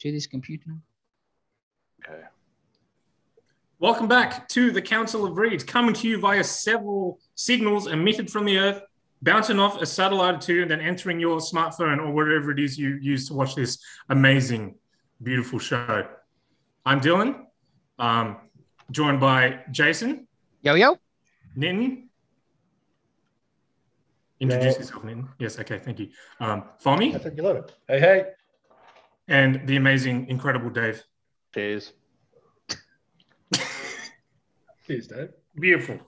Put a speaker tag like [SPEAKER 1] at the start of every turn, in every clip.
[SPEAKER 1] to this computer.
[SPEAKER 2] Okay.
[SPEAKER 3] Welcome back to the Council of Reeds, coming to you via several signals emitted from the Earth, bouncing off a satellite or two, and then entering your smartphone or whatever it is you use to watch this amazing, beautiful show. I'm Dylan, um, joined by Jason,
[SPEAKER 1] Yo, yo.
[SPEAKER 3] Nitin. Introduce
[SPEAKER 4] Yeah.
[SPEAKER 3] yourself, Nitin. Yes, okay, thank you. Um, Fami,
[SPEAKER 4] I think you love it. Hey, hey.
[SPEAKER 3] and the amazing, incredible Dave.
[SPEAKER 2] Cheers.
[SPEAKER 4] Cheers, Dave.
[SPEAKER 3] Beautiful.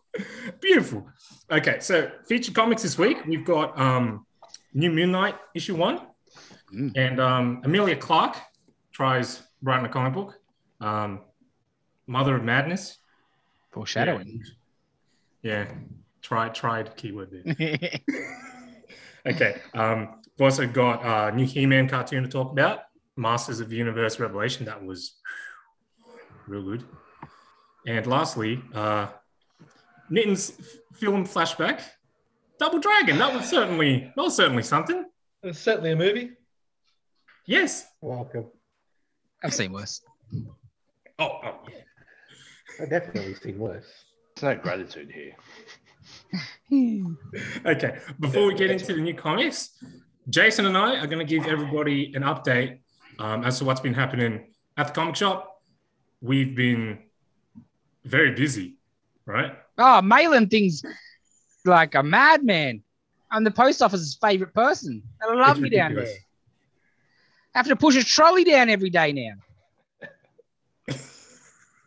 [SPEAKER 3] Beautiful. Okay, so featured comics this week, we've got um, New Moon Knight issue one,
[SPEAKER 1] Mm.
[SPEAKER 3] and um, Amelia Clark tries writing a comic book, um, Mother of Madness.
[SPEAKER 1] Foreshadowing.
[SPEAKER 3] Yeah, tried, tried keyword there. Okay. Um, we've also got uh, new He-Man cartoon to talk about, Masters of the Universe Revelation. That was real good. And lastly, uh, Nitten's f- film flashback, Double Dragon. That was certainly that was certainly something.
[SPEAKER 4] It's certainly a movie.
[SPEAKER 3] Yes.
[SPEAKER 4] Welcome.
[SPEAKER 1] I've seen worse.
[SPEAKER 3] Oh, oh yeah.
[SPEAKER 4] I definitely seen worse.
[SPEAKER 2] There's no gratitude here.
[SPEAKER 1] Oh,
[SPEAKER 3] Okay. Before we get into the new comics, Jason and I are going to give everybody an update um, as to what's been happening at the comic shop. We've been very busy, right?
[SPEAKER 1] Oh, mailing things like a madman. I'm the post office's favorite person. They love
[SPEAKER 3] It's
[SPEAKER 1] me down there.
[SPEAKER 3] ridiculous.
[SPEAKER 1] I have to push a trolley down every day now.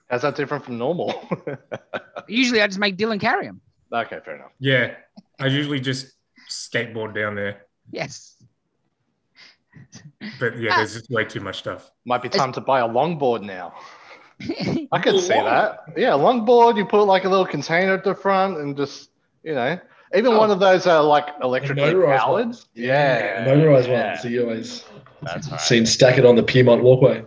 [SPEAKER 2] How's that different from normal?
[SPEAKER 1] Usually I just make Dylan carry him.
[SPEAKER 2] okay, fair enough.
[SPEAKER 3] Yeah, I usually just skateboard down there,
[SPEAKER 1] Yes.
[SPEAKER 3] but yeah, there's just way too much stuff.
[SPEAKER 2] Might be
[SPEAKER 1] It's-
[SPEAKER 2] time to buy a longboard now.
[SPEAKER 1] That's
[SPEAKER 2] I could
[SPEAKER 3] A
[SPEAKER 2] see
[SPEAKER 3] long-
[SPEAKER 2] that. Yeah, a longboard. You put like a little container at the front and just, you know, even
[SPEAKER 4] Oh.
[SPEAKER 2] one of those uh, like electrically
[SPEAKER 4] motorized
[SPEAKER 2] powered.
[SPEAKER 4] ones.
[SPEAKER 2] Yeah.
[SPEAKER 4] Motorized
[SPEAKER 2] yeah.
[SPEAKER 4] ones. So you always
[SPEAKER 2] That's right.
[SPEAKER 4] seen stack it on the Piedmont walkway.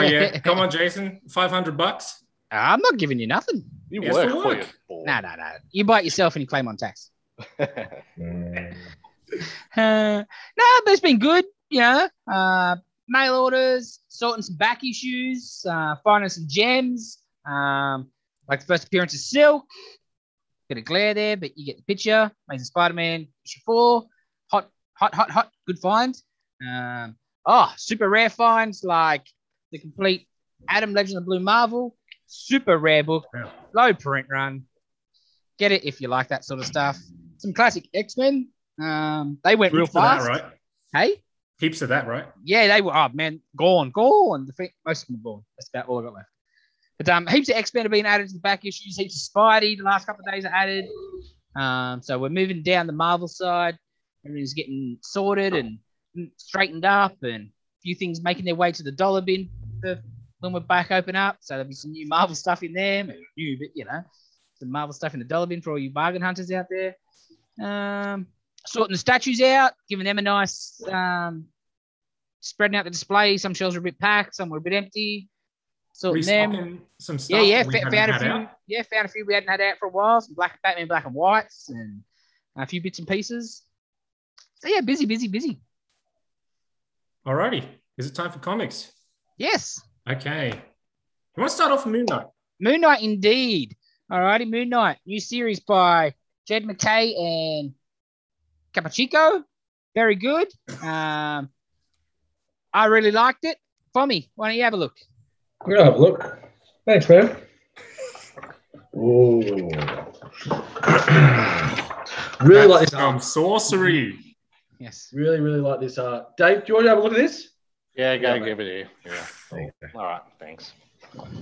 [SPEAKER 3] yeah, come on, Jason, five hundred bucks.
[SPEAKER 1] I'm not giving you nothing.
[SPEAKER 2] You
[SPEAKER 3] Yes,
[SPEAKER 2] work
[SPEAKER 3] we
[SPEAKER 2] for
[SPEAKER 3] work.
[SPEAKER 2] your board.
[SPEAKER 1] No, no, no. You bite yourself and you claim on tax. Uh, no, but it's been good. You know, uh, mail orders, sorting some back issues, uh, finding some gems. Um, like the first appearance of Silk. Bit of glare there, but you get the picture. Amazing Spider-Man issue four. Hot, hot, hot, hot. Good find. Um, oh, super rare finds like the complete Adam Legend of Blue Marvel. Super rare book.
[SPEAKER 3] Yeah.
[SPEAKER 1] Low print run. Get it if you like that sort of stuff. Some classic X-Men. Um, they went real
[SPEAKER 3] Heaps of that,
[SPEAKER 1] fast.
[SPEAKER 3] right?
[SPEAKER 1] Hey,
[SPEAKER 3] Heaps of that, right?
[SPEAKER 1] yeah, they were. Oh man, gone, gone. The fe- most of them are gone. That's about all I got left. But um, heaps of X Men have been added to the back issues. Heaps of Spidey. The last couple of days are added. Um, so we're moving down the Marvel side. Everything's getting sorted and straightened up, and a few things making their way to the dollar bin for when we're back open up. So there'll be some new Marvel stuff in there. Maybe new, but you know, some Marvel stuff in the dollar bin for all you bargain hunters out there. Um, sorting the statues out, giving them a nice um, spreading out the display. Some shelves were a bit packed, some were a bit empty. So them.
[SPEAKER 3] Restocking some stuff.
[SPEAKER 1] Yeah, yeah,
[SPEAKER 3] we
[SPEAKER 1] fa-
[SPEAKER 3] haven't
[SPEAKER 1] found a
[SPEAKER 3] had
[SPEAKER 1] few.
[SPEAKER 3] out.
[SPEAKER 1] Yeah, found a few we hadn't had out for a while. Some black Batman, black and whites, and a few bits and pieces. So yeah, busy, busy, busy.
[SPEAKER 3] Alrighty, is it time for comics?
[SPEAKER 1] Yes,
[SPEAKER 3] Okay, you want to start off with Moon Knight?
[SPEAKER 1] Moon Knight indeed. Alrighty, Moon Knight, new series by Jed McKay and Capachico. Very good. Um, I really liked it. Fommy, why don't you have a look?
[SPEAKER 4] I'm gonna have a look. Thanks, man. Ooh. really like this
[SPEAKER 3] Um,
[SPEAKER 4] art.
[SPEAKER 3] sorcery.
[SPEAKER 1] Yes.
[SPEAKER 4] Really, really like this art. Dave, do you want to have a look at this?
[SPEAKER 2] Yeah, go
[SPEAKER 4] Yeah, mate.
[SPEAKER 2] give it here. Yeah.
[SPEAKER 4] There you
[SPEAKER 2] All right, thanks.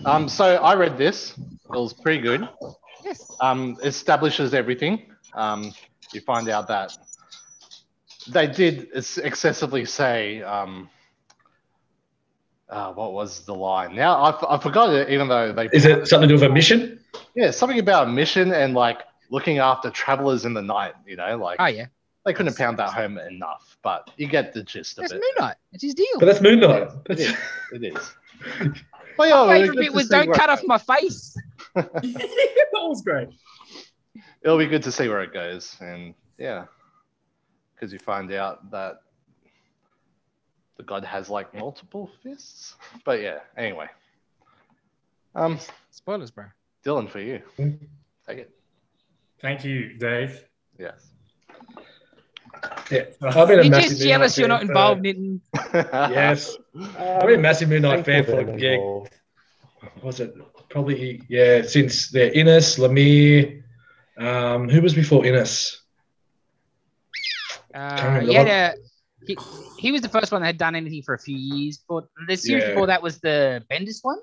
[SPEAKER 2] Um, so I read this. It was pretty good.
[SPEAKER 1] Yes.
[SPEAKER 2] Um, establishes everything. Um, you find out that they did ex- excessively say, um, uh, what was the line? Now I f- I forgot it, even though they
[SPEAKER 4] Is it something to do with a mission?
[SPEAKER 2] yeah something about a mission and like looking after travelers in the night. You know, like
[SPEAKER 1] Oh yeah.
[SPEAKER 2] they couldn't pound that home enough, but you get the gist of
[SPEAKER 1] That's
[SPEAKER 2] it.
[SPEAKER 1] Moon Knight. It's his deal.
[SPEAKER 4] But that's Moon Knight.
[SPEAKER 2] It
[SPEAKER 4] That's-
[SPEAKER 2] is. It is. But yeah,
[SPEAKER 1] My
[SPEAKER 2] good
[SPEAKER 1] favorite bit
[SPEAKER 2] to
[SPEAKER 1] was
[SPEAKER 2] see
[SPEAKER 1] don't
[SPEAKER 2] where
[SPEAKER 1] cut
[SPEAKER 2] it
[SPEAKER 1] off my face.
[SPEAKER 3] that was great.
[SPEAKER 2] it'll be good to see where it goes and yeah because you find out that the god has like multiple fists. But yeah, anyway. Um,
[SPEAKER 1] Spoilers, bro.
[SPEAKER 2] Dylan, for you,
[SPEAKER 4] Hmm?
[SPEAKER 2] take it.
[SPEAKER 3] Thank you, Dave.
[SPEAKER 2] Yes.
[SPEAKER 4] Yeah. I've been a
[SPEAKER 1] You're
[SPEAKER 4] massive
[SPEAKER 1] just jealous
[SPEAKER 4] Moon
[SPEAKER 1] you're
[SPEAKER 4] Knight
[SPEAKER 1] not
[SPEAKER 4] fan
[SPEAKER 1] involved,
[SPEAKER 4] for-
[SPEAKER 1] Nitten.
[SPEAKER 4] Yes. I've been a massive Moon Knight fan for,
[SPEAKER 5] Thankful
[SPEAKER 4] yeah,
[SPEAKER 5] they're involved.
[SPEAKER 4] was it probably yeah since the Innes Lemire, um, who was before Innes?
[SPEAKER 1] Uh,
[SPEAKER 4] Can't
[SPEAKER 1] Um, he, had a,
[SPEAKER 4] remember.
[SPEAKER 1] he, he was the first one that had done anything for a few years. But the series
[SPEAKER 4] Yeah.
[SPEAKER 1] before that was the Bendis one.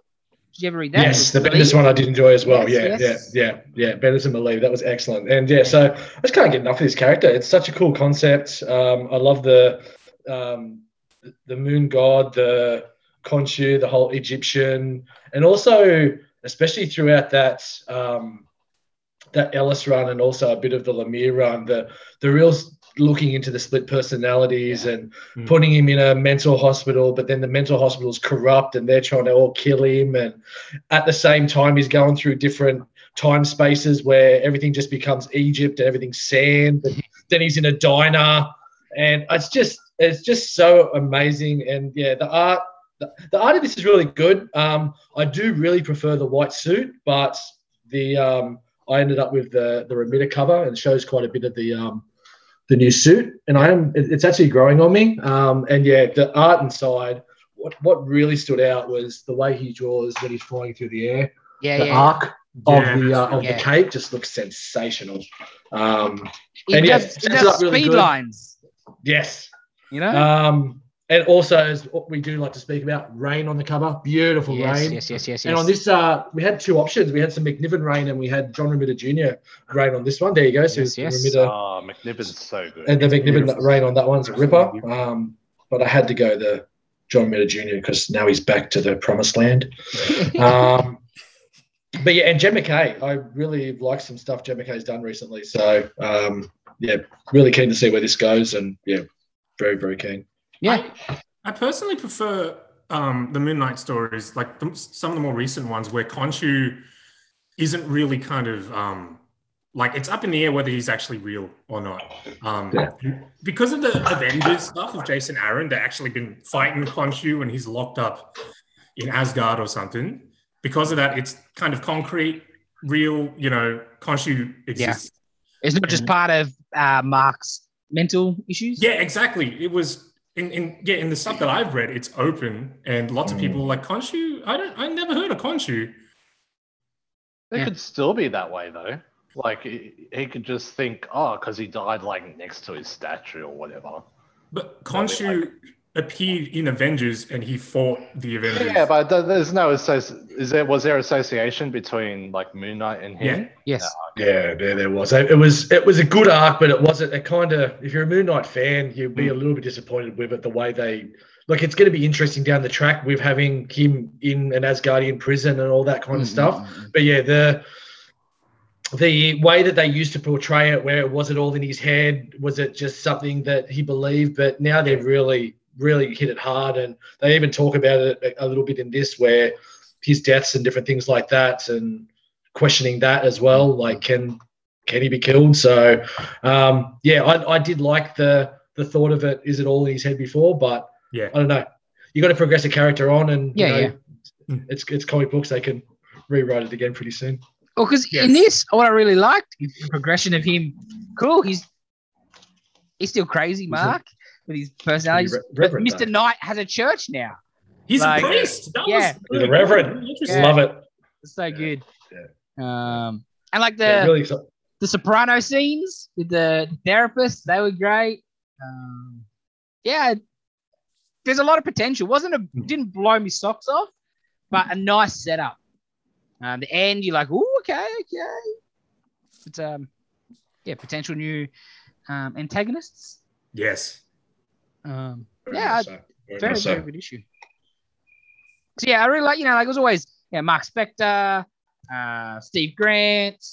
[SPEAKER 1] Did you ever read that?
[SPEAKER 4] yes, the
[SPEAKER 1] It was
[SPEAKER 4] Bendis one I did enjoy as well.
[SPEAKER 1] Yes,
[SPEAKER 4] yeah,
[SPEAKER 1] yes.
[SPEAKER 4] yeah, yeah, yeah. Bendis and Malie, that was excellent. And yeah, so I just can't get enough of this character. It's such a cool concept. Um, I love the um, the moon god, the Khonshu, the whole Egyptian, and also especially throughout that um, that Ellis run, and also a bit of the Lemire run, the the real s- looking into the split personalities and
[SPEAKER 3] Mm.
[SPEAKER 4] putting him in a mental hospital, but then the mental hospital's corrupt and they're trying to all kill him, and at the same time he's going through different time spaces where everything just becomes Egypt and everything's sand, but then he's in a diner, and it's just it's just so amazing, and yeah, the art the, the art of this is really good. Um, I do really prefer the white suit, but the um, I ended up with the the remitter cover and it shows quite a bit of the um, the new suit, and I am it- it's actually growing on me. Um, and yeah, the art inside. What what really stood out was the way he draws when he's flying through the air.
[SPEAKER 1] Yeah,
[SPEAKER 4] the
[SPEAKER 1] yeah.
[SPEAKER 4] arc of
[SPEAKER 3] Yeah.
[SPEAKER 4] the uh, of
[SPEAKER 1] Yeah.
[SPEAKER 4] the cape just looks sensational. Um,
[SPEAKER 1] He
[SPEAKER 4] and yeah,
[SPEAKER 1] does, he
[SPEAKER 4] sets
[SPEAKER 1] does
[SPEAKER 4] up really
[SPEAKER 1] speed
[SPEAKER 4] good.
[SPEAKER 1] lines.
[SPEAKER 4] yes,
[SPEAKER 1] You know.
[SPEAKER 4] um, and also as what we do like to speak about rain on the cover. Beautiful
[SPEAKER 1] yes,
[SPEAKER 4] rain.
[SPEAKER 1] yes, yes, yes, yes.
[SPEAKER 4] And on this, uh, we had two options. We had some McNiven rain and we had John Remitter Jr. rain on this one. There you go. So
[SPEAKER 1] Yes,
[SPEAKER 4] the
[SPEAKER 1] yes.
[SPEAKER 4] Remitter
[SPEAKER 2] Oh, McNiven's so good.
[SPEAKER 4] and the McNiven
[SPEAKER 3] beautiful.
[SPEAKER 4] rain on that one's a ripper.
[SPEAKER 3] Absolutely.
[SPEAKER 4] Um, but I had to go the John Remitter Jr. because now he's back to the promised land. Um, but yeah, and Jen McKay. I really like some stuff Jen McKay's done recently. So um, yeah, really keen to see where this goes. And yeah, very, very keen.
[SPEAKER 1] Yeah.
[SPEAKER 3] I, I personally prefer um, the Moon Knight stories, like the, some of the more recent ones where Khonshu isn't really kind of um, like it's up in the air whether he's actually real or not. Um, Because of the Avengers stuff of Jason Aaron, they've actually been fighting Khonshu and he's locked up in Asgard or something. Because of that, it's kind of concrete, real, you know, Khonshu exists.
[SPEAKER 1] It's not just part of uh, Mark's mental issues.
[SPEAKER 3] Yeah, exactly. It was in, in yeah in the stuff that I've read, it's open and lots of
[SPEAKER 2] Mm.
[SPEAKER 3] people are like Konshu. I don't. I never heard of Konshu.
[SPEAKER 2] It
[SPEAKER 1] Yeah.
[SPEAKER 2] could still be that way though. Like he he could just think, oh, because he died like next to his statue or whatever.
[SPEAKER 3] But
[SPEAKER 2] No, they
[SPEAKER 3] Konshu appeared in Avengers and he fought the Avengers.
[SPEAKER 2] Yeah, but th- there's no associ- is there was there association between like Moon Knight and him?
[SPEAKER 1] Yes.
[SPEAKER 4] Yeah, there, there was. It was it was a good arc, but it wasn't a kind of. If you're a Moon Knight fan, you'd be a little bit disappointed with it. The way they like, it's going to be interesting down the track with having him in an Asgardian prison and all that
[SPEAKER 1] Mm-hmm.
[SPEAKER 4] kind of stuff. But yeah, the the way that they used to portray it, where was it all in his head? Was it just something that he believed? But now they've really, really hit it hard, and they even talk about it a- a little bit in this, where his deaths and different things like that, and questioning that as well. Like, can can he be killed? So, um, yeah, I, I did like the the thought of it. Is it all in his head before? But
[SPEAKER 3] Yeah.
[SPEAKER 4] I don't know. You got to progress a character on, and
[SPEAKER 1] Yeah,
[SPEAKER 4] you
[SPEAKER 1] yeah.
[SPEAKER 4] know, it's it's comic books. They can rewrite it again pretty soon.
[SPEAKER 1] Well, because
[SPEAKER 3] Yes.
[SPEAKER 1] in this, what I really liked is the progression of him. Cool, he's he's still crazy, Mark, with his personality.
[SPEAKER 4] Re-
[SPEAKER 1] But
[SPEAKER 4] Reverend,
[SPEAKER 1] Mr.
[SPEAKER 4] though.
[SPEAKER 1] Knight has a church now.
[SPEAKER 3] he's
[SPEAKER 1] Like-
[SPEAKER 3] a priest. That
[SPEAKER 1] Yeah.
[SPEAKER 3] was
[SPEAKER 4] He's a reverend.
[SPEAKER 3] really
[SPEAKER 1] Yeah.
[SPEAKER 3] interesting.
[SPEAKER 4] Love it.
[SPEAKER 1] It's so good.
[SPEAKER 4] yeah.
[SPEAKER 1] Um, and like the
[SPEAKER 4] Yeah, really exci-
[SPEAKER 1] the Soprano scenes with the therapists, they were great. Um, yeah, there's a lot of potential. wasn't a
[SPEAKER 4] Mm.
[SPEAKER 1] didn't blow me socks off, but a nice setup. Um, the end, you're like, oh, okay, okay. But um, yeah, potential new um, antagonists.
[SPEAKER 3] Yes.
[SPEAKER 1] Um,
[SPEAKER 4] very
[SPEAKER 1] yeah,
[SPEAKER 4] much so. Very
[SPEAKER 1] very,
[SPEAKER 4] much so.
[SPEAKER 1] very good issue. So yeah, I really like you know like it was always yeah Mark Spector, uh, Steve Grant.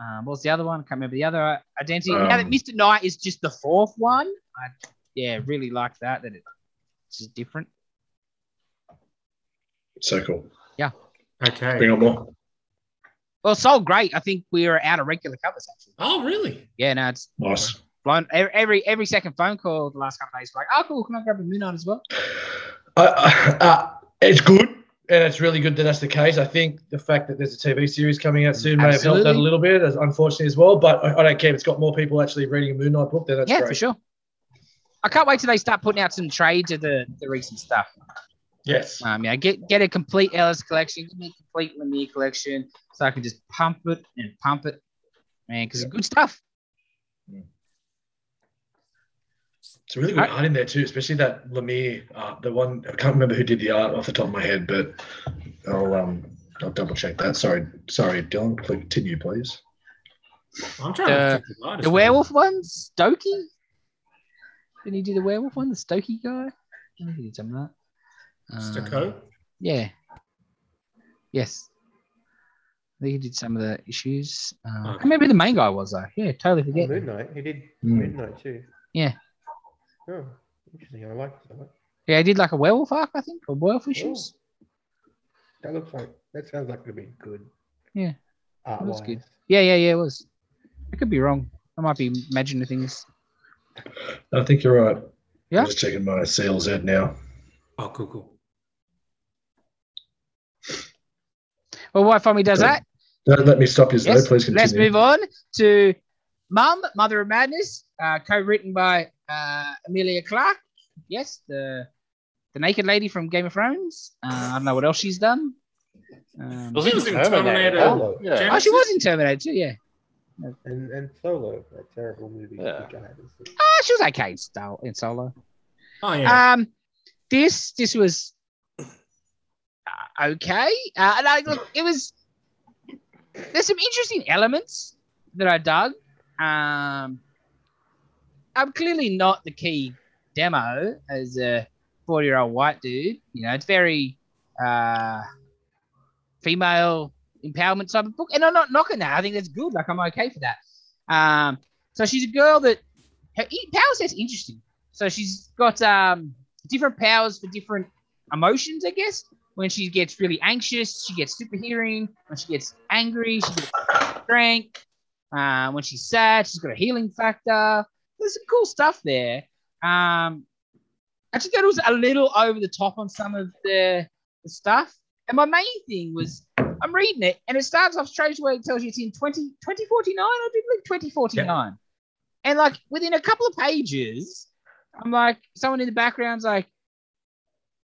[SPEAKER 1] Um, what was the other one? I can't remember the other identity. now that
[SPEAKER 4] Um,
[SPEAKER 1] Mr. Knight is just the fourth one, I yeah really like that that it's just different.
[SPEAKER 4] So cool. Bring
[SPEAKER 3] Okay.
[SPEAKER 4] on more.
[SPEAKER 1] Well, sold great. I think we are out of regular covers actually.
[SPEAKER 3] Oh, really?
[SPEAKER 1] Yeah, no, it's
[SPEAKER 4] Nice.
[SPEAKER 1] blown e, every every second phone call the last couple of days. Like, oh cool, can I grab a Moon Knight as well?
[SPEAKER 4] Uh, uh, uh, it's good, and it's really good that that's the case. I think the fact that there's a TV series coming out soon may have helped that a
[SPEAKER 1] Absolutely.
[SPEAKER 4] little bit, as unfortunately as well. But I, I don't care if it's got more people actually reading a Moon Knight book. Then that's
[SPEAKER 1] yeah,
[SPEAKER 4] great.
[SPEAKER 1] for sure. I can't wait till they start putting out some trades of the, the recent stuff.
[SPEAKER 4] Yes,
[SPEAKER 1] Um, yeah, get get a complete Ellis collection, give me a complete Lemire collection, so I can just pump it and pump it, man, because it's good stuff.
[SPEAKER 4] it's really good art in there too, especially that Lemire, uh, the one I can't remember who did the art off the top of my head, but I'll um I'll double check that. Sorry, sorry, Dylan, continue please.
[SPEAKER 3] I'm trying
[SPEAKER 1] The-
[SPEAKER 3] to think of the artist.
[SPEAKER 1] The werewolf one, Stokey. Didn't he do the werewolf one, the Stokey guy? I think he did something like that. Um,
[SPEAKER 3] Stocco.
[SPEAKER 1] Yeah. Yes. I think he did some of the issues. Uh, I
[SPEAKER 3] Okay.
[SPEAKER 1] remember who the main guy was though. Yeah, totally forget.
[SPEAKER 5] Moon Knight. He did
[SPEAKER 4] Hmm.
[SPEAKER 5] Moon Knight too.
[SPEAKER 1] Yeah.
[SPEAKER 5] Oh, interesting. I like that.
[SPEAKER 1] Yeah, he did like a werewolf arc, I think, or werewolf issues.
[SPEAKER 5] That looks like that sounds like it'll be good.
[SPEAKER 1] Yeah.
[SPEAKER 5] Art
[SPEAKER 1] Looks
[SPEAKER 5] wise.
[SPEAKER 1] good. Yeah, yeah, yeah, it was. I could be wrong. I might be imagining things.
[SPEAKER 4] I think you're right.
[SPEAKER 1] Yeah.
[SPEAKER 4] I'm just checking my CLZ now.
[SPEAKER 3] Oh, cool, cool.
[SPEAKER 1] Well, why Fommy does
[SPEAKER 4] Good.
[SPEAKER 1] that?
[SPEAKER 4] Don't let me stop you
[SPEAKER 1] Yes,
[SPEAKER 4] though. Please continue.
[SPEAKER 1] Let's move on to Mum, Mother of Madness, uh, co-written by uh, Amelia Clark. Yes, the the naked lady from Game of Thrones. Uh, I don't know what else she's done. Um,
[SPEAKER 2] Was
[SPEAKER 3] She
[SPEAKER 2] it
[SPEAKER 3] was in
[SPEAKER 2] Terminator?
[SPEAKER 5] Terminator.
[SPEAKER 2] Yeah.
[SPEAKER 1] oh, she was in Terminator too. Yeah.
[SPEAKER 5] And and Solo, that terrible movie.
[SPEAKER 2] Yeah.
[SPEAKER 5] which I haven't seen.
[SPEAKER 1] Ah, she was okay in, style, in solo.
[SPEAKER 3] Oh yeah.
[SPEAKER 1] Um, this this was uh, okay. Uh, and I, look, it was. There's some interesting elements that I dug. Um, I'm clearly not the key demo as a 40 year old white dude. You know, it's very uh, female empowerment type of book, and I'm not knocking that. I think that's good. Like I'm okay for that. Um, so she's a girl that her e- power set's interesting. So she's got um, different powers for different emotions, I guess. When she gets really anxious, she gets super hearing. When she gets angry, she gets strength. Uh, when she's sad, she's got a healing factor. There's some cool stuff there. Um, I just thought it was a little over the top on some of the, the stuff. And my main thing was I'm reading it, and it starts off straight away. It tells you it's in 20, 2049, I do believe 2049. And like within a couple of pages, I'm like, someone in the background's like,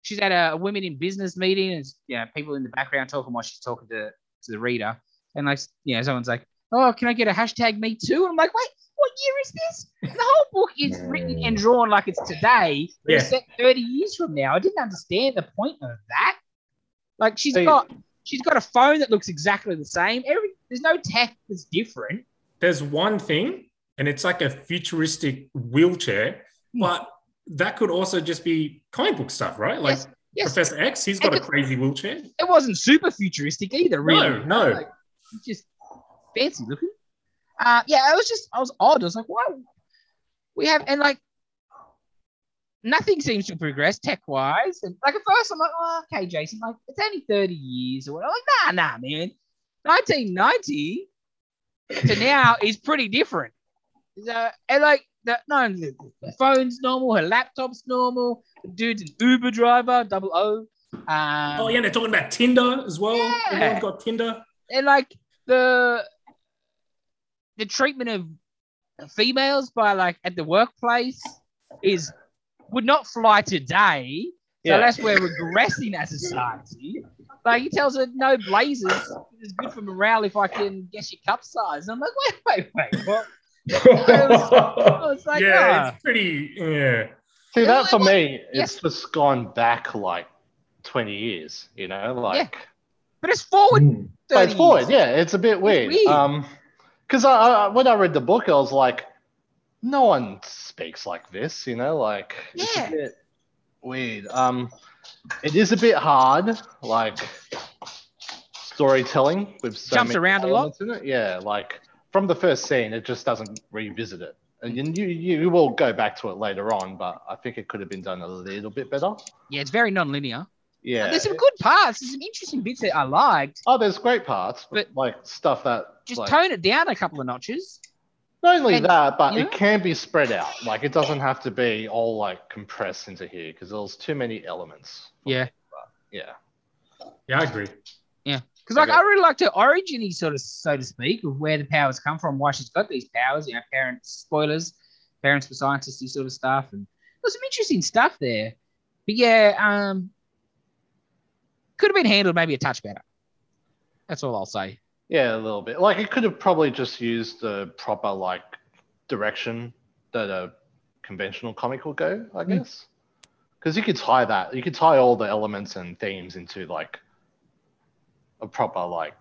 [SPEAKER 1] she's at a women in business meeting, and it's, you know, people in the background talking while she's talking to, to the reader. And like, you know, someone's like, oh, can I get a hashtag me too? And I'm like, wait, what year is this? And the whole book is written and drawn like it's today, but it's
[SPEAKER 3] Yeah.
[SPEAKER 1] set 30 years from now. I didn't understand the point of that. Like, she's
[SPEAKER 2] So you-
[SPEAKER 1] got. She's got a phone that looks exactly the same. Every there's no tech that's different.
[SPEAKER 3] There's one thing, and it's like a futuristic wheelchair,
[SPEAKER 1] Hmm.
[SPEAKER 3] but that could also just be comic book stuff, right? Like
[SPEAKER 1] Yes, yes.
[SPEAKER 3] Professor X, he's got
[SPEAKER 1] And
[SPEAKER 3] a crazy wheelchair.
[SPEAKER 1] It wasn't super futuristic either, really.
[SPEAKER 3] No, no.
[SPEAKER 1] Like, it's just fancy looking. Uh, yeah, I was just, I was odd. I was like, why? We have, and like, nothing seems to progress tech wise. And like, at first, I'm like, oh, okay, Jason, like, it's only 30 years or whatever. I'm like, nah, nah, man. 1990 to now is pretty different. So, and like, the, no, the the phone's normal, her laptop's normal, the dude's an Uber driver, double O. Um,
[SPEAKER 3] oh yeah, and they're talking about Tinder as well.
[SPEAKER 1] Yeah.
[SPEAKER 3] Everyone's got Tinder.
[SPEAKER 1] and like the the treatment of females by like at the workplace is would not fly today. So
[SPEAKER 2] Yeah.
[SPEAKER 1] that's where we're regressing as a society. Like he tells her no blazers is good for morale if I can guess your cup size. And I'm like, wait, wait, wait. What? I was like,
[SPEAKER 3] yeah,
[SPEAKER 1] "Ah."
[SPEAKER 3] it's pretty. Yeah,
[SPEAKER 2] See, that for
[SPEAKER 1] Well,
[SPEAKER 2] me,
[SPEAKER 1] yes.
[SPEAKER 2] it's just gone back like 20 years, you know? Like,
[SPEAKER 1] but it's forward.
[SPEAKER 4] Hmm.
[SPEAKER 2] But
[SPEAKER 1] 30
[SPEAKER 2] it's forward.
[SPEAKER 1] years.
[SPEAKER 2] Yeah, it's a bit weird.
[SPEAKER 1] weird.
[SPEAKER 2] Um, because I, I when I read the book, I was like, no one speaks like this, you know, like it's
[SPEAKER 1] Yeah.
[SPEAKER 2] a bit weird. Um, it is a bit hard, like storytelling with so
[SPEAKER 1] Jumps
[SPEAKER 2] many
[SPEAKER 1] around a lot.
[SPEAKER 2] elements in it. Yeah, like from the first scene, it just doesn't revisit it. And you, you you will go back to it later on, but I think it could have been done a little bit better.
[SPEAKER 1] Yeah, it's very non-linear.
[SPEAKER 2] Yeah.
[SPEAKER 1] There's some good parts. There's some interesting bits that I liked.
[SPEAKER 2] oh, there's great parts, but,
[SPEAKER 1] But-
[SPEAKER 2] like stuff that
[SPEAKER 1] Just
[SPEAKER 2] like,
[SPEAKER 1] tone it down a couple of notches.
[SPEAKER 2] Not only
[SPEAKER 1] And-
[SPEAKER 2] that, but
[SPEAKER 1] yeah.
[SPEAKER 2] it can be spread out. Like it doesn't have to be all like compressed into here because there's too many elements.
[SPEAKER 1] Yeah.
[SPEAKER 2] Yeah.
[SPEAKER 3] Yeah, I agree.
[SPEAKER 1] Because like
[SPEAKER 2] Okay.
[SPEAKER 1] I really liked her origin, sort of so to speak, of where the powers come from, why she's got these powers. You know, parents spoilers, parents were scientists, sort of stuff, and there's some interesting stuff there. But yeah, um, could have been handled maybe a touch better. That's all I'll say.
[SPEAKER 2] Yeah, a little bit. Like it could have probably just used the proper like direction that a conventional comic will go, I
[SPEAKER 1] Mm.
[SPEAKER 2] guess. Because you could tie that, you could tie all the elements and themes into like a proper like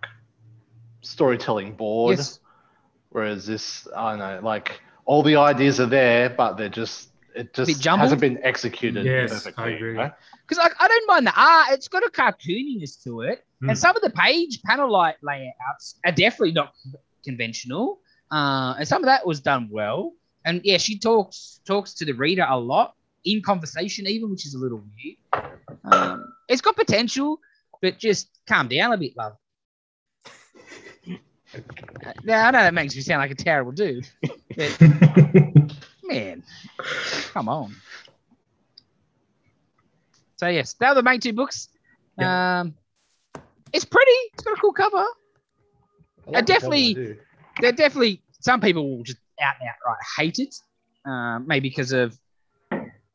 [SPEAKER 2] storytelling board.
[SPEAKER 1] Yes.
[SPEAKER 2] Whereas this, I don't know, like all the ideas are there, but they're just
[SPEAKER 1] bit
[SPEAKER 2] it just
[SPEAKER 1] jumbled?
[SPEAKER 2] hasn't been executed.
[SPEAKER 3] Yes,
[SPEAKER 2] perfectly,
[SPEAKER 3] I agree.
[SPEAKER 2] right?
[SPEAKER 1] Because like I don't mind the art; it's got a cartooniness to it,
[SPEAKER 3] Mm.
[SPEAKER 1] and some of the page panel light layouts are definitely not conventional. Uh, and some of that was done well. And yeah, she talks talks to the reader a lot in conversation, even which is a little weird. Um, it's got potential, but just calm down a bit, love. Uh, Now I know that makes me sound like a terrible dude, but man, come on. So yes, they were the main two books. Um, it's pretty. It's got a cool cover.
[SPEAKER 5] like the cover,
[SPEAKER 1] Uh, definitely-
[SPEAKER 5] do.
[SPEAKER 1] There definitely some people will just out and outright hate it, um, maybe because of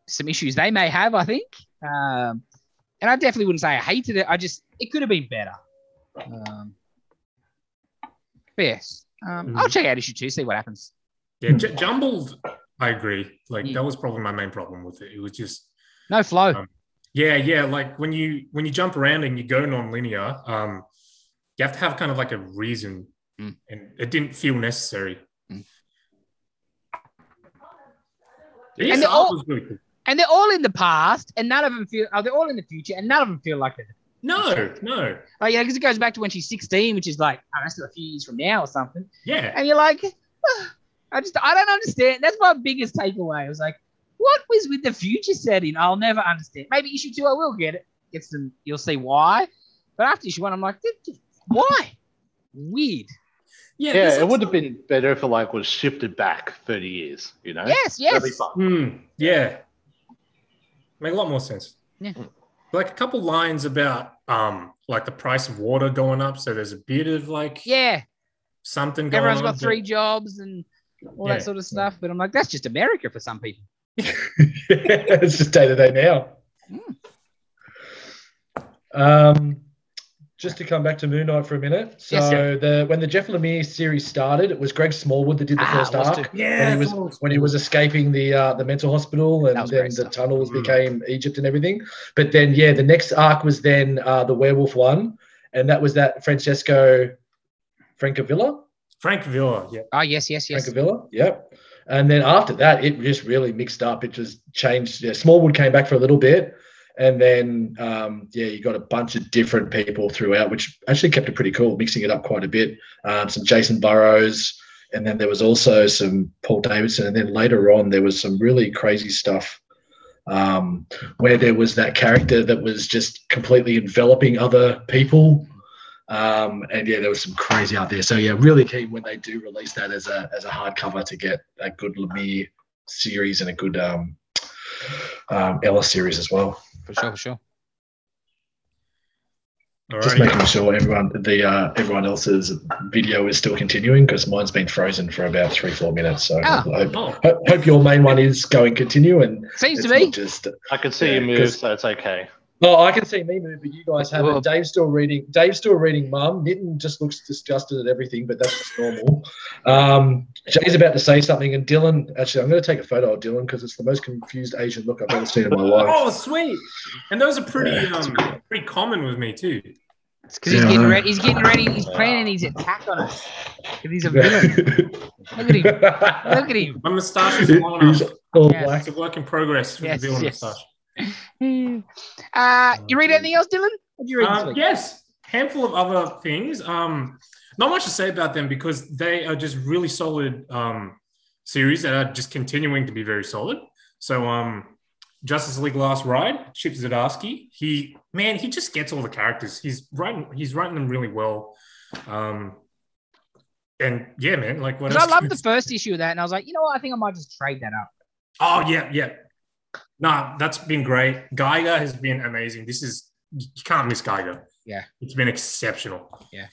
[SPEAKER 1] some issues they may have. I think, um, and I definitely wouldn't say I hated it. I just it could have been better. Um, but yes, um, I'll check out issue two, see what happens.
[SPEAKER 3] Yeah, j-
[SPEAKER 1] Hmm.
[SPEAKER 3] jumbled. I agree. Like
[SPEAKER 1] Mm.
[SPEAKER 3] that was probably my main problem with it. It was just
[SPEAKER 1] No flow.
[SPEAKER 3] Um, yeah, yeah. Like when you when you jump around and you go non-linear, um, you have to have kind of like a reason,
[SPEAKER 1] Mm.
[SPEAKER 3] and it didn't feel necessary.
[SPEAKER 1] Mm.
[SPEAKER 3] Yes,
[SPEAKER 1] And the
[SPEAKER 3] art
[SPEAKER 1] all-
[SPEAKER 3] was really cool.
[SPEAKER 1] and they're all in the past, and none of them feel. Oh, they're all in the future, and none of them feel like it.
[SPEAKER 3] No, no.
[SPEAKER 1] Like, Oh, yeah, because it goes back to when she's 16, which is like, oh, that's still a few years from now or something.
[SPEAKER 3] Yeah,
[SPEAKER 1] And you're like, "Ugh, I just, I don't understand. That's my biggest takeaway. I was like, what was with the future setting? I'll never understand. Maybe issue two, I will get it. Get some, you'll see why. But after issue one, I'm like, "Th- th- why? Weird.
[SPEAKER 3] yeah.
[SPEAKER 2] Yeah,
[SPEAKER 3] there's-
[SPEAKER 2] it would have been better if it like was shifted back thirty years. You know.
[SPEAKER 1] Yes,
[SPEAKER 2] That'd be
[SPEAKER 1] yes.
[SPEAKER 2] fun.
[SPEAKER 3] Hmm, yeah, make a lot more sense.
[SPEAKER 1] Yeah.
[SPEAKER 3] Like a couple lines about um like the price of water going up, so there's a bit of like
[SPEAKER 1] Yeah.
[SPEAKER 3] something going
[SPEAKER 1] Everyone's
[SPEAKER 3] on.
[SPEAKER 1] got
[SPEAKER 3] but-
[SPEAKER 1] three jobs and all
[SPEAKER 3] Yeah.
[SPEAKER 1] that sort of stuff. But I'm like, that's just America for some people.
[SPEAKER 4] it's just day to day now.
[SPEAKER 1] Mm.
[SPEAKER 4] Um, just to come back to Moon Knight for a minute. So
[SPEAKER 1] Yes, yeah.
[SPEAKER 4] the when the Jeff Lemire series started, it was Greg Smallwood that did the
[SPEAKER 1] Ah,
[SPEAKER 4] first
[SPEAKER 1] was
[SPEAKER 4] arc.
[SPEAKER 1] too.
[SPEAKER 3] Yeah,
[SPEAKER 4] When he
[SPEAKER 3] it's all-
[SPEAKER 4] when he was escaping the uh, the mental hospital and
[SPEAKER 1] That was
[SPEAKER 4] then the
[SPEAKER 1] great stuff.
[SPEAKER 4] tunnels
[SPEAKER 3] Mm.
[SPEAKER 4] became Egypt and everything. But then yeah, the next arc was then uh, the werewolf one, and that was that Francesco Francavilla.
[SPEAKER 3] Frank Villa. Yeah.
[SPEAKER 1] Oh, yes, yes, yes.
[SPEAKER 4] Francavilla, yep. And then after that, it just really mixed up. It just changed. Yeah, Smallwood came back for a little bit, and then um, yeah, you got a bunch of different people throughout, which actually kept it pretty cool, mixing it up quite a bit. Um, some Jason Burrows, and then there was also some Paul Davidson, and then later on there was some really crazy stuff. Um, where there was that character that was just completely enveloping other people um, and yeah, there was some crazy out there. So yeah, really keen when they do release that as a as a hardcover to get a good Lemire series and a good um, um, Ella series as well.
[SPEAKER 1] For sure, for sure.
[SPEAKER 3] All
[SPEAKER 4] Just
[SPEAKER 3] right.
[SPEAKER 4] making sure everyone the uh, everyone else's video is still continuing because mine's been frozen for about three four minutes. So
[SPEAKER 1] Ah.
[SPEAKER 4] I hope,
[SPEAKER 3] Oh,
[SPEAKER 4] hope, hope your main one is going continue and
[SPEAKER 1] Seems
[SPEAKER 4] it's
[SPEAKER 1] to be.
[SPEAKER 4] not just
[SPEAKER 2] I could see
[SPEAKER 4] Yeah,
[SPEAKER 2] you move,
[SPEAKER 4] 'cause-
[SPEAKER 2] so it's okay.
[SPEAKER 4] Oh, I can see me move, but you guys haven't.
[SPEAKER 1] Well-
[SPEAKER 4] Dave's still reading. Dave's still reading. Mum, Nitin just looks disgusted at everything, but that's just normal. Um, Jay's about to say something, and Dylan. Actually, I'm going to take a photo of Dylan because it's the most confused Asian look I've ever seen in my life.
[SPEAKER 3] oh, sweet. And those are pretty
[SPEAKER 4] Yeah.
[SPEAKER 3] um pretty common with me too.
[SPEAKER 1] because he's
[SPEAKER 4] Yeah, I
[SPEAKER 1] getting
[SPEAKER 4] know.
[SPEAKER 1] ready. He's getting ready. He's planning his attack on us. 'Cause He's a villain. Look at him. Look at him.
[SPEAKER 3] My moustache is long
[SPEAKER 4] He's
[SPEAKER 3] enough.
[SPEAKER 4] all
[SPEAKER 1] Yes.
[SPEAKER 4] black.
[SPEAKER 3] It's a work in progress with
[SPEAKER 1] Yes,
[SPEAKER 3] the villain
[SPEAKER 1] yes.
[SPEAKER 3] moustache.
[SPEAKER 1] Uh, you read anything else, Dylan? What you read? this
[SPEAKER 3] Um,
[SPEAKER 1] week?
[SPEAKER 3] yes, handful of other things. Um, not much to say about them because they are just really solid um, series that are just continuing to be very solid. So, um, Justice League Last Ride, Chip Zdarsky. He man, he just gets all the characters. He's writing. He's writing them really well. Um, And yeah, man, like what?
[SPEAKER 1] Because I
[SPEAKER 3] else
[SPEAKER 1] loved
[SPEAKER 3] could-
[SPEAKER 1] the first issue of that, and I was like, you know what? I think I might just trade that up.
[SPEAKER 3] Oh yeah, yeah. Nah, that's been great. Geiger has been amazing. This is you can't miss Geiger.
[SPEAKER 1] Yeah.
[SPEAKER 3] it's been exceptional.
[SPEAKER 1] Yeah.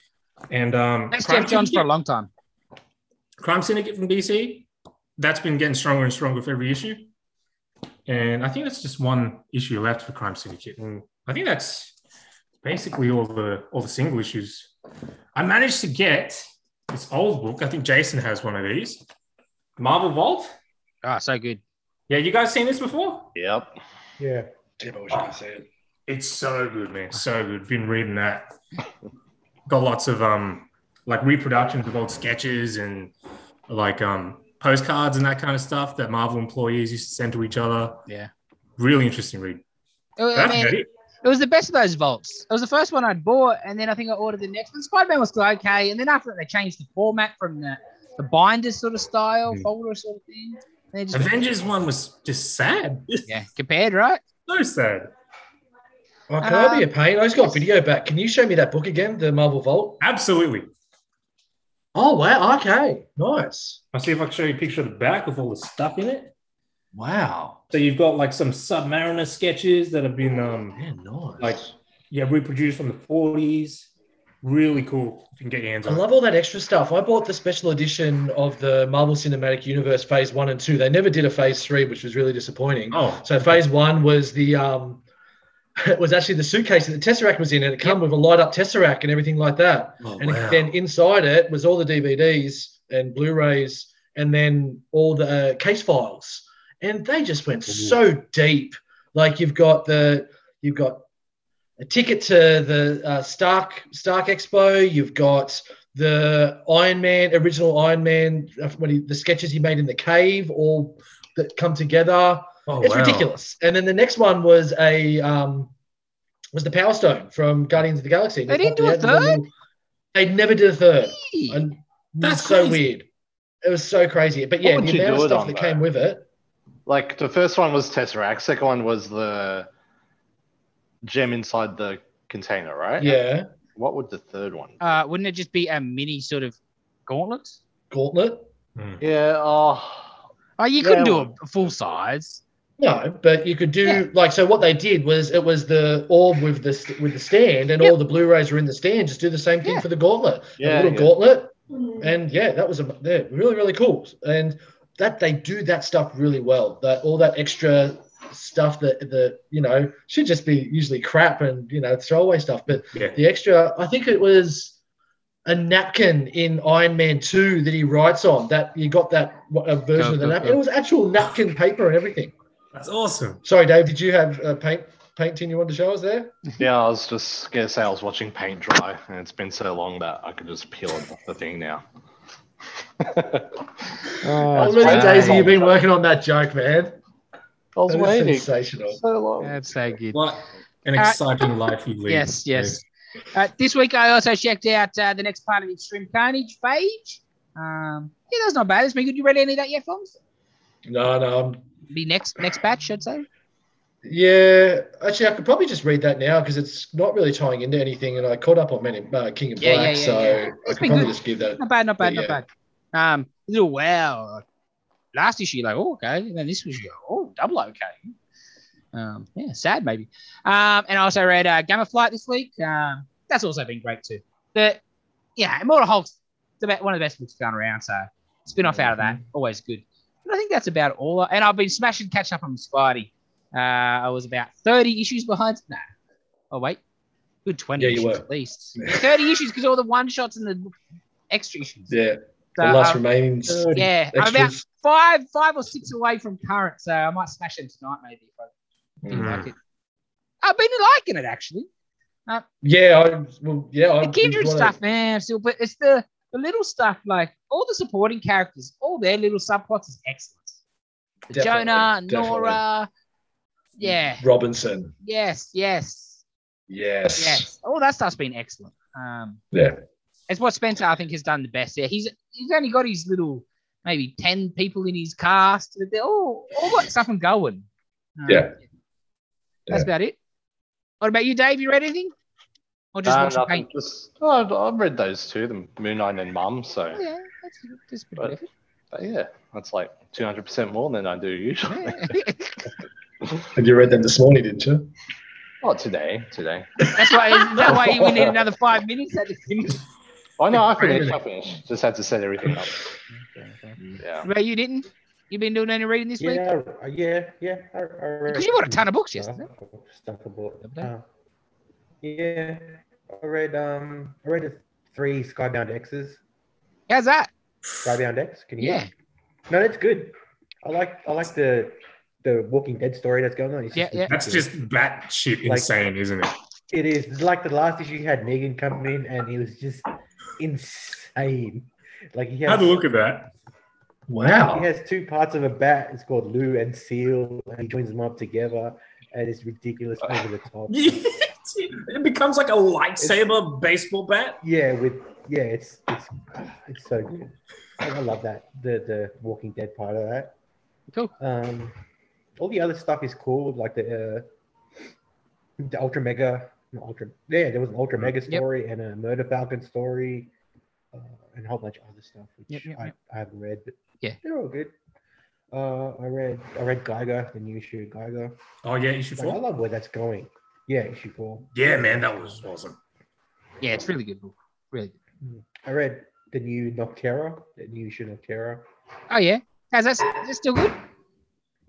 [SPEAKER 3] and um,
[SPEAKER 1] That's
[SPEAKER 3] Crime
[SPEAKER 1] Jeff Johns for a
[SPEAKER 3] Syndicate-
[SPEAKER 1] long time.
[SPEAKER 3] Crime Syndicate from DC. That's been getting stronger and stronger with every issue. And I think that's just one issue left for Crime Syndicate. And I think that's basically all the all the single issues. I managed to get this old book. I think Jason has one of these. Marvel Vault.
[SPEAKER 1] Oh, so good.
[SPEAKER 3] Yeah, you guys seen this before?
[SPEAKER 2] Yep.
[SPEAKER 5] Yeah.
[SPEAKER 4] Damn, I wish I could see it.
[SPEAKER 3] It's so good, man. So good. Been reading that. Got lots of um like reproductions of old sketches and like um postcards and that kind of stuff that Marvel employees used to send to each other.
[SPEAKER 1] Yeah.
[SPEAKER 3] Really interesting read.
[SPEAKER 1] I
[SPEAKER 3] That's
[SPEAKER 1] mean,
[SPEAKER 3] great.
[SPEAKER 1] it was the best of those vaults. It was the first one I'd bought, and then I think I ordered the next one. Spider Man was still okay, and then after that, they changed the format from the, the binder sort of style,
[SPEAKER 3] Mm.
[SPEAKER 1] folder sort of thing. And they just
[SPEAKER 3] Avengers one was just sad.
[SPEAKER 1] yeah, compared, right?
[SPEAKER 3] so sad.
[SPEAKER 4] Oh, can I be a pain? I just got video back. Can you show me that book again, the Marvel Vault?
[SPEAKER 3] Absolutely.
[SPEAKER 4] Oh wow, okay, nice.
[SPEAKER 3] I'll see if I can show you a picture of the back with all the stuff in it.
[SPEAKER 4] Wow,
[SPEAKER 3] So you've got like some Submariner sketches that have been um
[SPEAKER 4] man, nice.
[SPEAKER 3] Like- yeah reproduced from the 40s. Really cool. If you can get your hands
[SPEAKER 4] I
[SPEAKER 3] on it.
[SPEAKER 4] love all that extra stuff. I bought the special edition of the Marvel Cinematic Universe Phase One and Two. They never did a Phase Three, which was really disappointing.
[SPEAKER 3] Oh,
[SPEAKER 4] So Phase One was the um, it was actually the suitcase that the Tesseract was in, and it came with a light up Tesseract and everything like that.
[SPEAKER 3] Oh,
[SPEAKER 4] And
[SPEAKER 3] wow.
[SPEAKER 4] then inside it was all the DVDs and Blu-rays, and then all the uh, case files. And they just went so deep. Like you've got the you've got a ticket to the uh, Stark Stark Expo. You've got the Iron Man original Iron Man uh, when he, the sketches he made in the cave all that come together.
[SPEAKER 3] Oh,
[SPEAKER 4] It's
[SPEAKER 3] wow.
[SPEAKER 4] ridiculous. And then the next one was a um, was the Power Stone from Guardians of the Galaxy.
[SPEAKER 1] They didn't do a
[SPEAKER 4] They- They never did a third.
[SPEAKER 1] Gee.
[SPEAKER 4] And
[SPEAKER 3] That's
[SPEAKER 4] That's so
[SPEAKER 3] crazy.
[SPEAKER 4] weird. It was so crazy. But yeah,
[SPEAKER 2] would
[SPEAKER 4] the
[SPEAKER 2] you
[SPEAKER 4] amount
[SPEAKER 2] do
[SPEAKER 4] of
[SPEAKER 2] it
[SPEAKER 4] stuff
[SPEAKER 2] on,
[SPEAKER 4] that
[SPEAKER 2] though?
[SPEAKER 4] came with it.
[SPEAKER 2] Like the first one was Tesseract. Second one was the gem inside the container, right?
[SPEAKER 4] Yeah.
[SPEAKER 2] What would the third one? be?
[SPEAKER 1] Uh, wouldn't it just be a mini sort of gauntlet?
[SPEAKER 4] Gauntlet.
[SPEAKER 2] yeah. Oh.
[SPEAKER 1] Oh, you
[SPEAKER 2] Yeah,
[SPEAKER 1] couldn't do
[SPEAKER 2] well-
[SPEAKER 1] a full size.
[SPEAKER 4] No, but you could do
[SPEAKER 1] Yeah.
[SPEAKER 4] like so. What they did was it was the orb with the st- with the stand, and
[SPEAKER 1] Yep.
[SPEAKER 4] all the Blu-rays were in the stand. Just do the same thing
[SPEAKER 1] Yeah.
[SPEAKER 4] for the gauntlet,
[SPEAKER 2] Yeah,
[SPEAKER 4] a little
[SPEAKER 2] yeah.
[SPEAKER 4] gauntlet, and yeah, that was a yeah, really really cool. And that they do that stuff really well. That all that extra stuff that that you know should just be usually crap and you know throwaway stuff, but
[SPEAKER 3] Yeah.
[SPEAKER 4] the extra i think it was a napkin in iron man 2 that he writes on that you got that a version of the
[SPEAKER 2] Uh,
[SPEAKER 1] Oh, oh,
[SPEAKER 4] napkin it was actual napkin paper and everything
[SPEAKER 3] That's awesome.
[SPEAKER 4] sorry dave did you have a paint painting you wanted to show us there
[SPEAKER 2] Yeah, I was just gonna say I was watching paint dry, and it's been so long that I could just peel it off the thing now.
[SPEAKER 4] how
[SPEAKER 2] it's
[SPEAKER 4] many
[SPEAKER 2] paint
[SPEAKER 4] days have
[SPEAKER 2] dry.
[SPEAKER 4] you been working on that joke man
[SPEAKER 2] I was
[SPEAKER 4] That is
[SPEAKER 2] waiting so
[SPEAKER 4] sensational
[SPEAKER 2] long.
[SPEAKER 1] That's so good.
[SPEAKER 3] What an
[SPEAKER 1] Uh,
[SPEAKER 3] exciting life you lead.
[SPEAKER 1] Yes, yes. Uh, this week I also checked out uh, the next part of Extreme Carnage, Phage. Um, yeah, that's not bad. It's been good. You read any of that yet, Films?
[SPEAKER 4] no no I'm,
[SPEAKER 1] Be next next batch, I'd say.
[SPEAKER 4] yeah actually i could probably just read that now because it's not really tying into anything and i caught up on Men in, uh, king and
[SPEAKER 1] Yeah,
[SPEAKER 4] black
[SPEAKER 1] yeah, yeah,
[SPEAKER 4] so
[SPEAKER 1] yeah. It's
[SPEAKER 4] i
[SPEAKER 1] been
[SPEAKER 4] could probably
[SPEAKER 1] good.
[SPEAKER 4] just give that
[SPEAKER 1] Not bad, not bad,
[SPEAKER 4] Yeah,
[SPEAKER 1] not bad. Um, a little wow. like, Last issue, like, oh, okay. And then this was, oh, double okay. Um, yeah, sad maybe. Um, and I also read uh, Gamma Flight this week. Um, that's also been great too. But yeah, Immortal Hulk's the be- one of the best books going around. So spin off out of
[SPEAKER 4] Mm-hmm.
[SPEAKER 1] that, always good. But I think that's about all. I- and I've been smashing catch up on Spidey. Uh, I was about 30 issues behind. Nah. Oh, wait. Good 20
[SPEAKER 4] Yeah, you
[SPEAKER 1] issues
[SPEAKER 4] were.
[SPEAKER 1] at least. 30 issues because all the one shots and the extra issues.
[SPEAKER 4] yeah
[SPEAKER 1] So,
[SPEAKER 4] the last
[SPEAKER 1] um,
[SPEAKER 4] remains
[SPEAKER 1] yeah, I'm about
[SPEAKER 4] extras.
[SPEAKER 1] five, five or six away from current, so I might smash them tonight, maybe. If I didn't
[SPEAKER 3] Mm.
[SPEAKER 1] like it. I've been liking it actually.
[SPEAKER 4] Yeah, I well, yeah, I
[SPEAKER 1] The Kindred
[SPEAKER 4] wanna-
[SPEAKER 1] stuff, man, I'm still, but it's the the little stuff, like all the supporting characters, all their little subplots is excellent. The
[SPEAKER 4] Definitely,
[SPEAKER 1] Jonah,
[SPEAKER 4] definitely.
[SPEAKER 1] Nora, yeah,
[SPEAKER 4] Robinson.
[SPEAKER 1] yes, yes,
[SPEAKER 4] Yes.
[SPEAKER 1] yes, all that stuff's been excellent. Um,
[SPEAKER 4] Yeah.
[SPEAKER 1] it's what Spencer I think has done the best. Yeah, he's he's only got his little maybe ten people in his cast. but They're all all got stuff and going. Um,
[SPEAKER 4] Yeah.
[SPEAKER 1] that's about it. What about you, Dave? You read anything? Or just
[SPEAKER 2] Nah,
[SPEAKER 1] watch him
[SPEAKER 2] Uh, Ah, nothing,
[SPEAKER 1] paint.
[SPEAKER 2] Just, oh, I've, I've read those two, the Moon Knight and Mum. So
[SPEAKER 1] Oh, Yeah, that's, that's pretty
[SPEAKER 2] But-
[SPEAKER 1] good effort.
[SPEAKER 2] but yeah, that's like 200% more than I do usually.
[SPEAKER 1] Yeah.
[SPEAKER 4] Have you read them this morning, didn't you?
[SPEAKER 2] Not today, today.
[SPEAKER 1] that's why. Is that why we need another five minutes at the finish?
[SPEAKER 2] Oh no, I
[SPEAKER 4] Wait a
[SPEAKER 2] finished. I finished. Just had to set everything up. Yeah.
[SPEAKER 1] Ray, you didn't. You been doing any reading this week?
[SPEAKER 5] Yeah, I- yeah, yeah. I, I read
[SPEAKER 1] Because you bought a ton of books
[SPEAKER 5] stuff-
[SPEAKER 1] yesterday.
[SPEAKER 5] Stuff about.
[SPEAKER 1] Didn't you?
[SPEAKER 5] uh, yeah, I read um, I read the three Skybound X's.
[SPEAKER 1] How's that?
[SPEAKER 5] Skybound X. Can you? hear
[SPEAKER 1] Yeah.
[SPEAKER 5] me? No, that's good. I like I like the the Walking Dead story that's going on. It's
[SPEAKER 1] Yeah, yeah.
[SPEAKER 3] That's just batshit
[SPEAKER 5] Like-
[SPEAKER 3] insane, isn't it?
[SPEAKER 5] It is. It's like the last issue you had Negan come in and he was just insane. Like he has,
[SPEAKER 3] Have a look at that.
[SPEAKER 4] Wow.
[SPEAKER 5] he has two parts of a bat. It's called Lou and Seal, and he joins them up together, and it's ridiculous over the top.
[SPEAKER 3] it becomes like a lightsaber baseball bat.
[SPEAKER 5] Yeah, with yeah, it's it's it's so good. I I love that the the Walking Dead part of that.
[SPEAKER 1] Cool.
[SPEAKER 5] Um, all the other stuff is cool, like the uh, the Ultra Mega, not Ultra. Yeah, there was an Ultra Mega story and a Murder Falcon story, uh, and a whole bunch of other stuff which
[SPEAKER 1] Yep, yep,
[SPEAKER 5] I,
[SPEAKER 1] yep.
[SPEAKER 5] I haven't read, but
[SPEAKER 1] Yeah.
[SPEAKER 5] they're all good. Uh, I read I read Geiger, the new issue of Geiger.
[SPEAKER 3] Oh yeah, issue
[SPEAKER 5] Like, I
[SPEAKER 3] four.
[SPEAKER 5] love where that's going. Yeah, issue four.
[SPEAKER 3] Yeah, man, that was awesome.
[SPEAKER 1] Yeah, it's really good book. Really good.
[SPEAKER 5] I read the new Noctera, the new issue of Noctera.
[SPEAKER 1] Oh yeah. How's that? Is that still good?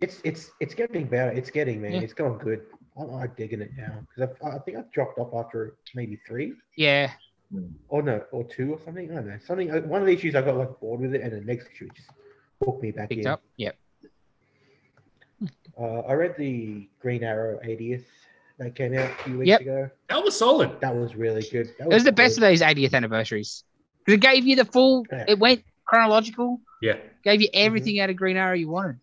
[SPEAKER 5] It's it's it's getting better. It's getting man.
[SPEAKER 1] Yeah.
[SPEAKER 5] It's going good. I'm, I'm digging it now because I think I've dropped off after maybe three
[SPEAKER 1] Yeah.
[SPEAKER 5] or no or two or something. I don't know. Something. uh, One of the issues I got like bored with it, and the next issue just hooked me back
[SPEAKER 1] Picked
[SPEAKER 5] in.
[SPEAKER 1] up. Yep.
[SPEAKER 5] Uh, I read the Green Arrow 80th that came out a few weeks
[SPEAKER 1] Yep.
[SPEAKER 5] ago.
[SPEAKER 3] That was solid.
[SPEAKER 5] That was really good. That
[SPEAKER 1] It was the best of
[SPEAKER 5] good.
[SPEAKER 1] these 80th anniversaries. 'Cause It gave you the full.
[SPEAKER 5] Yeah.
[SPEAKER 1] It went chronological.
[SPEAKER 3] Yeah.
[SPEAKER 1] Gave you everything out of Green Arrow you wanted.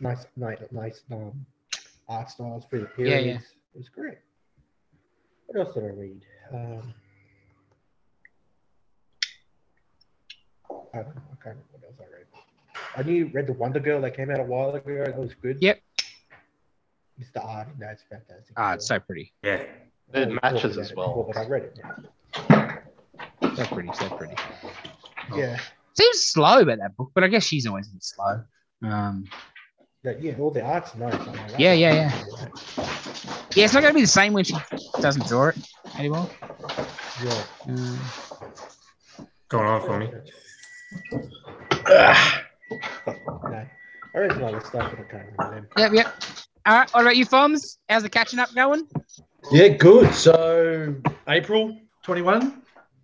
[SPEAKER 5] nice, nice, nice um, art styles for the
[SPEAKER 1] Yeah, yeah.
[SPEAKER 5] periods. It was great. What else did I read? Um, I don't know. I can't remember what else I read. I knew read the Wonder Girl that came out a while ago. That was good.
[SPEAKER 1] Yep.
[SPEAKER 5] It's the art, and that's fantastic.
[SPEAKER 1] Ah, it's so pretty.
[SPEAKER 3] Yeah.
[SPEAKER 5] I
[SPEAKER 2] It
[SPEAKER 5] was
[SPEAKER 2] matches
[SPEAKER 5] talking
[SPEAKER 2] as
[SPEAKER 5] about it before,
[SPEAKER 2] well.
[SPEAKER 5] But I read it.
[SPEAKER 1] So pretty. So pretty.
[SPEAKER 2] Oh.
[SPEAKER 5] Yeah.
[SPEAKER 1] Seems slow about that book, but I guess she's always a bit slow. Um,
[SPEAKER 5] That, yeah. All the art's nice. I'm like,
[SPEAKER 1] Yeah, yeah,
[SPEAKER 5] that's-
[SPEAKER 1] yeah, it's not going to be the same when she doesn't draw it anymore.
[SPEAKER 5] Yeah.
[SPEAKER 1] Um,
[SPEAKER 3] Going on for me.
[SPEAKER 4] Ah.
[SPEAKER 5] No. I read some other stuff, but I can't remember them.
[SPEAKER 1] yep, yep. All right. What about you, Foms? How's the catching up going?
[SPEAKER 4] Yeah, good. So April 21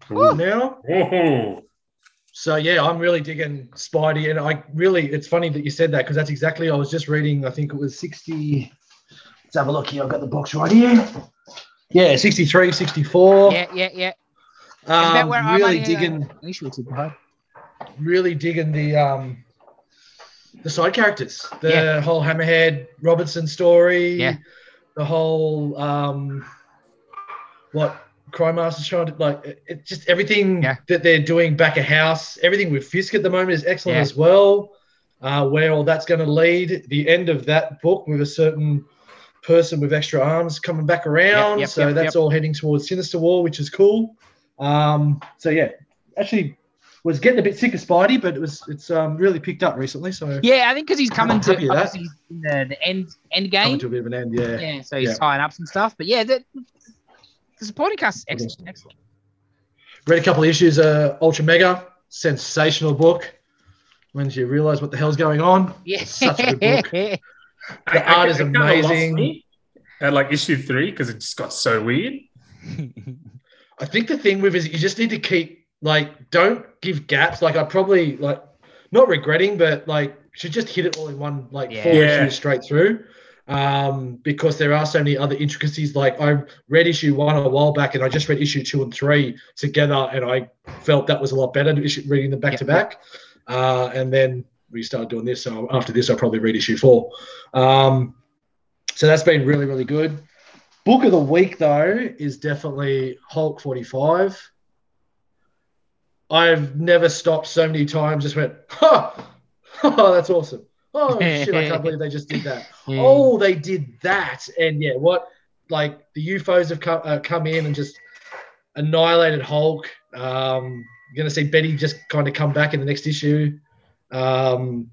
[SPEAKER 1] Woo.
[SPEAKER 4] now.
[SPEAKER 3] Whoa.
[SPEAKER 4] So yeah, I'm really digging Spidey, and I really it's funny that you said that because that's exactly I was just reading. I think it was 60. Let's have a look here. I've got the box right here. Yeah, 63, 64.
[SPEAKER 1] Yeah, yeah, yeah.
[SPEAKER 4] Um,
[SPEAKER 1] About where I'm
[SPEAKER 4] really
[SPEAKER 1] at here,
[SPEAKER 4] digging,
[SPEAKER 1] Oh. At least you were too behind.
[SPEAKER 4] really digging the um the side characters. The
[SPEAKER 1] Yeah.
[SPEAKER 4] whole Hammerhead Robinson story.
[SPEAKER 1] Yeah.
[SPEAKER 4] The whole um what Crime Master's trying to like it, it's just everything
[SPEAKER 1] Yeah.
[SPEAKER 4] that they're doing back of house, everything with Fisk at the moment is excellent
[SPEAKER 1] Yeah.
[SPEAKER 4] as well. Uh, where all that's going to lead, the end of that book with a certain person with extra arms coming back around.
[SPEAKER 1] yep,
[SPEAKER 4] so
[SPEAKER 1] yep,
[SPEAKER 4] that's all heading towards Sinister War, which is cool. Um, so yeah, actually was getting a bit sick of Spidey, but it was it's um, really picked up recently. So
[SPEAKER 1] Yeah, I think because he's coming to
[SPEAKER 4] Copy that.
[SPEAKER 1] obviously he's in the, the end end
[SPEAKER 4] coming
[SPEAKER 1] game.
[SPEAKER 4] to a bit of an end. Yeah.
[SPEAKER 1] Yeah, so he's
[SPEAKER 4] Yeah.
[SPEAKER 1] tying up some stuff. But yeah, the, the supporting cast is excellent. excellent.
[SPEAKER 4] Read a couple of issues. Uh, Ultra Mega, sensational book. When you realise what the hell's going on.
[SPEAKER 1] Yeah.
[SPEAKER 4] Such a good book.
[SPEAKER 3] I- I-
[SPEAKER 4] art is
[SPEAKER 3] I kinda lost
[SPEAKER 4] amazing.
[SPEAKER 3] me At like issue three, because it just got so weird.
[SPEAKER 4] I think the thing with is you just need to keep like don't give gaps. Like I probably like not regretting, but like should just hit it all in one like
[SPEAKER 1] Yeah.
[SPEAKER 4] four
[SPEAKER 3] Yeah.
[SPEAKER 4] issues straight through. Um, because there are so many other intricacies. Like I read issue one a while back, and I just read issue two and three together, and I felt that was a lot better to issue, reading them back to back. Uh, and then we started doing this. So after this, I'll probably read issue four. Um, so that's been really, really good. Book of the week though is definitely Hulk 45. I've never stopped so many times. Just went, ha, oh, that's
[SPEAKER 1] Mm.
[SPEAKER 4] awesome. Oh shit, I can't believe they just did that.
[SPEAKER 1] Yeah.
[SPEAKER 4] Oh, they did that, and yeah, what like the UFOs have come, uh, come in and just annihilated Hulk. Um, you're going to see Betty just kind of come back in the next issue. Um,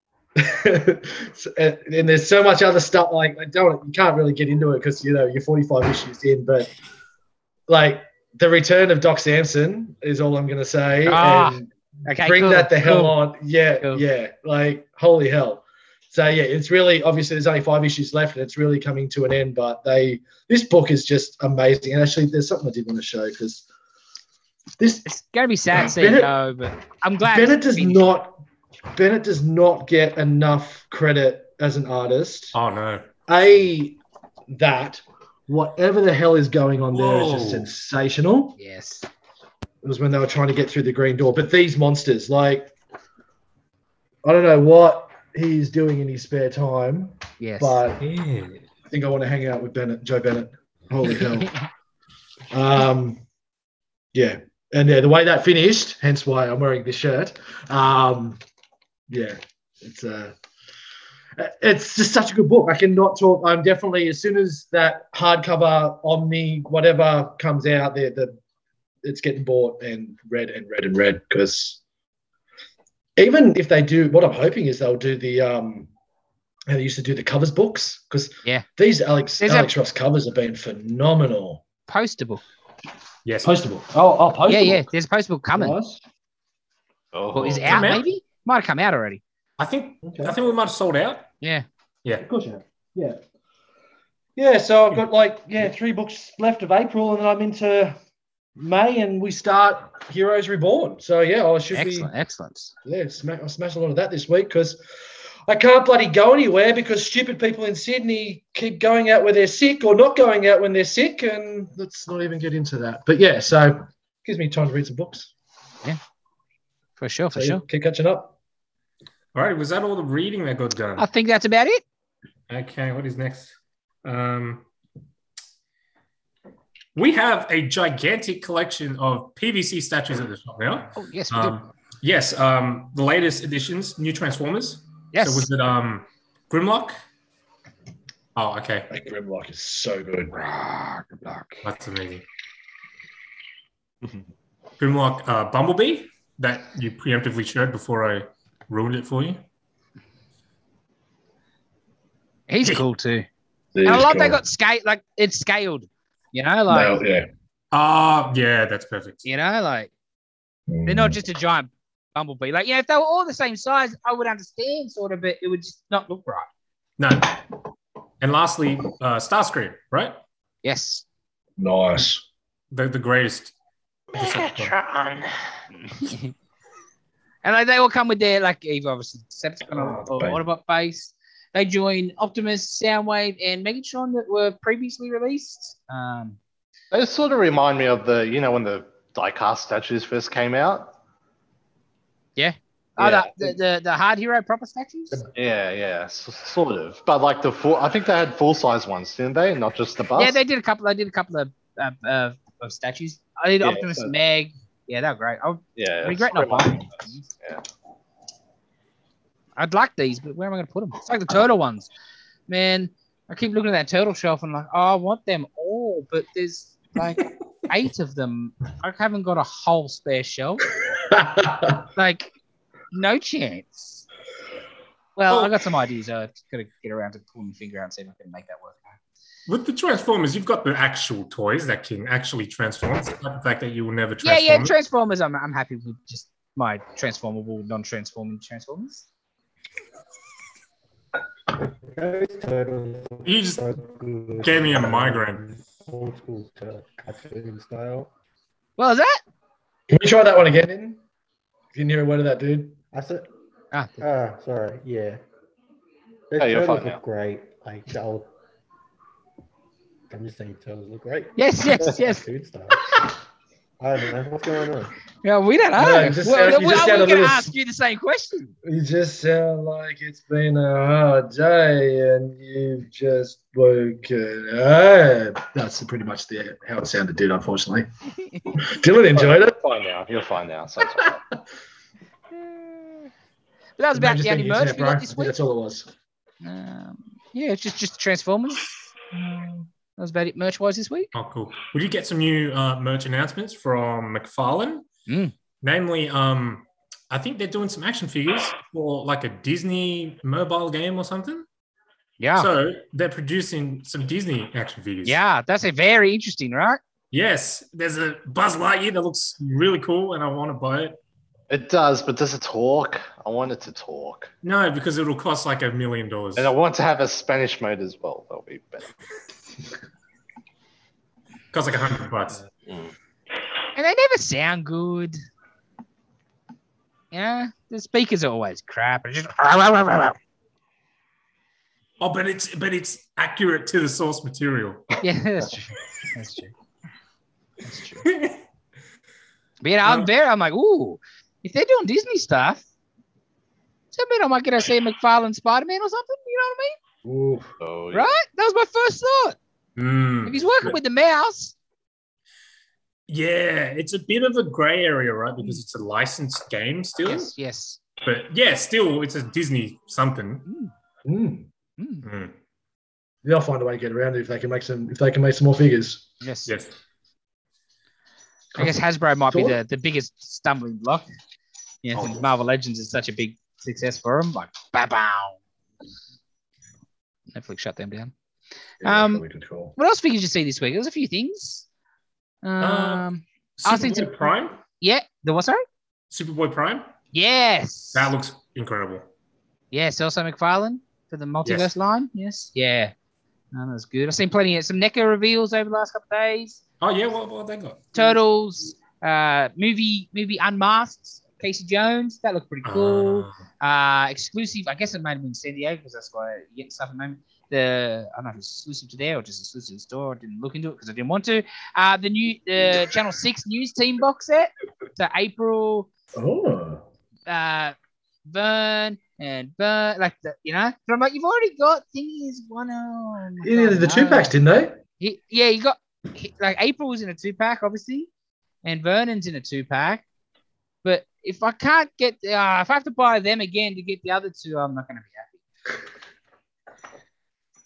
[SPEAKER 4] so- and and there's so much other stuff. Like I don't, you can't really get into it because you know you're 45 issues in. But like the return of Doc Samson is all I'm going to say.
[SPEAKER 1] Ah.
[SPEAKER 4] and-
[SPEAKER 1] Okay,
[SPEAKER 4] bring
[SPEAKER 1] cool,
[SPEAKER 4] that the hell
[SPEAKER 1] cool.
[SPEAKER 4] on. Yeah,
[SPEAKER 1] Cool.
[SPEAKER 4] yeah. Like, holy hell. So yeah, it's really obviously there's only five issues left and it's really coming to an end. But they this book is just amazing. And actually there's something I did want to show because this
[SPEAKER 1] It's gonna be sad seeing
[SPEAKER 4] Bennett-
[SPEAKER 1] go, but I'm glad.
[SPEAKER 4] Bennett
[SPEAKER 1] it's
[SPEAKER 4] does
[SPEAKER 1] finished.
[SPEAKER 4] not Bennett does not get enough credit as an artist.
[SPEAKER 3] Oh no.
[SPEAKER 4] A that whatever the hell is going on there is just
[SPEAKER 3] Whoa.
[SPEAKER 4] sensational.
[SPEAKER 1] Yes.
[SPEAKER 4] It was when they were trying to get through the green door. But these monsters, like, I don't know what he's doing in his spare time,
[SPEAKER 1] Yes.
[SPEAKER 4] but
[SPEAKER 3] Yeah.
[SPEAKER 4] I think I want to hang out with Bennett, Joe Bennett. Holy hell. Um, yeah. And yeah, the way that finished, hence why I'm wearing this shirt. Um, yeah, it's uh, it's just such a good book. I cannot talk. I'm definitely as soon as that hardcover omni whatever comes out, there the it's getting bought and read and read and read because even if they do, what I'm hoping is they'll do the um, how they used to do the covers books because
[SPEAKER 1] Yeah.
[SPEAKER 4] these Alex
[SPEAKER 1] There's a-
[SPEAKER 4] Alex Ross covers have been phenomenal.
[SPEAKER 1] postable.
[SPEAKER 3] Yes.
[SPEAKER 4] Postable. Oh, oh, postable.
[SPEAKER 1] Yeah, yeah. There's a postable coming.
[SPEAKER 4] Nice.
[SPEAKER 2] Oh,
[SPEAKER 1] Well, is it out
[SPEAKER 3] Come out?
[SPEAKER 1] maybe? Might have come out already.
[SPEAKER 3] I think
[SPEAKER 4] Okay.
[SPEAKER 3] I think we might have sold out.
[SPEAKER 1] Yeah.
[SPEAKER 3] Yeah.
[SPEAKER 4] course you have. Yeah. Yeah, so I've got like yeah, three books left of April, and then I'm into May, and we start Heroes Reborn. So yeah, I should
[SPEAKER 1] Excellent. Excellent.
[SPEAKER 4] be yeah, smack, I smashed a lot of that this week because I can't bloody go anywhere because stupid people in Sydney keep going out where they're sick or not going out when they're sick, and let's not even get into that. But yeah, so gives me time to read some books.
[SPEAKER 1] For sure. For
[SPEAKER 4] so, yeah,
[SPEAKER 1] sure.
[SPEAKER 4] keep catching up.
[SPEAKER 3] All right. Was that all the reading that got done?
[SPEAKER 1] I think that's about it.
[SPEAKER 3] Okay, what is next? Um, we have a gigantic collection of PVC statues at the shop now.
[SPEAKER 1] Oh yes, we do.
[SPEAKER 4] Ah.
[SPEAKER 3] Um, yes, um, the latest editions, new Transformers.
[SPEAKER 1] yes.
[SPEAKER 3] So was it um, Grimlock? Oh, okay,
[SPEAKER 4] That Grimlock is so good.
[SPEAKER 1] Rock, rock.
[SPEAKER 3] that's amazing. Grimlock uh, Bumblebee that you preemptively showed before I ruined it for you.
[SPEAKER 1] He's cool too. And I love they got scale like it's scaled. You know, like
[SPEAKER 4] No, yeah.
[SPEAKER 3] Ah, yeah, that's perfect.
[SPEAKER 1] you know, like they're not just a giant bumblebee. Like, yeah, if they were all the same size, I would understand sort of, but it would just not look right.
[SPEAKER 3] No. And lastly, uh, Starscream, right?
[SPEAKER 1] Yes.
[SPEAKER 4] Nice.
[SPEAKER 3] The, the greatest.
[SPEAKER 2] Megatron.
[SPEAKER 1] and like, they all come with their like either obviously
[SPEAKER 2] Uh,
[SPEAKER 1] Decepticon or, or
[SPEAKER 4] Bang.
[SPEAKER 1] Autobot base. They join Optimus, Soundwave, and Megatron that were previously released. Um,
[SPEAKER 2] They sort of remind me of the, you know, when the diecast statues first came out.
[SPEAKER 1] oh,
[SPEAKER 2] Yeah.
[SPEAKER 1] the, the, the the hard hero proper statues.
[SPEAKER 2] Yeah, yeah, s- sort of. But like the full, I think they had full size ones, didn't they? Not just the bust.
[SPEAKER 1] Yeah, they did a couple. I did a couple of uh, uh, of statues. I did
[SPEAKER 2] Yeah,
[SPEAKER 1] Optimus
[SPEAKER 2] so-
[SPEAKER 1] and Meg. Yeah, they were great. I
[SPEAKER 2] yeah,
[SPEAKER 1] regret not
[SPEAKER 2] it's sort of
[SPEAKER 1] buying
[SPEAKER 2] like-
[SPEAKER 1] them.
[SPEAKER 2] Yeah.
[SPEAKER 1] I'd like these, but where am I going to put them? It's like the turtle ones, man. I keep looking at that turtle shelf and like, oh, I want them all, but there's like eight of them. I haven't got a whole spare shelf. Like, no chance. Well, I got some ideas. I just got to get around to pulling my finger out and see if I can make that work.
[SPEAKER 3] With the Transformers, you've got the actual toys that can actually transform. It's not the fact that you will never
[SPEAKER 1] Yeah,
[SPEAKER 3] transform.
[SPEAKER 1] yeah, Transformers. I'm, I'm happy with just my transformable, non-transforming Transformers.
[SPEAKER 5] Those turtles
[SPEAKER 3] You just
[SPEAKER 5] are good.
[SPEAKER 3] gave me a migraine.
[SPEAKER 5] Old school tur- cartoon style.
[SPEAKER 1] Well, is that?
[SPEAKER 4] Can we try that one again? Didn't? Didn't hear a word of that, dude.
[SPEAKER 5] I said,
[SPEAKER 1] Ah,
[SPEAKER 5] ah, sorry, yeah. Those
[SPEAKER 2] Oh, you're
[SPEAKER 5] turtles
[SPEAKER 2] fine now.
[SPEAKER 5] look great. Like the old. I'm just saying, turtles look great.
[SPEAKER 1] yes, yes, yes.
[SPEAKER 5] Cartoon style. I don't know what's going on.
[SPEAKER 1] Yeah, we don't know.
[SPEAKER 4] No, you just
[SPEAKER 1] well,
[SPEAKER 4] sound- you
[SPEAKER 1] well,
[SPEAKER 4] just
[SPEAKER 1] I
[SPEAKER 4] sound a
[SPEAKER 1] was going
[SPEAKER 4] little
[SPEAKER 1] to
[SPEAKER 4] s-
[SPEAKER 1] ask you the same question.
[SPEAKER 4] You just sound like it's been a hard day and you've just woken up. That's pretty much the how it sounded, dude. Unfortunately, Dylan enjoyed it.
[SPEAKER 2] Fine now. You're fine now. So it's all right.
[SPEAKER 1] But that was about
[SPEAKER 4] Just
[SPEAKER 1] the
[SPEAKER 4] been
[SPEAKER 1] only
[SPEAKER 4] internet,
[SPEAKER 1] murders we
[SPEAKER 4] bro.
[SPEAKER 1] got this
[SPEAKER 4] I think
[SPEAKER 1] week.
[SPEAKER 4] That's all it was.
[SPEAKER 1] Um, yeah, it's just just Transformers. Um, That was about it merch wise this week.
[SPEAKER 3] Oh, cool. We did get some new uh, merch announcements from McFarlane.
[SPEAKER 1] Mm.
[SPEAKER 3] Namely, um, I think they're doing some action figures for like a Disney mobile game or something.
[SPEAKER 1] Yeah.
[SPEAKER 3] So they're producing some Disney action figures.
[SPEAKER 1] yeah, that's a very interesting, right?
[SPEAKER 3] Yes. There's a Buzz Lightyear that looks really cool and I want to buy it.
[SPEAKER 2] It does, but does it talk? I want it to talk.
[SPEAKER 3] No, because it'll cost like a million dollars.
[SPEAKER 2] And I want to have a Spanish mode as well. That'll be better.
[SPEAKER 3] Costs like a hundred bucks.
[SPEAKER 1] And they never sound good. Yeah, the speakers are always crap. It's just
[SPEAKER 3] Oh, but it's but it's accurate to the source material.
[SPEAKER 1] yeah, that's true. That's true. That's true.
[SPEAKER 3] yeah,
[SPEAKER 1] But yeah, I'm
[SPEAKER 3] Yeah.
[SPEAKER 1] very. I'm like, ooh, if they're doing Disney stuff, so I mean, I might get to see McFarlane Spider Man or something. You know what I mean?
[SPEAKER 4] Ooh.
[SPEAKER 2] So,
[SPEAKER 1] Right? That was my first thought.
[SPEAKER 3] Hmm.
[SPEAKER 1] If he's working with the mouse,
[SPEAKER 3] it's a bit of a grey area, right? Because it's a licensed game still.
[SPEAKER 1] yes, yes.
[SPEAKER 3] But yeah, still it's a Disney something.
[SPEAKER 4] Mm.
[SPEAKER 1] Mm,
[SPEAKER 3] Mm,
[SPEAKER 4] They'll find a way to get around it if they can make some if they can make some more figures.
[SPEAKER 1] yes.
[SPEAKER 3] yes.
[SPEAKER 1] I guess Hasbro might be
[SPEAKER 4] Sure.
[SPEAKER 1] the, the biggest stumbling block. Yeah,
[SPEAKER 3] Oh,
[SPEAKER 1] since
[SPEAKER 3] yes.
[SPEAKER 1] Marvel Legends is such a big success for them. Like, ba bow. Netflix shut them down.
[SPEAKER 4] Yeah,
[SPEAKER 1] Um,
[SPEAKER 4] probably good call.
[SPEAKER 1] What else did you see this week? There was a few things.
[SPEAKER 3] Uh,
[SPEAKER 1] Um, I was
[SPEAKER 3] Superboy
[SPEAKER 1] thinking-
[SPEAKER 3] Prime.
[SPEAKER 1] yeah, the what? Sorry.
[SPEAKER 3] Superboy Prime.
[SPEAKER 1] Yes.
[SPEAKER 3] That looks incredible.
[SPEAKER 1] Yes, also McFarlane for the multiverse
[SPEAKER 3] Yes.
[SPEAKER 1] line. Yes. Yeah. No, that was good. I've seen plenty of some NECA reveals over the last couple of days.
[SPEAKER 3] Oh yeah, what what they got?
[SPEAKER 1] Turtles, uh, movie movie Unmasked, Casey Jones. That looked pretty cool.
[SPEAKER 3] Ah,
[SPEAKER 1] Uh, exclusive, I guess it might have been San Diego because that's why you get stuff at the moment. The I don't know if it's exclusive to there or just exclusive to the store. I didn't look into it because I didn't want to. Uh, the new uh, Channel Six News Team box set. So April
[SPEAKER 4] Oh.
[SPEAKER 1] uh, Vern and Vern, like the, you know. But I'm like, you've already got thingies one on.
[SPEAKER 4] Yeah, the two packs, didn't they?
[SPEAKER 1] He, yeah, you got he, like April was in a two pack, obviously, and Vernon's in a two pack. But if I can't get, uh, if I have to buy them again to get the other two, I'm not going to be happy.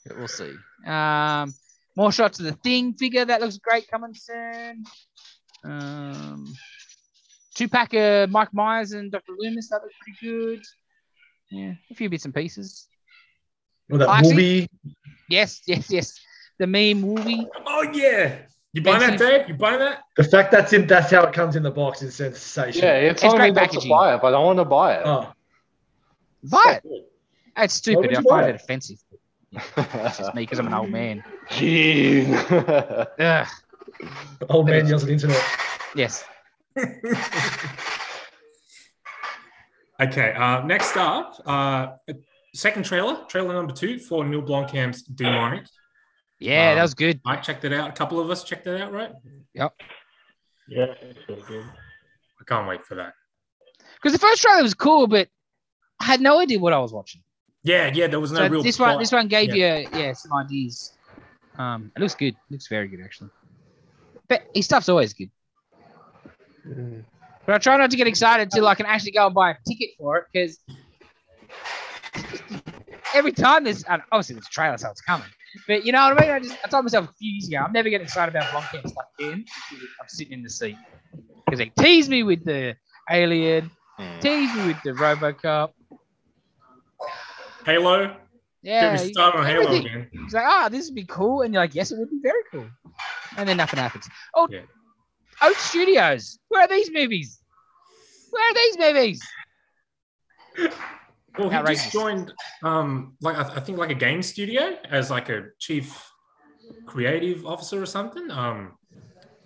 [SPEAKER 1] But we'll see. Um, more shots of the thing figure that looks great coming soon. Um, two pack of Mike Myers and Dr. Loomis that looks pretty good. Yeah, a few bits and pieces.
[SPEAKER 4] Well, that
[SPEAKER 1] I
[SPEAKER 4] will
[SPEAKER 1] actually-
[SPEAKER 4] be.
[SPEAKER 1] Yes, yes, yes. The meme movie.
[SPEAKER 3] Oh yeah. You buying that, Dave? You buying that?
[SPEAKER 4] The fact that's in that's how it comes in the box is sensational.
[SPEAKER 2] Yeah,
[SPEAKER 1] It's
[SPEAKER 2] it's telling me
[SPEAKER 1] great
[SPEAKER 2] not to
[SPEAKER 1] packaging.
[SPEAKER 2] buy it, but I want to buy it.
[SPEAKER 4] Oh,
[SPEAKER 1] Buy it. It's
[SPEAKER 4] would
[SPEAKER 1] stupid.
[SPEAKER 4] you
[SPEAKER 1] I
[SPEAKER 4] buy
[SPEAKER 1] find
[SPEAKER 4] it?
[SPEAKER 1] it offensive. It's just me because I'm an old man.
[SPEAKER 2] Gene.
[SPEAKER 1] Ugh.
[SPEAKER 4] old man yells at the internet.
[SPEAKER 1] Yes.
[SPEAKER 3] Okay. Uh, next up, uh, second trailer, trailer number two for Neil Blomkamp's Demonic.
[SPEAKER 1] Yeah, that
[SPEAKER 3] Um,
[SPEAKER 1] was good.
[SPEAKER 3] I checked it out. A couple of us checked it out, right?
[SPEAKER 6] Yeah, it's pretty good.
[SPEAKER 3] I can't wait for that.
[SPEAKER 1] Because the first trailer was cool, but I had no idea what I was watching.
[SPEAKER 3] Yeah, yeah. There was no
[SPEAKER 1] So
[SPEAKER 3] real.
[SPEAKER 1] this
[SPEAKER 3] plot.
[SPEAKER 1] one, this one gave you yeah some ideas. Um, it looks good. looks very good actually. But his stuff's always good.
[SPEAKER 4] Hmm.
[SPEAKER 5] Mm.
[SPEAKER 1] But I try not to get excited till I can actually go and buy a ticket for it because every time there's and obviously there's a trailer, so it's coming. But you know what I mean? I just I told myself a few years ago, I'm never getting excited about Blomkamp stuff again. until I'm sitting in the seat because they tease me with the Alien, tease me with the RoboCop.
[SPEAKER 3] Halo.
[SPEAKER 1] Yeah,
[SPEAKER 3] Get me started on Halo
[SPEAKER 1] everything.
[SPEAKER 3] again.
[SPEAKER 1] It's like, ah, this would be cool. And you're like, yes, it would be very cool. And then nothing happens. Oh,
[SPEAKER 3] Yeah.
[SPEAKER 1] Oat Studios. Where are these movies? Where are these movies?
[SPEAKER 3] Well, he
[SPEAKER 1] Outrageous.
[SPEAKER 3] just joined, um, like I, I think, like a game studio as like a chief creative officer or something. Um,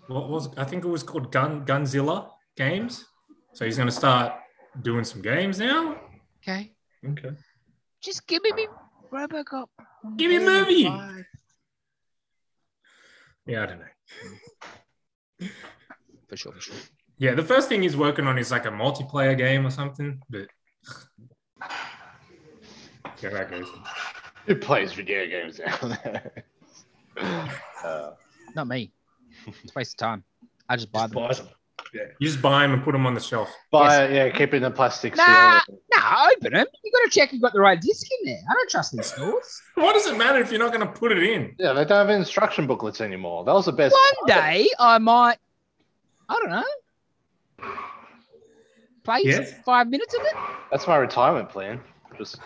[SPEAKER 3] what was I think it was called Gun Gunzilla Games. So he's going to start doing some games now.
[SPEAKER 1] Okay.
[SPEAKER 4] Okay.
[SPEAKER 1] Just give me, me Robocop.
[SPEAKER 3] Give me a movie.
[SPEAKER 1] Five.
[SPEAKER 3] Yeah, I don't know.
[SPEAKER 1] For sure, for sure.
[SPEAKER 3] Yeah, the first thing he's working on is like a multiplayer game or something, but yeah, that goes.
[SPEAKER 2] Who plays video games now? uh,
[SPEAKER 1] Not me. It's a waste of time. I just buy
[SPEAKER 4] Just
[SPEAKER 1] them.
[SPEAKER 4] buys them.
[SPEAKER 3] You just buy them and put them on the shelf.
[SPEAKER 2] But yeah, keep it in a plastic
[SPEAKER 1] Nah.
[SPEAKER 2] seal.
[SPEAKER 1] Nah, open them. You got to check you've got the right disc in there. I don't trust these stores.
[SPEAKER 3] What does it matter if you're not going to put it in?
[SPEAKER 2] Yeah, they don't have instruction booklets anymore. That was the best.
[SPEAKER 1] One day I might. I don't know. Play
[SPEAKER 3] Yes.
[SPEAKER 1] five minutes of it.
[SPEAKER 2] That's my retirement plan. Just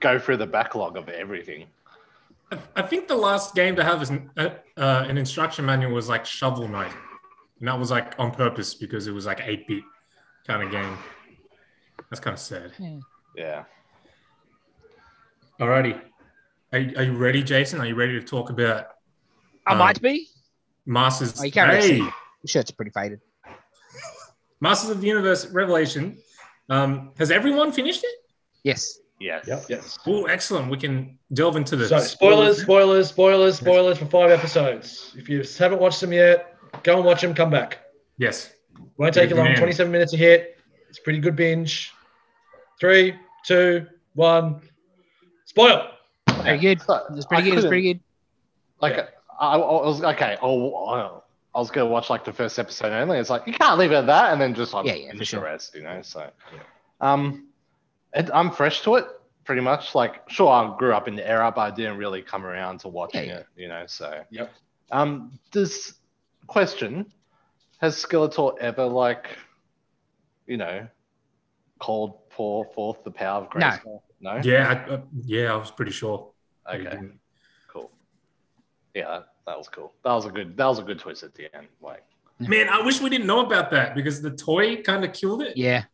[SPEAKER 2] go through the backlog of everything.
[SPEAKER 3] I- I think the last game to have is an, uh, uh, an instruction manual was like Shovel Knight, and that was like on purpose because it was like eight bit kind of game. That's kind of sad.
[SPEAKER 2] Yeah.
[SPEAKER 3] Alrighty, are, are you ready, Jason? Are you ready to talk about
[SPEAKER 1] I
[SPEAKER 3] Um,
[SPEAKER 1] might be.
[SPEAKER 3] Masters?
[SPEAKER 1] Oh, you can't really
[SPEAKER 3] Hey!
[SPEAKER 1] see. The shirt's pretty faded.
[SPEAKER 3] Masters of the Universe Revelation. Um, has everyone finished it?
[SPEAKER 1] Yes.
[SPEAKER 2] Yes.
[SPEAKER 4] Yep. Yes.
[SPEAKER 3] Oh, excellent. We can delve into this.
[SPEAKER 4] So spoilers, spoilers, spoilers, spoilers for five episodes. If you haven't watched them yet, go and watch them. Come back.
[SPEAKER 3] Yes.
[SPEAKER 4] Won't take you long.
[SPEAKER 3] Man.
[SPEAKER 4] 27 minutes a hit. It's a pretty good binge. Three, two, one. Spoil.
[SPEAKER 1] Pretty good.
[SPEAKER 2] So,
[SPEAKER 1] It was
[SPEAKER 2] I
[SPEAKER 1] pretty good. It was
[SPEAKER 2] couldn't-
[SPEAKER 1] pretty good.
[SPEAKER 2] Like I, I was okay. Oh, I was gonna watch like the first episode only. It's like you can't leave it at that, and then just like
[SPEAKER 1] Yeah, yeah, for
[SPEAKER 2] finish
[SPEAKER 1] sure.
[SPEAKER 2] the rest, you know. So, um, it, I'm fresh to it pretty much. Like, sure, I grew up in the era, but I didn't really come around to watching
[SPEAKER 1] Yeah, yeah.
[SPEAKER 2] it, you know. So,
[SPEAKER 4] Yep.
[SPEAKER 2] Um, this question has Skeletor ever like, you know, called pour forth the power of grace? No.
[SPEAKER 3] Yeah. I, uh, yeah. I was pretty sure. that he
[SPEAKER 2] Okay.
[SPEAKER 3] didn't.
[SPEAKER 2] Cool. Yeah, that, that was cool. That was a good. That was a good twist at the end. Like,
[SPEAKER 3] Man, I wish we didn't know about that because the toy kind of killed it.
[SPEAKER 1] Yeah.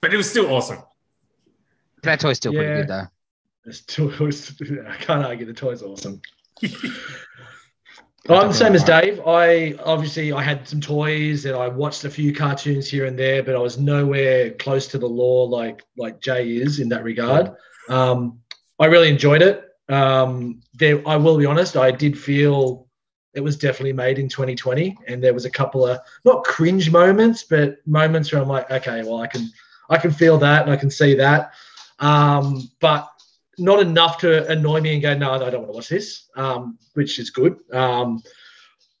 [SPEAKER 3] But it was still awesome.
[SPEAKER 1] That toy's still pretty
[SPEAKER 4] Yeah.
[SPEAKER 1] good though.
[SPEAKER 4] It's too, I can't argue. The toy's awesome. I'm the same as Dave. I obviously I had some toys and I watched a few cartoons here and there, but I was nowhere close to the law like like Jay is in that regard. Um, I really enjoyed it. Um, there, I will be honest. I did feel it was definitely made in 2020, and there was a couple of not cringe moments, but moments where I'm like, okay, well, I can I can feel that and I can see that, um, but not enough to annoy me and go, no, I don't want to watch this, um, which is good. Um,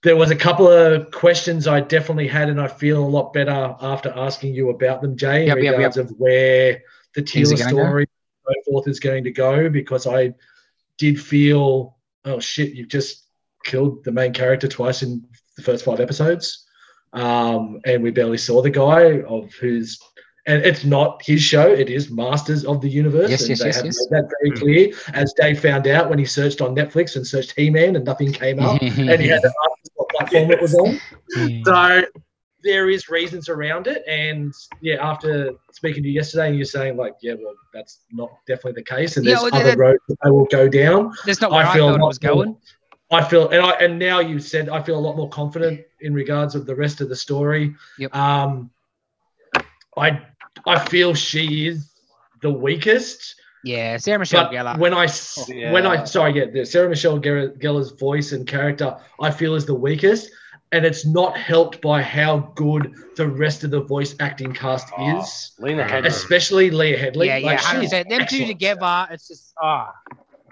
[SPEAKER 4] there was a couple of questions I definitely had, and I feel a lot better after asking you about them, Jay, in
[SPEAKER 1] Yep, yep, yep.
[SPEAKER 4] regards of where the
[SPEAKER 1] Things are
[SPEAKER 4] Teal
[SPEAKER 1] gonna go.
[SPEAKER 4] story and so forth is going to go because I did feel, oh shit, you've just killed the main character twice in the first five episodes. Um, and we barely saw the guy of who's and it's not his show. It is Masters of the Universe,
[SPEAKER 1] Yes,
[SPEAKER 4] and
[SPEAKER 1] yes,
[SPEAKER 4] they
[SPEAKER 1] yes,
[SPEAKER 4] have
[SPEAKER 1] yes.
[SPEAKER 4] made that very clear. As Dave found out when he searched on Netflix and searched He Man, and nothing came up,
[SPEAKER 1] Mm-hmm.
[SPEAKER 4] and he had to ask what platform it was on. So there is reasons around it, and yeah, after speaking to you yesterday, and you're saying like, yeah, well, that's not definitely the case, and
[SPEAKER 1] Yeah,
[SPEAKER 4] there's
[SPEAKER 1] well,
[SPEAKER 4] other
[SPEAKER 1] that-
[SPEAKER 4] roads that they will go down.
[SPEAKER 1] That's not where I,
[SPEAKER 4] a
[SPEAKER 1] thought it
[SPEAKER 4] lot
[SPEAKER 1] was going.
[SPEAKER 4] more- I feel, and I and now you said I feel a lot more confident in regards of the rest of the story.
[SPEAKER 1] Yep.
[SPEAKER 4] Um, I I feel she is the weakest.
[SPEAKER 1] Yeah, Sarah Michelle
[SPEAKER 4] but
[SPEAKER 1] Gellar. Oh.
[SPEAKER 4] when I s-
[SPEAKER 2] Yeah.
[SPEAKER 4] when I sorry yeah, the Sarah Michelle Gellar- Gellar's voice and character I feel is the weakest, and it's not helped by how good the rest of the voice acting cast
[SPEAKER 2] Oh.
[SPEAKER 4] is,
[SPEAKER 2] Lena
[SPEAKER 3] Right.
[SPEAKER 2] Headey.
[SPEAKER 4] especially Leah Headley.
[SPEAKER 1] yeah, yeah,
[SPEAKER 4] Like, she
[SPEAKER 1] hundred
[SPEAKER 4] is
[SPEAKER 1] percent. Them two
[SPEAKER 4] excellent.
[SPEAKER 1] together, it's just ah,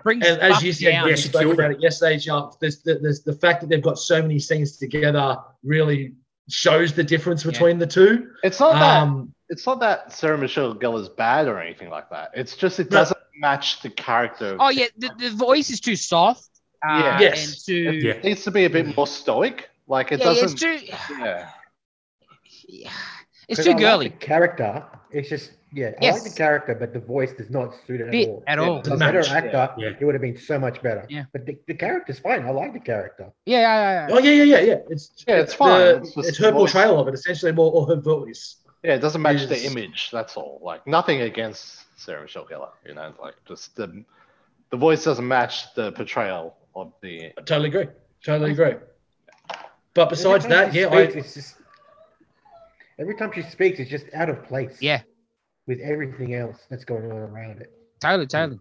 [SPEAKER 1] brings
[SPEAKER 4] And as you
[SPEAKER 1] stuff
[SPEAKER 4] said,
[SPEAKER 1] down.
[SPEAKER 4] we
[SPEAKER 3] Yeah, she
[SPEAKER 4] spoke
[SPEAKER 3] killed
[SPEAKER 4] about
[SPEAKER 3] it.
[SPEAKER 4] it yesterday, Jump. There's, there's the fact that they've got so many scenes together really shows the difference
[SPEAKER 1] Yeah.
[SPEAKER 4] between the two.
[SPEAKER 2] It's not that.
[SPEAKER 4] Um,
[SPEAKER 2] It's not that Sarah Michelle Gellar's bad or anything like that. It's just it
[SPEAKER 4] No.
[SPEAKER 2] doesn't match the character.
[SPEAKER 1] Oh yeah, the, the voice is too soft. Uh,
[SPEAKER 2] Yeah.
[SPEAKER 4] Yes.
[SPEAKER 1] And too,
[SPEAKER 3] Yeah.
[SPEAKER 2] It needs to be a bit more stoic. Like it
[SPEAKER 1] yeah,
[SPEAKER 2] doesn't.
[SPEAKER 1] it's too.
[SPEAKER 2] yeah.
[SPEAKER 1] yeah, It's
[SPEAKER 5] 'Cause
[SPEAKER 1] too
[SPEAKER 5] I like
[SPEAKER 1] girly.
[SPEAKER 5] the character, it's just yeah. I
[SPEAKER 1] Yes.
[SPEAKER 5] like the character, but the voice does not suit it
[SPEAKER 1] Bit
[SPEAKER 5] at all.
[SPEAKER 1] at
[SPEAKER 2] Yeah.
[SPEAKER 1] all.
[SPEAKER 4] Doesn't
[SPEAKER 5] a better
[SPEAKER 4] match,
[SPEAKER 5] actor,
[SPEAKER 3] yeah. Yeah.
[SPEAKER 5] it would have been so much better.
[SPEAKER 1] Yeah.
[SPEAKER 5] But the, the character's fine. I like the character.
[SPEAKER 1] Yeah, yeah, yeah, yeah.
[SPEAKER 4] oh yeah, yeah, yeah, yeah. It's
[SPEAKER 2] Yeah, it's fine.
[SPEAKER 4] the-
[SPEAKER 2] It's
[SPEAKER 4] it's,
[SPEAKER 2] just
[SPEAKER 4] her
[SPEAKER 2] the voice.
[SPEAKER 4] portrayal of it essentially, more or her voice.
[SPEAKER 2] Yeah, it doesn't match the
[SPEAKER 4] Is-
[SPEAKER 2] image. That's all. Like nothing against Sarah Michelle Gellar. You know, like just the the voice doesn't match the portrayal of the.
[SPEAKER 4] I totally agree. Totally agree. But besides
[SPEAKER 5] Every time
[SPEAKER 4] that,
[SPEAKER 5] she
[SPEAKER 4] yeah,
[SPEAKER 5] speaks,
[SPEAKER 4] I,
[SPEAKER 5] it's just every time she speaks, it's just out of place.
[SPEAKER 1] Yeah.
[SPEAKER 5] with everything else that's going on around it.
[SPEAKER 1] Totally, totally.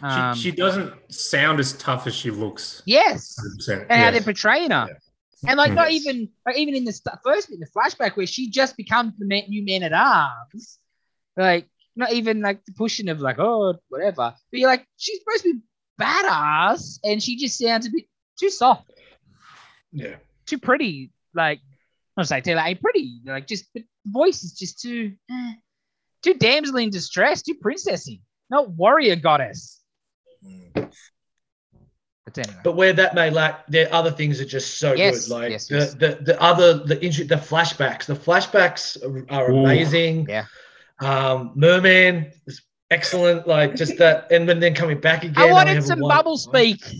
[SPEAKER 3] She,
[SPEAKER 1] Um,
[SPEAKER 3] she doesn't sound as tough as she looks.
[SPEAKER 1] yes.
[SPEAKER 3] 100%.
[SPEAKER 1] and how
[SPEAKER 3] Yeah.
[SPEAKER 1] they're portraying her. And like not
[SPEAKER 3] Yes.
[SPEAKER 1] even like even in the st- first bit, in the flashback where she just becomes the man, new man at arms, like not even like the pushing of like oh whatever, but you're like she's supposed to be badass, and she just sounds a bit too soft,
[SPEAKER 4] yeah,
[SPEAKER 1] too pretty, like not say Taylor ain't pretty. Like just but the voice is just too eh, too damsel in distress, too princessy, not warrior goddess. But anyway,
[SPEAKER 4] But where that may lack, there are other things that are just so
[SPEAKER 1] Yes,
[SPEAKER 4] good. Like
[SPEAKER 1] yes,
[SPEAKER 4] the,
[SPEAKER 1] yes.
[SPEAKER 4] the the other the intro, the flashbacks. The flashbacks are, are
[SPEAKER 3] Ooh,
[SPEAKER 4] amazing.
[SPEAKER 1] yeah.
[SPEAKER 4] Um, Merman is excellent. Like just that, and then then coming back again.
[SPEAKER 1] I
[SPEAKER 4] only
[SPEAKER 1] wanted
[SPEAKER 4] have a
[SPEAKER 1] some
[SPEAKER 4] one-
[SPEAKER 1] bubble speak.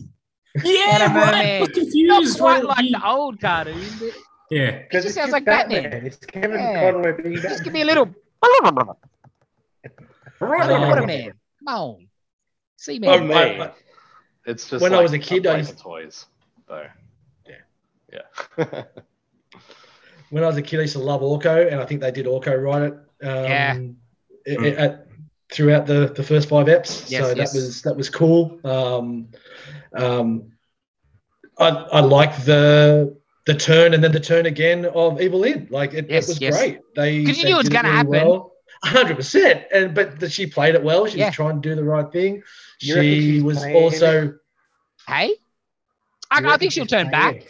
[SPEAKER 3] Yeah,
[SPEAKER 1] Adam
[SPEAKER 3] right.
[SPEAKER 1] Merman.
[SPEAKER 3] I'm
[SPEAKER 1] Not
[SPEAKER 3] confused.
[SPEAKER 1] quite
[SPEAKER 3] where
[SPEAKER 1] like
[SPEAKER 3] he-
[SPEAKER 1] the old cartoon. But
[SPEAKER 3] yeah.
[SPEAKER 5] Because
[SPEAKER 1] just
[SPEAKER 5] it's
[SPEAKER 1] sounds
[SPEAKER 5] just
[SPEAKER 1] like Batman.
[SPEAKER 5] Batman. It's Kevin
[SPEAKER 1] Yeah.
[SPEAKER 5] Conroy being Batman.
[SPEAKER 1] just give me a little.
[SPEAKER 4] Um,
[SPEAKER 1] What a man! Come on, see
[SPEAKER 4] I-
[SPEAKER 1] man.
[SPEAKER 4] I- I-
[SPEAKER 2] It's just
[SPEAKER 4] Oh, When I
[SPEAKER 2] like
[SPEAKER 4] was a kid, I
[SPEAKER 2] play
[SPEAKER 4] used-
[SPEAKER 2] for toys, though.
[SPEAKER 4] Yeah.
[SPEAKER 2] yeah.
[SPEAKER 4] when I was a kid, I used to love Orko, and I think they did Orko right it. Um,
[SPEAKER 1] Yeah.
[SPEAKER 4] i-
[SPEAKER 5] Hmm.
[SPEAKER 4] i- at- throughout the, the first five eps,
[SPEAKER 1] Yes,
[SPEAKER 4] so that
[SPEAKER 1] yes.
[SPEAKER 4] was that was cool. Um, um, I I like the the turn and then the turn again of Evil In. Like it,
[SPEAKER 1] Yes,
[SPEAKER 4] it was
[SPEAKER 1] yes.
[SPEAKER 4] great. They
[SPEAKER 1] 'Cause you
[SPEAKER 4] they
[SPEAKER 1] knew it was
[SPEAKER 4] did
[SPEAKER 1] gonna happen.
[SPEAKER 4] well. A Hundred percent, and but that she played it well. She
[SPEAKER 1] Yeah.
[SPEAKER 4] was trying to do the right thing.
[SPEAKER 5] You reckon
[SPEAKER 4] She
[SPEAKER 5] she's
[SPEAKER 4] was
[SPEAKER 5] playing
[SPEAKER 4] also
[SPEAKER 1] Hey, I, I think she'll turn back.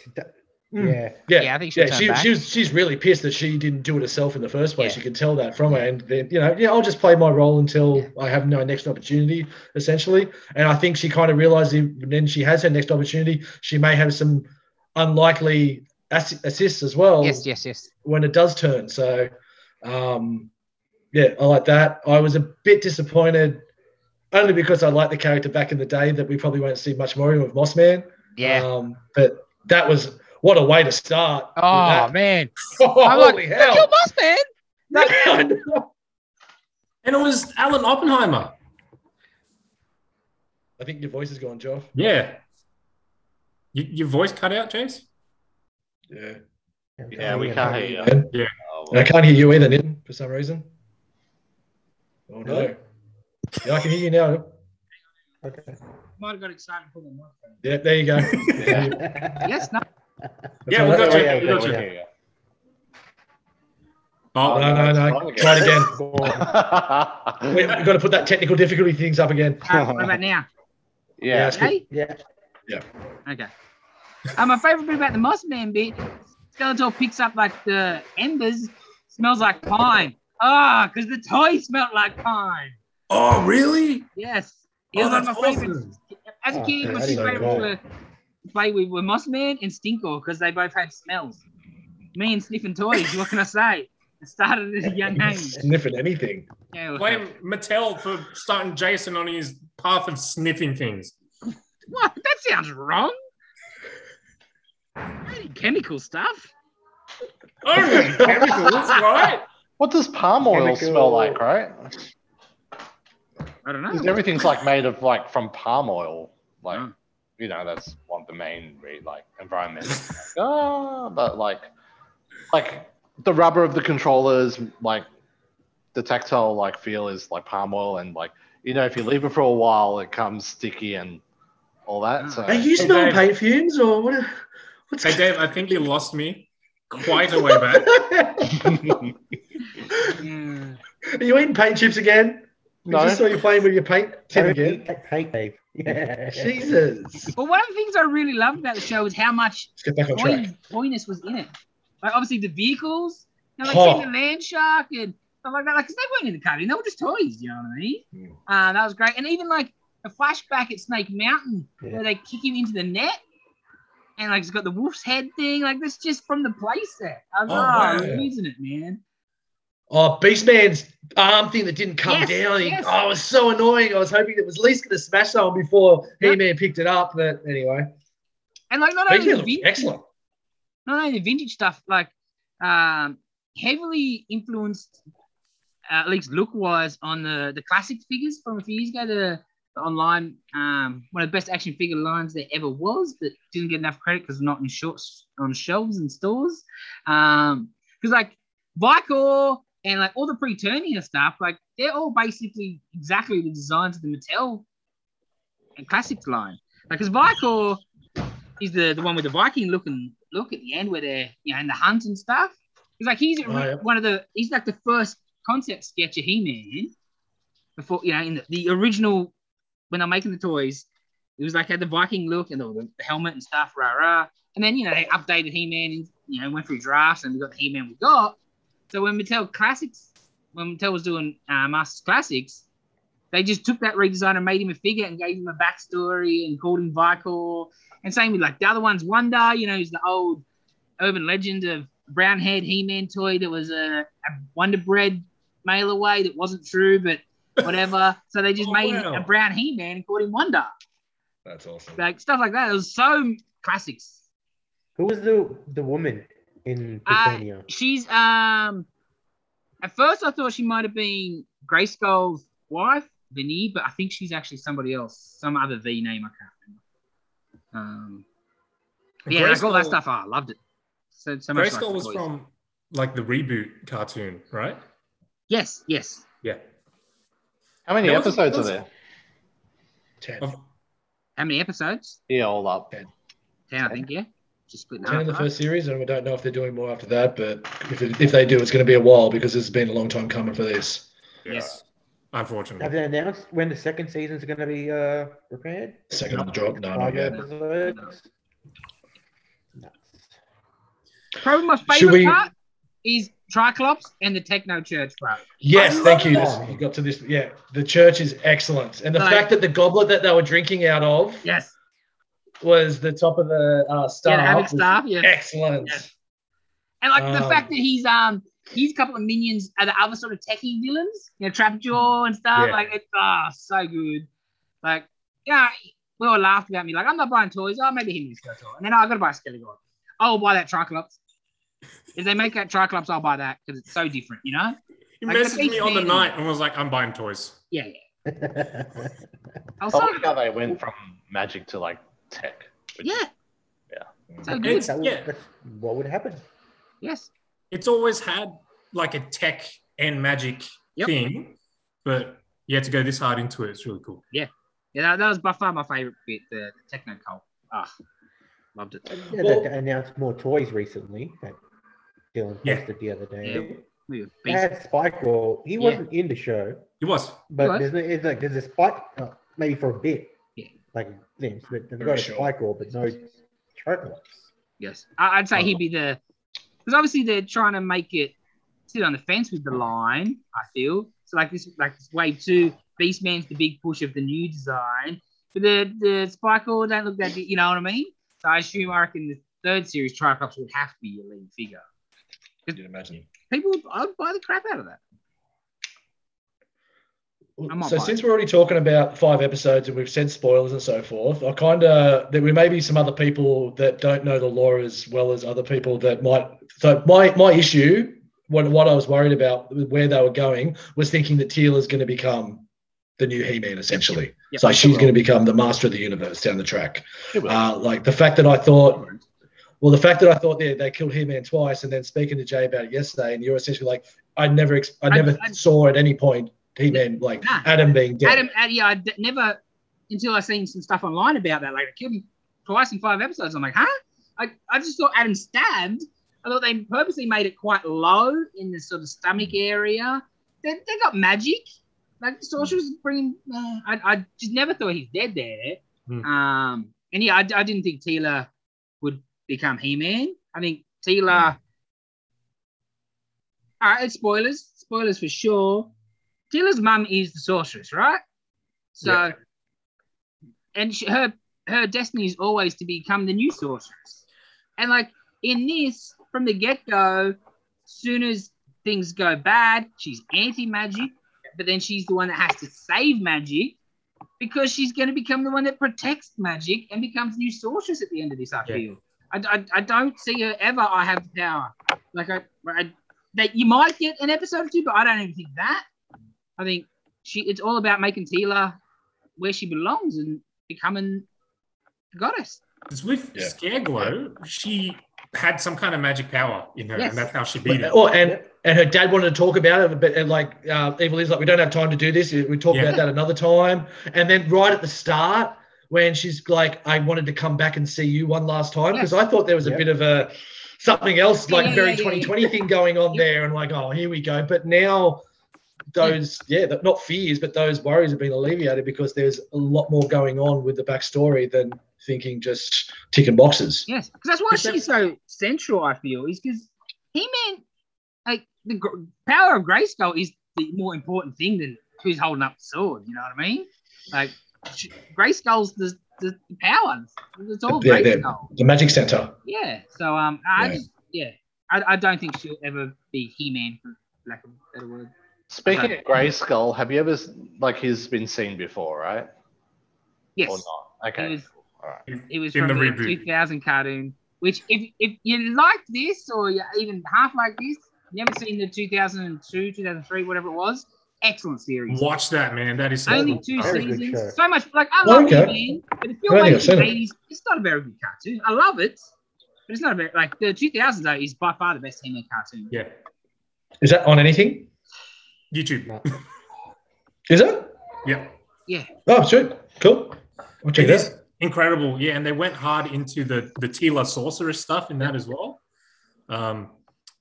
[SPEAKER 4] Mm.
[SPEAKER 5] Yeah.
[SPEAKER 4] yeah,
[SPEAKER 1] Yeah, I think she'll
[SPEAKER 4] yeah,
[SPEAKER 1] turn
[SPEAKER 4] she,
[SPEAKER 1] back.
[SPEAKER 4] she was, she's really pissed that she didn't do it herself in the first place.
[SPEAKER 1] Yeah.
[SPEAKER 4] You can tell that from her. And then, you know, yeah, I'll just play my role until
[SPEAKER 1] Yeah.
[SPEAKER 4] I have no next opportunity, essentially. And I think she kind of realized if- when she has her next opportunity, she may have some unlikely ass- assists as well
[SPEAKER 1] Yes, yes, yes.
[SPEAKER 4] when it does turn. So, um, yeah, I like that. I was a bit disappointed only because I liked the character back in the day that we probably won't see much more of Mossman.
[SPEAKER 1] Yeah.
[SPEAKER 4] Um, but that was what a way to start. with
[SPEAKER 1] oh
[SPEAKER 4] that.
[SPEAKER 1] man, I'm like,
[SPEAKER 4] Uh, Oh, Holy
[SPEAKER 1] kill
[SPEAKER 4] hell!
[SPEAKER 1] Mossman.
[SPEAKER 3] And it was Alan Oppenheimer.
[SPEAKER 4] I think your voice is gone, Joff.
[SPEAKER 3] Yeah. You, your voice cut out, Chase?
[SPEAKER 4] Yeah.
[SPEAKER 2] Yeah, we
[SPEAKER 5] Yeah.
[SPEAKER 2] can't hear you.
[SPEAKER 4] And
[SPEAKER 2] Oh,
[SPEAKER 4] I can't hear you either, Nin, for some reason. Oh no. Yeah, I can hear you now.
[SPEAKER 5] Okay.
[SPEAKER 1] Might have got excited for the microphone.
[SPEAKER 4] Yeah, there you go.
[SPEAKER 2] Yeah.
[SPEAKER 1] Yes, no.
[SPEAKER 4] That's
[SPEAKER 3] Yeah,
[SPEAKER 4] all
[SPEAKER 3] we
[SPEAKER 4] right.
[SPEAKER 3] got
[SPEAKER 5] Oh,
[SPEAKER 3] you.
[SPEAKER 5] yeah,
[SPEAKER 3] we got
[SPEAKER 5] okay,
[SPEAKER 3] you.
[SPEAKER 5] yeah.
[SPEAKER 3] Oh,
[SPEAKER 4] No, no, no. Try it again. We,
[SPEAKER 2] yeah.
[SPEAKER 4] have got to put that technical difficulty things up again.
[SPEAKER 1] Uh, what about now?
[SPEAKER 2] yeah.
[SPEAKER 4] That's
[SPEAKER 1] Hey.
[SPEAKER 5] Yeah.
[SPEAKER 1] Okay. Uh, my favorite bit about the Moss Man bit, Skeletor picks up like the embers, smells like pine. Ah, because the toy smelled like pine.
[SPEAKER 3] oh really?
[SPEAKER 1] Yes. It
[SPEAKER 3] Oh,
[SPEAKER 1] was
[SPEAKER 3] that's
[SPEAKER 1] one of my favorites.
[SPEAKER 3] awesome.
[SPEAKER 1] As a
[SPEAKER 5] Oh,
[SPEAKER 1] kid,
[SPEAKER 5] yeah,
[SPEAKER 1] my
[SPEAKER 5] that's
[SPEAKER 1] two
[SPEAKER 5] so
[SPEAKER 1] favorites
[SPEAKER 5] cool.
[SPEAKER 1] were to play with were Moss Man and Stinkor because they both had smells. Me and sniffing toys, what can I say? It started at a young age.
[SPEAKER 4] Sniffing anything.
[SPEAKER 1] Yeah, well,
[SPEAKER 3] Blame Mattel for starting Jason on his path of sniffing things.
[SPEAKER 1] What? That sounds wrong. Any chemical stuff?
[SPEAKER 3] Oh, chemicals, right?
[SPEAKER 2] What does palm oil
[SPEAKER 5] Chemical-
[SPEAKER 2] smell like, right?
[SPEAKER 1] I don't
[SPEAKER 2] 'Cause
[SPEAKER 1] know.
[SPEAKER 2] everything's like made of like from palm oil, like
[SPEAKER 1] Mm.
[SPEAKER 2] you know that's one of the main re- like environment. like, ah, but like like the rubber of the controllers, like the tactile like feel is like palm oil, and like you know if you leave it for a while, it comes sticky and all that. So
[SPEAKER 4] Are you smelling paint fumes or what? What's
[SPEAKER 3] Hey Dave, I think you lost me quite a way back.
[SPEAKER 1] Yeah.
[SPEAKER 4] Are you eating paint chips again?
[SPEAKER 2] no,
[SPEAKER 4] I just saw you playing with your paint tin again.
[SPEAKER 5] Hey, Dave. Yeah.
[SPEAKER 4] Jesus.
[SPEAKER 1] Well, one of the things I really loved about the show was how much
[SPEAKER 4] Let's get back on track.
[SPEAKER 1] toy, toyness was in it. Like obviously the vehicles, you know, like
[SPEAKER 4] Oh.
[SPEAKER 1] seeing the land shark and stuff like that. Like, 'cause they weren't in the cartoon, they were just toys. You know what I mean? Uh, that was great. And even like a flashback at Snake Mountain
[SPEAKER 5] Yeah.
[SPEAKER 1] where they kick him into the net. And like it's got the wolf's head thing, like that's just from the playset. I was oh,
[SPEAKER 3] Oh,
[SPEAKER 1] I'm
[SPEAKER 4] wow.
[SPEAKER 1] losing it, man.
[SPEAKER 4] Oh, Beastman's arm thing that didn't come
[SPEAKER 1] Yes,
[SPEAKER 4] down. He-
[SPEAKER 1] yes.
[SPEAKER 4] Oh, it was so annoying. I was hoping it was at least going to smash that one before
[SPEAKER 1] Yep.
[SPEAKER 4] He Man picked it up. But anyway,
[SPEAKER 1] And like not only
[SPEAKER 4] Beastman
[SPEAKER 1] the
[SPEAKER 4] looked
[SPEAKER 1] vintage-
[SPEAKER 4] excellent.
[SPEAKER 1] not only the vintage stuff, like um, heavily influenced, uh, at least look wise, on the the classic figures from a few years ago. The, the online um, one of the best action figure lines there ever was, but didn't get enough credit because not in shorts on shelves and stores. Because Um, like Vicor and like all the pre-Turnier stuff, like they're all basically exactly the designs of the Mattel and classics line. Like, because Vicor is the, the one with the Viking looking look at the end where they're you know in the hunt and stuff. He's like he's
[SPEAKER 4] Oh, yeah.
[SPEAKER 1] one of the he's like the first concept sketch of He Man before you know in the, the original when they're making the toys. It was like had the Viking look and all the helmet and stuff, rah rah. And then you know they updated He Man you know, went through drafts and we got the He-Man we got. So when Mattel Classics, when Mattel was doing uh, Masters Classics, they just took that redesign and made him a figure and gave him a backstory and called him Vicor. And same with like the other one's Wonder, you know, he's the old urban legend of brown haired He Man toy that was a, a Wonder Bread mail away that wasn't true, but whatever. so they just
[SPEAKER 3] Oh,
[SPEAKER 1] made
[SPEAKER 3] wow.
[SPEAKER 1] a brown He Man and called him Wonder.
[SPEAKER 4] That's awesome.
[SPEAKER 1] Like stuff like that. It was so classics.
[SPEAKER 5] Who was the the woman in
[SPEAKER 1] Uh,
[SPEAKER 5] Britannia?
[SPEAKER 1] She's um at first I thought she might have been Grayskull's wife, Vinny, but I think she's actually somebody else, some other V name I can't remember. Um but yeah, I got all that
[SPEAKER 3] Grayskull-
[SPEAKER 1] stuff. Oh, I loved it. So, so much like the
[SPEAKER 3] Grayskull was
[SPEAKER 1] toys.
[SPEAKER 3] from like the reboot cartoon, right?
[SPEAKER 1] Yes, yes.
[SPEAKER 3] Yeah.
[SPEAKER 2] How many
[SPEAKER 3] Yeah, what's-
[SPEAKER 2] episodes are
[SPEAKER 3] what's-
[SPEAKER 2] there?
[SPEAKER 4] Ten.
[SPEAKER 3] Of-
[SPEAKER 1] How many episodes?
[SPEAKER 2] Yeah, all up.
[SPEAKER 1] Ten, I think, yeah. Just splitting
[SPEAKER 4] Ten
[SPEAKER 1] half,
[SPEAKER 4] in the
[SPEAKER 1] right?
[SPEAKER 4] first series, and we don't know if they're doing more after that. But if, it, if they do, it's going to be a while because it's been a long time coming for this.
[SPEAKER 1] Yes.
[SPEAKER 3] Unfortunately.
[SPEAKER 5] Have they announced when the second season's going to be uh, repaired?
[SPEAKER 4] Second on the drop, no, not
[SPEAKER 5] Five
[SPEAKER 4] yet.
[SPEAKER 5] episodes. Nuts.
[SPEAKER 1] Probably my
[SPEAKER 4] Should
[SPEAKER 1] favorite
[SPEAKER 4] we-
[SPEAKER 1] part is Triclops and the Techno Church part.
[SPEAKER 4] Yes,
[SPEAKER 5] I
[SPEAKER 4] thank you.
[SPEAKER 5] love
[SPEAKER 4] This-
[SPEAKER 5] that.
[SPEAKER 4] You got to this. Yeah, the church is excellent, and the
[SPEAKER 1] Like-
[SPEAKER 4] fact that the goblet that they were drinking out of
[SPEAKER 1] Yes.
[SPEAKER 4] was the top of the uh,
[SPEAKER 1] Yeah,
[SPEAKER 4] star.
[SPEAKER 1] the Havoc
[SPEAKER 4] was
[SPEAKER 1] Star, yeah.
[SPEAKER 4] Excellent.
[SPEAKER 1] Yeah. And like the
[SPEAKER 3] Oh.
[SPEAKER 4] Um,
[SPEAKER 1] fact that he's um he's a couple of minions are the other sort of techie villains, you know, Trapjaw and stuff.
[SPEAKER 3] Yeah.
[SPEAKER 1] Like it's ah so good. Like yeah, we all laughed about me. Like I'm not buying toys. Oh, maybe he needs to go toy. And then oh, I gotta buy a Skeletor. I'll buy that Triclops. If they make that Triclops, I'll buy that because it's so different, you know.
[SPEAKER 3] He
[SPEAKER 1] Like, the
[SPEAKER 3] messaged me
[SPEAKER 1] big
[SPEAKER 3] on the
[SPEAKER 1] thing-
[SPEAKER 3] night and was like, I'm buying toys.
[SPEAKER 1] Yeah, yeah. I
[SPEAKER 2] I
[SPEAKER 1] was
[SPEAKER 2] like
[SPEAKER 1] like,
[SPEAKER 2] how they went from magic to like tech. which-
[SPEAKER 1] yeah, so good.
[SPEAKER 3] It's-
[SPEAKER 5] That would-
[SPEAKER 3] yeah.
[SPEAKER 5] that's what would happen?
[SPEAKER 1] Yes,
[SPEAKER 3] It's always had like a tech and magic
[SPEAKER 1] Yep.
[SPEAKER 3] thing, but you had to go this hard into it. It's really cool.
[SPEAKER 1] yeah, that, that was by far my favorite bit, the Techno Cult. Ah, loved it.
[SPEAKER 5] Yeah,
[SPEAKER 4] Well-
[SPEAKER 5] they announced more toys recently that Dylan
[SPEAKER 3] Yeah.
[SPEAKER 5] posted the other
[SPEAKER 1] Yeah,
[SPEAKER 5] day.
[SPEAKER 1] we were
[SPEAKER 5] They
[SPEAKER 1] beasts.
[SPEAKER 5] had Spike Girl. He
[SPEAKER 1] Yeah.
[SPEAKER 5] wasn't in the show,
[SPEAKER 3] It was.
[SPEAKER 5] but
[SPEAKER 1] Right.
[SPEAKER 5] there's, no- it's like, there's a Spike, uh, maybe for a bit.
[SPEAKER 1] Yeah.
[SPEAKER 5] Like, things, but they've
[SPEAKER 4] Very
[SPEAKER 5] got a
[SPEAKER 4] short.
[SPEAKER 5] Spike Girl, but no Triclops.
[SPEAKER 1] Yes, I, I'd say he'd be the because obviously they're trying to make it sit on the fence with the line. I feel so like this like this wave two Beastman's the big push of the new design, but the the Spike Orr don't look that big, you know what I mean. So I assume I reckon the third series Triclops would have to be your lead figure.
[SPEAKER 4] You'd imagine.
[SPEAKER 1] People, would, I'd buy the crap out of that. I'm not
[SPEAKER 4] So
[SPEAKER 1] buying
[SPEAKER 4] since we're already talking about five episodes and we've said spoilers and so forth, I kind of there may be some other people that don't know the lore as well as other people that might. So my my issue, what what I was worried about, with where they were going, was thinking that Teal is going to become the new He-Man essentially.
[SPEAKER 1] Yep.
[SPEAKER 4] so she's going to become the master of the universe down the track.
[SPEAKER 2] It will.
[SPEAKER 4] Uh, like the fact that I thought Well, the fact that I thought they, they killed He-Man twice, and then speaking to Jay about it yesterday, and you're essentially like, I never, ex- I
[SPEAKER 1] I-
[SPEAKER 4] never
[SPEAKER 1] I-
[SPEAKER 4] saw at any point He-Man like
[SPEAKER 1] Nah.
[SPEAKER 4] Adam being dead.
[SPEAKER 1] Adam, Ad- yeah, I d- never until I seen some stuff online about that. Like, I killed him twice in five episodes. I'm like, huh? I, I just thought Adam stabbed. I thought they purposely made it quite low in the sort of stomach area. They, they got magic. Like, the sorcerers was bringing. Uh, I, I just never thought he's dead there.
[SPEAKER 3] Hmm.
[SPEAKER 1] Um, and yeah, I, I didn't think Tila would become He Man. I think Tila. All right, it's spoilers. Spoilers for sure. Tila's mum is the sorceress, right? So, and she, her her destiny is always to become the new sorceress. And like in this, from the get go, soon as things go bad, she's anti magic, but then she's the one that has to save magic because she's going to become the one that protects magic and becomes new sorceress at the end of this. I
[SPEAKER 3] Yeah.
[SPEAKER 1] feel. I, I, I don't see her ever. I have the power. Like I, I that you might get an episode or two, but I don't even think that. I think she. It's all about making Tila where she belongs and becoming the goddess.
[SPEAKER 3] It's with
[SPEAKER 4] Yeah.
[SPEAKER 3] Scareglow, she had some kind of magic power in her,
[SPEAKER 1] Yes.
[SPEAKER 3] and that's how she beat
[SPEAKER 4] But-
[SPEAKER 3] him.
[SPEAKER 4] oh, and and her dad wanted to talk about it, but and like uh, Evil is like, we don't have time to do this. We talk
[SPEAKER 3] Yeah.
[SPEAKER 4] about that another time. And then right at the start, when she's like, I wanted to come back and see you one last time because I thought there was a
[SPEAKER 5] Yeah.
[SPEAKER 4] bit of a something else
[SPEAKER 1] Yeah,
[SPEAKER 4] like
[SPEAKER 1] yeah,
[SPEAKER 4] very
[SPEAKER 1] yeah, yeah,
[SPEAKER 4] 2020 thing going on
[SPEAKER 1] Yeah.
[SPEAKER 4] there, and like, oh, here we go. But now those yeah, that not fears, but those worries have been alleviated because there's a lot more going on with the backstory than thinking just ticking boxes.
[SPEAKER 1] Yes, because that's why she's so central. I feel is because he meant like the gr- power of Grayskull is the more important thing than who's holding up the sword. You know what I mean? Like she, Grayskull's the, the the power. It's all
[SPEAKER 4] Yeah, yeah.
[SPEAKER 1] Grayskull.
[SPEAKER 4] The magic center.
[SPEAKER 1] Yeah. So um, I
[SPEAKER 4] Yeah.
[SPEAKER 1] just yeah, I, I don't think she'll ever be He-Man for lack of a better word.
[SPEAKER 2] Speaking of Grey Skull, have you ever s- like he's been seen before, right?
[SPEAKER 1] Yes.
[SPEAKER 2] Or
[SPEAKER 1] It
[SPEAKER 2] not? Okay.
[SPEAKER 1] was it was
[SPEAKER 3] In
[SPEAKER 1] from
[SPEAKER 3] the
[SPEAKER 1] the,
[SPEAKER 3] reboot.
[SPEAKER 1] 2000 cartoon. Which, if if you like this or you even half like this, you never seen the 2002, 2003, whatever it was. Excellent series.
[SPEAKER 3] Watch that, man. That is so
[SPEAKER 1] Only
[SPEAKER 3] cool.
[SPEAKER 1] two
[SPEAKER 5] Very good show.
[SPEAKER 1] seasons. So much like I love
[SPEAKER 4] Okay.
[SPEAKER 1] it, man. But if you're
[SPEAKER 4] I don't think
[SPEAKER 1] waiting
[SPEAKER 4] I've seen
[SPEAKER 1] for
[SPEAKER 4] it.
[SPEAKER 1] 80s, it's not a very good cartoon. I love it, but it's not a very like the 2000s though is by far the best He-Man cartoon.
[SPEAKER 3] Yeah.
[SPEAKER 4] Is that on anything?
[SPEAKER 3] YouTube.
[SPEAKER 4] Is it?
[SPEAKER 3] Yeah.
[SPEAKER 4] Oh, sweet. Cool. I'll check
[SPEAKER 3] It
[SPEAKER 4] it out.
[SPEAKER 3] is incredible. Yeah, and they went hard into the the Tila sorceress stuff in that as well. Um,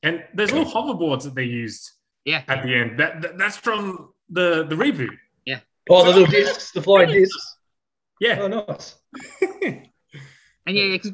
[SPEAKER 3] and there's little hoverboards that they used
[SPEAKER 1] Yeah.
[SPEAKER 3] at the end. That, that that's from the the reboot.
[SPEAKER 4] Oh, the little discs, the flying discs.
[SPEAKER 3] Yeah.
[SPEAKER 4] Oh, nice.
[SPEAKER 1] And yeah, because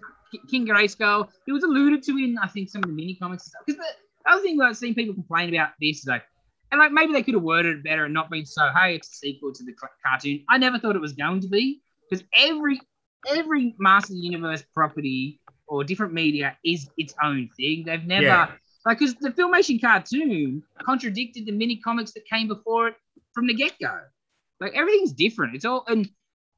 [SPEAKER 1] King Grayskull, it was alluded to in I think some of the mini comics and stuff. Because the other thing that I've seen people complain about this is like, and like maybe they could have worded it better and not been so hey, it's a sequel to the c- cartoon. I never thought it was going to be because every every Master of the Universe property or different media is its own thing. They've never
[SPEAKER 3] Yeah.
[SPEAKER 1] like because the filmation cartoon contradicted the mini comics that came before it from the get go. Like everything's different. It's all and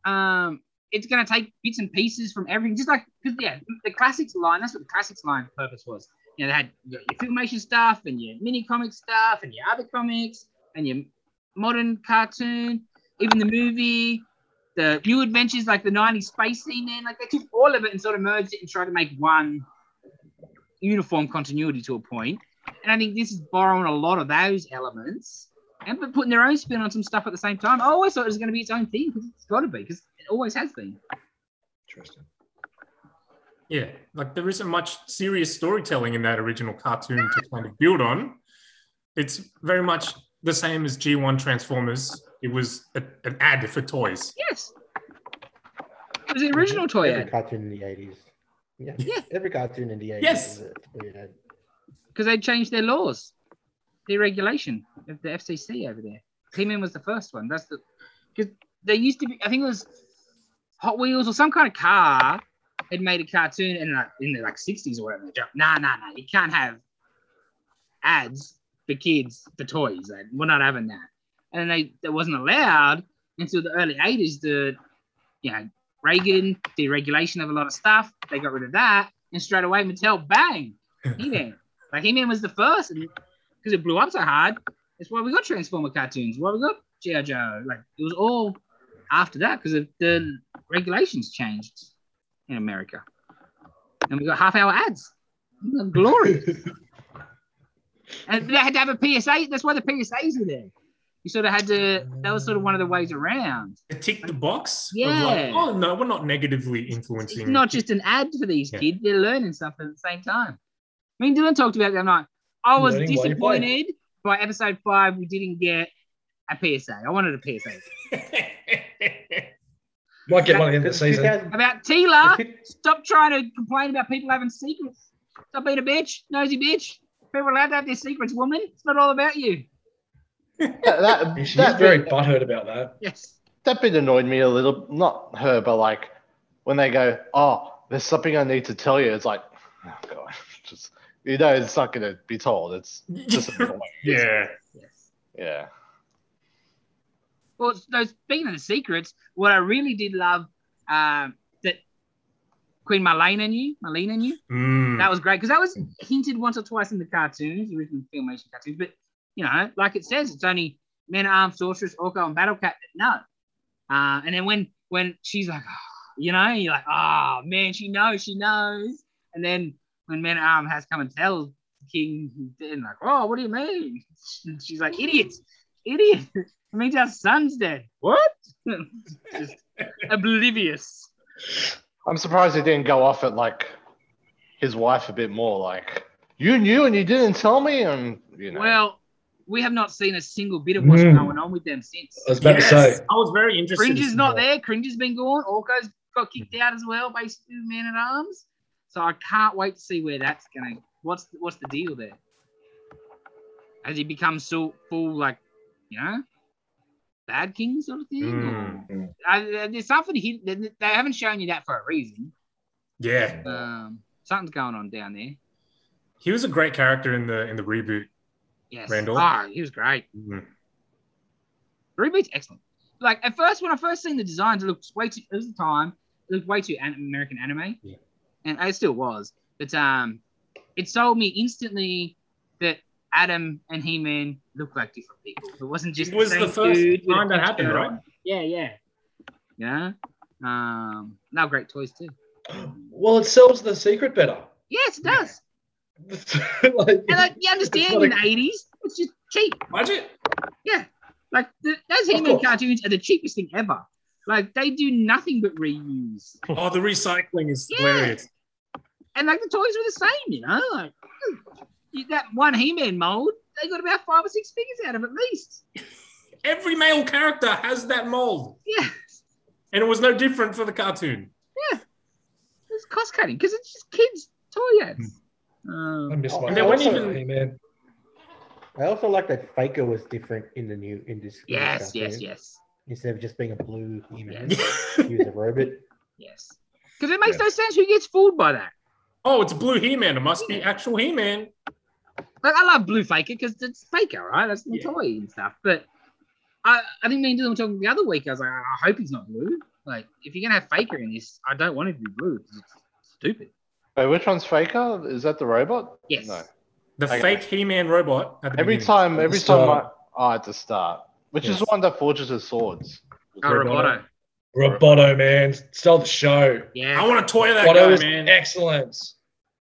[SPEAKER 1] um it's gonna take bits and pieces from everything. Just like because yeah, the classics line. That's what the classics line purpose was. You know, they had your, your filmation stuff and your mini comic stuff and your other comics and your modern cartoon, even the movie, the new adventures like the '90s Space Scene. Man, like they took all of it and sort of merged it and tried to make one uniform continuity to a point. And I think this is borrowing a lot of those elements and but putting their own spin on some stuff at the same time. I always thought it was going to be its own thing because it's got to be because it always has been.
[SPEAKER 4] Interesting.
[SPEAKER 3] Yeah, like there isn't much serious storytelling in that original cartoon to kind of build on. It's very much the same as G1 Transformers. It was a, an ad for toys.
[SPEAKER 1] Yes. It was the original toy
[SPEAKER 5] Every
[SPEAKER 1] ad
[SPEAKER 5] cartoon in the eighties. Yeah.
[SPEAKER 1] Yeah.
[SPEAKER 5] Every cartoon in the eighties.
[SPEAKER 3] Yes.
[SPEAKER 1] because they changed their laws, their regulation of the FCC over there. He-Man was the first one. That's the because there used to be. I think it was Hot Wheels or some kind of car had made a cartoon in like in the like sixties or whatever. They're like, Nah, nah, nah. You can't have ads for kids for toys. Like, we're not having that. And they that wasn't allowed until the early eighties. The you know Reagan deregulation of a lot of stuff. They got rid of that, and straight away Mattel bang He-Man. Like He-Man was the first, because it blew up so hard. That's why we got Transformer cartoons. Why we got GI Joe. Like it was all after that because the regulations changed in America, and we got half-hour ads. Glorious. and they had to have a PSA. That's why the PSAs were there. You sort of had to. That was sort of one of the ways around.
[SPEAKER 3] It ticked the box. of like,
[SPEAKER 1] Yeah.
[SPEAKER 3] oh no, we're not negatively
[SPEAKER 1] It's
[SPEAKER 3] influencing.
[SPEAKER 1] not just an ad for these
[SPEAKER 3] Yeah.
[SPEAKER 1] kids. They're learning something at the same time. I mean, Dylan talked about that night. I was
[SPEAKER 4] Learning while you play.
[SPEAKER 1] disappointed by episode five. We didn't get a PSA. I wanted a PSA
[SPEAKER 4] Might get one at the end of the season.
[SPEAKER 1] about Tila.
[SPEAKER 5] If it-
[SPEAKER 1] Stop trying to complain about people having secrets. Stop being a bitch, nosy bitch. People are allowed to have their secrets, woman. It's not all about you.
[SPEAKER 2] That, that,
[SPEAKER 4] She's
[SPEAKER 2] that
[SPEAKER 4] very
[SPEAKER 2] bit,
[SPEAKER 4] butthurt about that.
[SPEAKER 1] Yes.
[SPEAKER 2] that bit annoyed me a little. Not her, but like when they go, "Oh, there's something I need to tell you." It's like, oh god, just you know, it's not gonna be told. It's just annoying.
[SPEAKER 3] yeah.
[SPEAKER 1] Yes.
[SPEAKER 2] yeah.
[SPEAKER 1] Well, so speaking of the secrets, what I really did love um, that Queen Marlena knew, Marlena knew,
[SPEAKER 3] Mm.
[SPEAKER 1] That was great because that was hinted once or twice in the cartoons, the original filmation cartoons. But you know, like it says, it's only men at arms, sorceress, orco, and battle cat that know. Uh, and then when when she's like, you know, and you're like, oh man, she knows, she knows. And then when men at arm has come and tells King, then like, oh, what do you mean? And she's like, idiots, idiot. It means our son's dead. What? Just oblivious.
[SPEAKER 2] I'm surprised he didn't go off at like his wife a bit more. Like you knew and you didn't tell me, and you know.
[SPEAKER 1] Well, we have not seen a single bit of what's
[SPEAKER 4] Mm.
[SPEAKER 1] going on with them since.
[SPEAKER 4] I was about to say.
[SPEAKER 3] I was very interested.
[SPEAKER 1] Cringe is
[SPEAKER 3] in
[SPEAKER 1] not
[SPEAKER 3] that.
[SPEAKER 1] there. Cringe has been gone. Orko's got kicked out as well, basically the man at arms. So I can't wait to see where that's going. to What's what's the deal there? Has he become so full like, you know, bad king sort of thing?
[SPEAKER 3] Mm.
[SPEAKER 1] Or- I- there's something hidden. They they haven't shown you that for a reason.
[SPEAKER 3] Yeah,
[SPEAKER 1] Um, something's going on down there.
[SPEAKER 3] he was a great character in the in the reboot.
[SPEAKER 1] Yes.
[SPEAKER 3] Randall?
[SPEAKER 1] Ah, he was great.
[SPEAKER 3] Mm.
[SPEAKER 1] Reboot's excellent. Like at first, when I first seen the designs, it looked way too. It was the time. It looked way too an- American anime,
[SPEAKER 3] Yeah.
[SPEAKER 1] and it still was. But um, it sold me instantly that Adam and He Man looked like different people. It wasn't just
[SPEAKER 3] It was
[SPEAKER 1] the,
[SPEAKER 3] the
[SPEAKER 1] same
[SPEAKER 3] first
[SPEAKER 1] dude with a
[SPEAKER 3] time that
[SPEAKER 1] pink
[SPEAKER 3] happened,
[SPEAKER 1] shirt
[SPEAKER 3] right?
[SPEAKER 1] on. Yeah, yeah, yeah. Um, now great toys too.
[SPEAKER 4] Well, it sells the secret better.
[SPEAKER 1] Yes, it does.
[SPEAKER 4] Like,
[SPEAKER 1] And like, you understand
[SPEAKER 4] not
[SPEAKER 1] in
[SPEAKER 4] a-
[SPEAKER 1] the eighties, it's just cheap.
[SPEAKER 3] Budget?
[SPEAKER 1] Like the, those He Man
[SPEAKER 4] course.
[SPEAKER 1] cartoons are the cheapest thing ever. Like they do nothing but reuse.
[SPEAKER 3] Oh, the recycling is
[SPEAKER 1] Yeah.
[SPEAKER 3] hilarious.
[SPEAKER 1] and like the toys were the same, you know. Like hmm, you- that one He-Man mold, they got about five or six figures out of at least.
[SPEAKER 3] Every male character has that mold,
[SPEAKER 1] Yeah,
[SPEAKER 3] and it was no different for the cartoon.
[SPEAKER 1] it's cost cutting because it's just kids' toy ads.
[SPEAKER 3] Hmm.
[SPEAKER 4] I
[SPEAKER 1] Um,
[SPEAKER 4] miss my.
[SPEAKER 3] And they wouldn't
[SPEAKER 4] also-
[SPEAKER 3] even-
[SPEAKER 4] hey, man.
[SPEAKER 5] I also like that Faker was different in the new in this. in this
[SPEAKER 1] yes, yes,
[SPEAKER 5] cartoon.
[SPEAKER 1] yes,
[SPEAKER 5] Instead of just being a blue human,
[SPEAKER 1] Yeah.
[SPEAKER 5] he was a robot.
[SPEAKER 1] yes. Because it makes no sense who gets fooled by that.
[SPEAKER 3] oh, it's Blue He Man. It must be actual He Man.
[SPEAKER 1] Like I love Blue Faker because it's Faker, right? That's the toy and stuff. But I, I think me and Dylan were talking the other week. I was like, I hope he's not blue. Like if you're gonna have Faker in this, I don't want him to be blue. 'cause It's stupid.
[SPEAKER 2] Wait, which one's Faker? Is that the robot?
[SPEAKER 1] Yes.
[SPEAKER 2] No.
[SPEAKER 3] The
[SPEAKER 2] Okay.
[SPEAKER 3] fake He Man robot. At the
[SPEAKER 2] Every
[SPEAKER 3] beginning.
[SPEAKER 2] time, every time. I,
[SPEAKER 4] start.
[SPEAKER 2] oh, at the start, which
[SPEAKER 3] Yes.
[SPEAKER 2] is the one that forges his swords.
[SPEAKER 1] Oh, Roboto.
[SPEAKER 4] Roboto. Roboto, man, stole the show.
[SPEAKER 1] Yeah.
[SPEAKER 3] I want to toy that
[SPEAKER 4] Roboto
[SPEAKER 3] guy,
[SPEAKER 4] was
[SPEAKER 3] man.
[SPEAKER 4] excellence.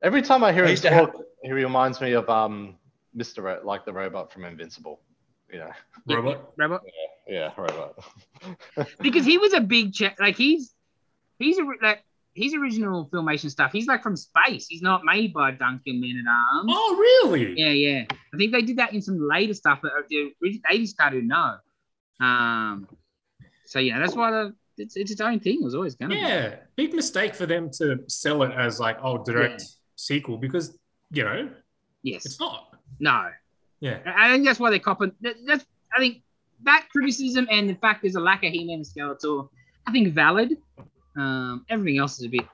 [SPEAKER 2] Every time I hear
[SPEAKER 4] I
[SPEAKER 2] him
[SPEAKER 4] used to have.
[SPEAKER 2] talk, he reminds me of um, Mister Ro- like the robot from Invincible. You know,
[SPEAKER 1] Yeah,
[SPEAKER 3] robot.
[SPEAKER 1] Robot.
[SPEAKER 2] yeah, robot.
[SPEAKER 1] because he was a big cha- like he's he's a like his original filmation stuff. He's like from space. He's not made by Duncan Man at Arms.
[SPEAKER 3] Oh, really?
[SPEAKER 1] Yeah, yeah. I think they did that in some later stuff, but uh, the eighties cartoon, no. Um. So yeah, that's why the it's, it's its own thing. It was always gonna. Be.
[SPEAKER 3] Yeah, big mistake for them to sell it as like oh direct
[SPEAKER 1] Yeah.
[SPEAKER 3] sequel because you know it's
[SPEAKER 1] Yes.
[SPEAKER 3] not.
[SPEAKER 1] No.
[SPEAKER 3] Yeah,
[SPEAKER 1] I I think that's why they're copping. That, that's I think that criticism and the fact there's a lack of He-Man and Skeletor, I think valid. Um. Everything else is a bit.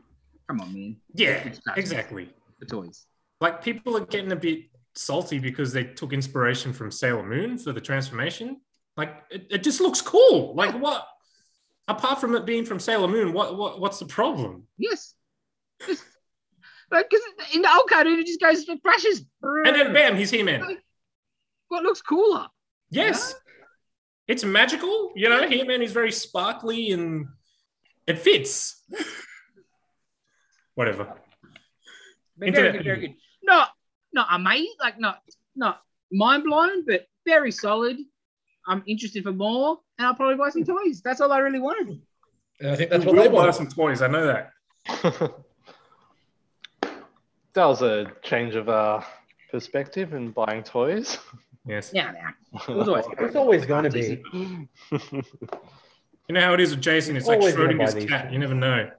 [SPEAKER 1] Come on, man.
[SPEAKER 3] yeah,
[SPEAKER 1] It's not-
[SPEAKER 3] exactly.
[SPEAKER 1] The toys.
[SPEAKER 3] Like people are getting a bit salty because they took inspiration from Sailor Moon for the transformation. Like it, it just looks cool. Like what? Apart from it being from Sailor Moon, what what what's the problem?
[SPEAKER 1] Yes. Like, because in the old cartoon, it just goes for flashes.
[SPEAKER 3] And then bam, he's He Man.
[SPEAKER 1] what looks cooler?
[SPEAKER 3] Yes. It's magical, you know. He Man is very sparkly and it fits. Whatever.
[SPEAKER 1] But
[SPEAKER 3] Internet
[SPEAKER 1] very good, very good. Not, not amazing, like not, not mind blowing, but very solid. I'm interested for more, and I'll probably buy some toys. That's all I really wanted.
[SPEAKER 4] And I think that's
[SPEAKER 3] We
[SPEAKER 4] what they
[SPEAKER 3] will buy
[SPEAKER 4] want.
[SPEAKER 3] some toys. I know that.
[SPEAKER 2] that was a change of uh, perspective in buying toys.
[SPEAKER 3] Yes.
[SPEAKER 1] Yeah, nah. it was always.
[SPEAKER 5] It's always going to be.
[SPEAKER 3] You know how it is with Jason. It's like
[SPEAKER 5] Always gonna buy
[SPEAKER 3] Schrodinger's
[SPEAKER 5] these
[SPEAKER 3] cat.
[SPEAKER 5] things.
[SPEAKER 3] You never know.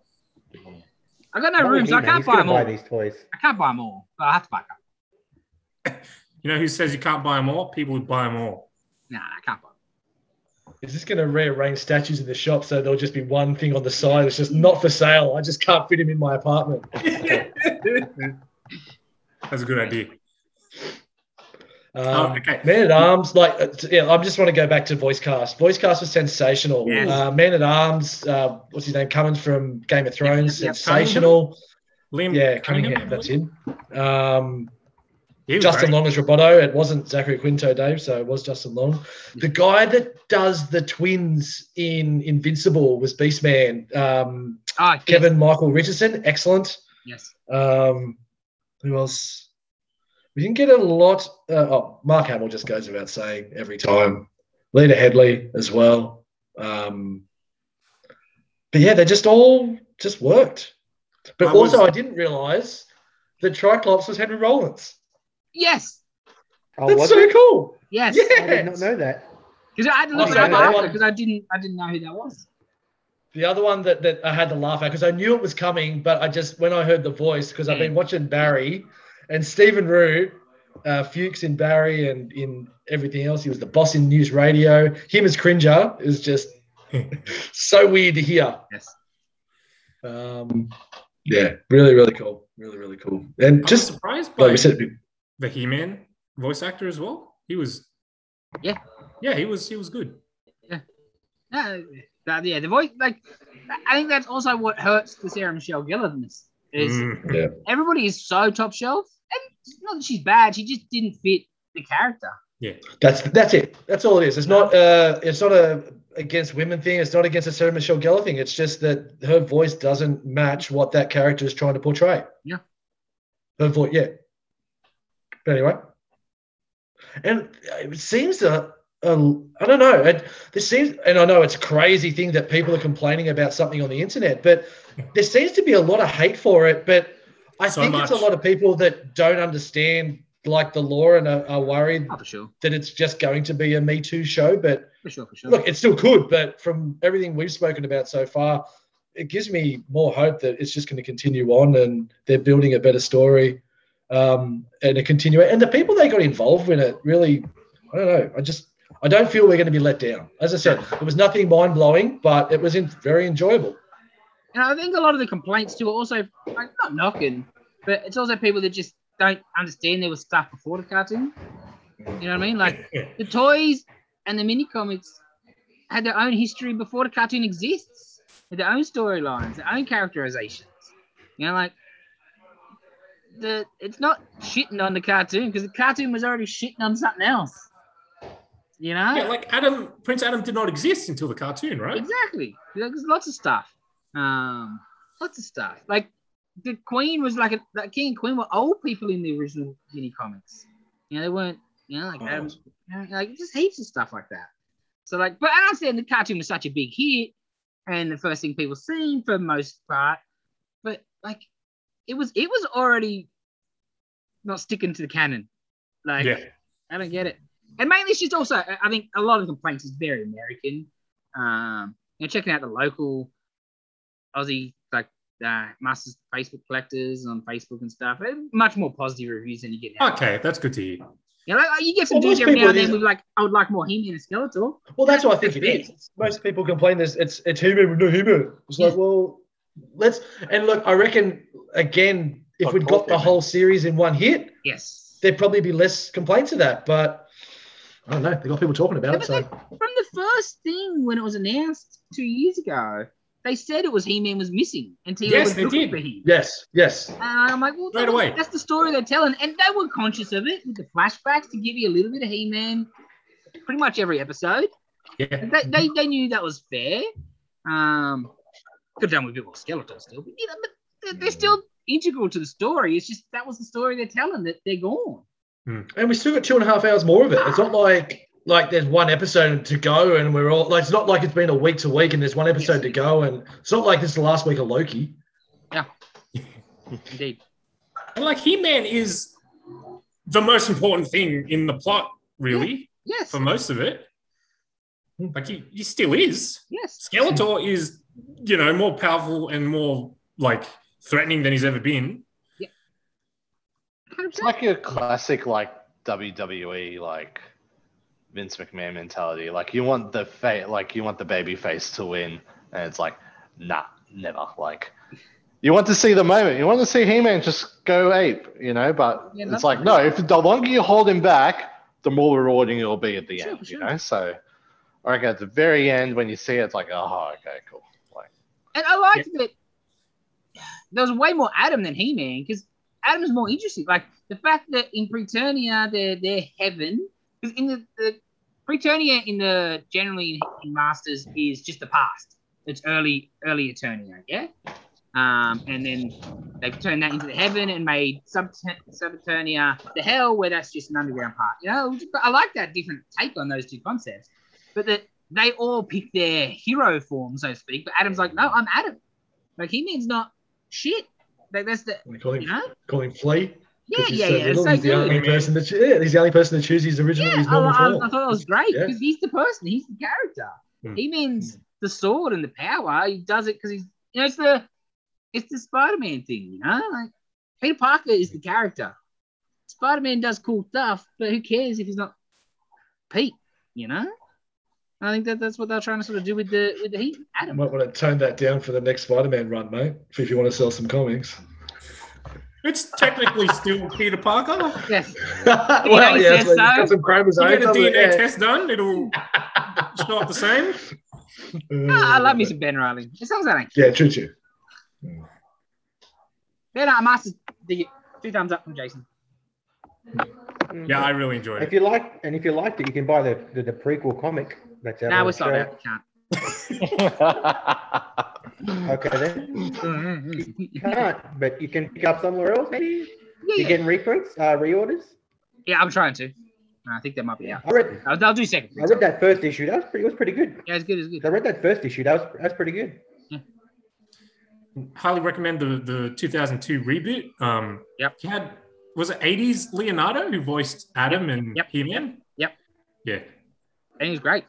[SPEAKER 1] I got no room, so I
[SPEAKER 5] He-Man,
[SPEAKER 1] can't
[SPEAKER 5] he's
[SPEAKER 1] buy
[SPEAKER 5] gonna
[SPEAKER 1] them all.
[SPEAKER 5] buy
[SPEAKER 1] I
[SPEAKER 5] these toys.
[SPEAKER 1] can't buy them all, but I have to buy a couple.
[SPEAKER 3] You know who says you can't buy them all? People who buy them all.
[SPEAKER 1] Nah, I can't buy. 'em.
[SPEAKER 4] Is this going to rearrange statues in the shop so there'll just be one thing on the side that's just not for sale? I just can't fit him in my apartment.
[SPEAKER 3] That's a good idea.
[SPEAKER 4] Um,
[SPEAKER 3] Oh, okay.
[SPEAKER 4] Man at Arms, like uh, yeah, I just want to go back to voice cast. Voice cast was sensational.
[SPEAKER 3] Yes.
[SPEAKER 4] Uh, Man at Arms, uh, what's his name? Cummins from Game of Thrones,
[SPEAKER 1] Yep, yep, yep.
[SPEAKER 4] sensational.
[SPEAKER 3] Liam.
[SPEAKER 4] Yeah, Cunningham, that's him. Um,
[SPEAKER 3] He was
[SPEAKER 4] Justin
[SPEAKER 3] great.
[SPEAKER 4] Long as Roboto. It wasn't Zachary Quinto, Dave, so it was Justin Long. The guy that does the twins in Invincible was Beastman. Um,
[SPEAKER 1] Ah, yes,
[SPEAKER 4] Kevin Michael Richardson, excellent.
[SPEAKER 1] Yes.
[SPEAKER 4] Um, who else? We didn't get a lot. Uh, oh, Mark Hamill just goes without saying every time. Lena Headley as well. Um, but yeah, they just all just worked. But
[SPEAKER 3] I
[SPEAKER 4] also,
[SPEAKER 3] was-
[SPEAKER 4] I didn't realize that Triclops was Henry Rollins.
[SPEAKER 1] Yes.
[SPEAKER 5] Oh,
[SPEAKER 4] That's
[SPEAKER 5] was
[SPEAKER 4] so
[SPEAKER 5] it?
[SPEAKER 4] cool.
[SPEAKER 1] Yes,
[SPEAKER 4] Yeah.
[SPEAKER 5] I did not know that.
[SPEAKER 1] because I had to look
[SPEAKER 4] Oh,
[SPEAKER 1] it up
[SPEAKER 4] yeah.
[SPEAKER 1] after because I didn't I didn't know who that was.
[SPEAKER 4] The other one that, that I had to laugh at because I knew it was coming, but I just when I heard the voice because I've been watching Barry and Stephen Rue, uh, Fuchs in Barry and in everything else. He was the boss in News Radio. Him as Cringer is just so weird to hear.
[SPEAKER 1] Yes.
[SPEAKER 4] Um, yeah, really, really cool. Really, really cool. And
[SPEAKER 3] I'm
[SPEAKER 4] just
[SPEAKER 3] surprised by
[SPEAKER 4] like we said,
[SPEAKER 3] the He-Man voice actor as well. He was.
[SPEAKER 1] Yeah.
[SPEAKER 3] Yeah, he was. He was good.
[SPEAKER 1] Yeah, that, yeah, the voice like I think that's also what hurts the Sarah Michelle Gellar in this is
[SPEAKER 3] Mm.
[SPEAKER 1] everybody is so top shelf and it's not that she's bad, she just didn't fit the character.
[SPEAKER 4] That's that's it. That's all it is. It's not uh it's not a against women thing. It's not against a Sarah Michelle Gellar thing. It's just that her voice doesn't match what that character is trying to portray.
[SPEAKER 1] Yeah.
[SPEAKER 4] Her voice, yeah. But anyway, and it seems that. Uh, I don't know. It, this seems, and I know it's a crazy thing that people are complaining about something on the internet, but there seems to be a lot of hate for it. But I
[SPEAKER 3] So
[SPEAKER 4] think it's
[SPEAKER 3] much.
[SPEAKER 4] a lot of people that don't understand like the law and are, are worried
[SPEAKER 1] Oh, for sure,
[SPEAKER 4] that it's just going to be a Me Too show. But
[SPEAKER 1] for sure, for sure.
[SPEAKER 4] look, it still could. But from everything we've spoken about so far, it gives me more hope that it's just going to continue on and they're building a better story um, and a continue. And the people they got involved in it really, I don't know. I just, I don't feel we're going to be let down. As I said, it was nothing mind blowing, but it was in, very enjoyable.
[SPEAKER 1] And I think a lot of the complaints too are also like not knocking, but it's also people that just don't understand there was stuff before the cartoon. You know what I mean? Like the toys and the mini comics had their own history before the cartoon exists. Had their own storylines, their own characterizations. You know, like the it's not shitting on the cartoon because the cartoon was already shitting on something else. You know?
[SPEAKER 3] Yeah, like Adam Prince Adam did not exist until the cartoon, right?
[SPEAKER 1] Exactly. There's lots of stuff. Um, lots of stuff. Like the Queen was like a, that King and Queen were old people in the original mini comics. You know, they weren't. You know, like Adam, you know, like just heaps of stuff like that. So like, but I understand the cartoon was such a big hit, and the first thing people seen for most part. But like, it was it was already not sticking to the canon. Like,
[SPEAKER 3] Yeah.
[SPEAKER 1] I don't get it. And mainly, she's also I I think a lot of the complaints is very American. Um, you know, checking out the local Aussie like uh, Masters Facebook collectors on Facebook and stuff. eh, Much more positive reviews than you get now.
[SPEAKER 3] Okay, that's good to hear.
[SPEAKER 1] You know, like, you get some
[SPEAKER 4] Well,
[SPEAKER 1] dudes
[SPEAKER 4] most
[SPEAKER 1] every now
[SPEAKER 4] people
[SPEAKER 1] and then
[SPEAKER 4] is-
[SPEAKER 1] with like, I would like more him and a Skeletor.
[SPEAKER 4] Well, that's what I think it is. Most people complain there's it's it's human with no humor. It's like, well, let's and look. I reckon again, if
[SPEAKER 2] Of
[SPEAKER 4] we'd
[SPEAKER 2] course
[SPEAKER 4] got the
[SPEAKER 2] they
[SPEAKER 4] whole series in one hit,
[SPEAKER 1] Yes.
[SPEAKER 4] there'd probably be less complaints of that. But I don't know. They got people talking about
[SPEAKER 1] Yeah,
[SPEAKER 4] it,
[SPEAKER 1] but
[SPEAKER 4] so
[SPEAKER 1] From the first thing when it was announced two years ago, they said it was He Man was missing, and T
[SPEAKER 3] Yes,
[SPEAKER 1] was
[SPEAKER 3] they
[SPEAKER 1] looking
[SPEAKER 3] did.
[SPEAKER 1] for him.
[SPEAKER 4] yes, yes,
[SPEAKER 1] And I'm like, well,
[SPEAKER 3] Straight
[SPEAKER 1] that-
[SPEAKER 3] away.
[SPEAKER 1] that's the story they're telling. And they were conscious of it with the flashbacks to give you a little bit of He Man pretty much every episode.
[SPEAKER 3] Yeah.
[SPEAKER 1] They, they, they knew that was fair. Um, could have done with a bit more Skeletor still, but, you know, but they're, they're still integral to the story. It's just that was the story they're telling that they're gone.
[SPEAKER 4] and we still got two and a half hours more of it. It's not like like there's one episode to go and we're all like it's not like it's been a week to week and there's one episode to go and it's not like this is the last week of Loki.
[SPEAKER 1] Indeed.
[SPEAKER 3] And like He-Man is the most important thing in the plot, really,
[SPEAKER 1] Yes.
[SPEAKER 3] for most of it.
[SPEAKER 1] Hmm.
[SPEAKER 3] Like he, he still is.
[SPEAKER 1] yes. Hmm.
[SPEAKER 3] Skeletor is, you know, more powerful and more like threatening than he's ever been.
[SPEAKER 1] 100%.
[SPEAKER 2] It's like a classic like WWE like Vince McMahon mentality. Like you want the fa- like you want the baby face to win, and it's like nah, never. Like you want to see the moment. You want to see He-Man just go ape, you know. But
[SPEAKER 1] Yeah,
[SPEAKER 2] it's
[SPEAKER 1] that's-
[SPEAKER 2] like no. If the longer you hold him back, the more rewarding it'll be at the
[SPEAKER 1] Sure,
[SPEAKER 2] end,
[SPEAKER 1] sure.
[SPEAKER 2] you know. So I reckon at the very end when you see it, it's like oh okay cool. Like
[SPEAKER 1] And I liked that there was way more Adam than He Man because Adam's more interesting. Like the fact that in Preternia they're they're heaven because in the, the Preternia in the generally in, in Masters is just the past. It's early early Eternia, yeah. Um, and then they've turned that into the heaven and made Sub- Subeternia the hell, where that's just an underground part. You know, But I like that different take on those two concepts. But that they all pick their hero form, so to speak. But Adam's like, no, I'm Adam. Like he means not shit. Like that's the
[SPEAKER 4] We call
[SPEAKER 1] you
[SPEAKER 4] him
[SPEAKER 1] know
[SPEAKER 4] call him Flea.
[SPEAKER 1] Yeah,
[SPEAKER 4] 'Cause he's
[SPEAKER 1] yeah,
[SPEAKER 4] so
[SPEAKER 1] yeah. It's
[SPEAKER 4] little,
[SPEAKER 1] so
[SPEAKER 4] he's the
[SPEAKER 1] good.
[SPEAKER 4] only person that yeah, he's the only person that chooses his original
[SPEAKER 1] Yeah,
[SPEAKER 4] his
[SPEAKER 1] I,
[SPEAKER 4] normal
[SPEAKER 1] I, I
[SPEAKER 4] form.
[SPEAKER 1] thought that was great
[SPEAKER 4] Yeah. Hmm.
[SPEAKER 1] because he's the person, he's the character.
[SPEAKER 3] Mm.
[SPEAKER 1] He means the sword and the power. He does it because he's, you know, it's the, it's the Spider-Man thing, you know. Like Peter Parker is the character. Spider-Man does cool stuff, but who cares if he's not Pete, you know? I think that that's what they're trying to sort of do with the with the Heat
[SPEAKER 4] You
[SPEAKER 1] Adam.
[SPEAKER 4] might want to tone that down for the next Spider-Man run, mate. If you want to sell some comics.
[SPEAKER 3] It's technically still Peter Parker.
[SPEAKER 1] Yes.
[SPEAKER 4] well,
[SPEAKER 1] he says
[SPEAKER 4] so you've
[SPEAKER 1] so.
[SPEAKER 4] got some
[SPEAKER 3] You
[SPEAKER 4] chromosomes.
[SPEAKER 3] get a
[SPEAKER 4] haven't you?
[SPEAKER 3] DNA
[SPEAKER 4] Yeah.
[SPEAKER 3] test done, it'll show up the same.
[SPEAKER 1] Ah, I love me some Ben Riley. As long as I don't
[SPEAKER 4] Yeah, true, true.
[SPEAKER 1] Ben, I'm asked to dig it. Two thumbs up from Jason.
[SPEAKER 4] Mm.
[SPEAKER 3] Yeah, I really enjoyed
[SPEAKER 5] If
[SPEAKER 3] it.
[SPEAKER 5] you like, and if you liked it, you can buy the the, the prequel comic. That's out.
[SPEAKER 1] No,
[SPEAKER 5] on
[SPEAKER 1] we're sorry.
[SPEAKER 5] sale.
[SPEAKER 1] I can't.
[SPEAKER 5] Okay, then you
[SPEAKER 1] yeah,
[SPEAKER 5] can't, but you can pick up somewhere else. Maybe you're
[SPEAKER 1] yeah.
[SPEAKER 5] getting reprints, uh, reorders.
[SPEAKER 1] yeah, I'm trying to. No, I think that might be out.
[SPEAKER 5] I read,
[SPEAKER 1] I'll, I'll do second.
[SPEAKER 5] I read that first issue. That was pretty. It was pretty good.
[SPEAKER 1] Yeah, it's good. It's good.
[SPEAKER 5] I read that first issue. That was that's pretty good.
[SPEAKER 3] Highly recommend the, the 2002 reboot. Um,
[SPEAKER 1] Yep.
[SPEAKER 3] He had, was it 80s Leonardo who voiced Adam and
[SPEAKER 1] Yep.
[SPEAKER 3] He Man?
[SPEAKER 1] Yep.
[SPEAKER 3] Yeah,
[SPEAKER 1] And it was great.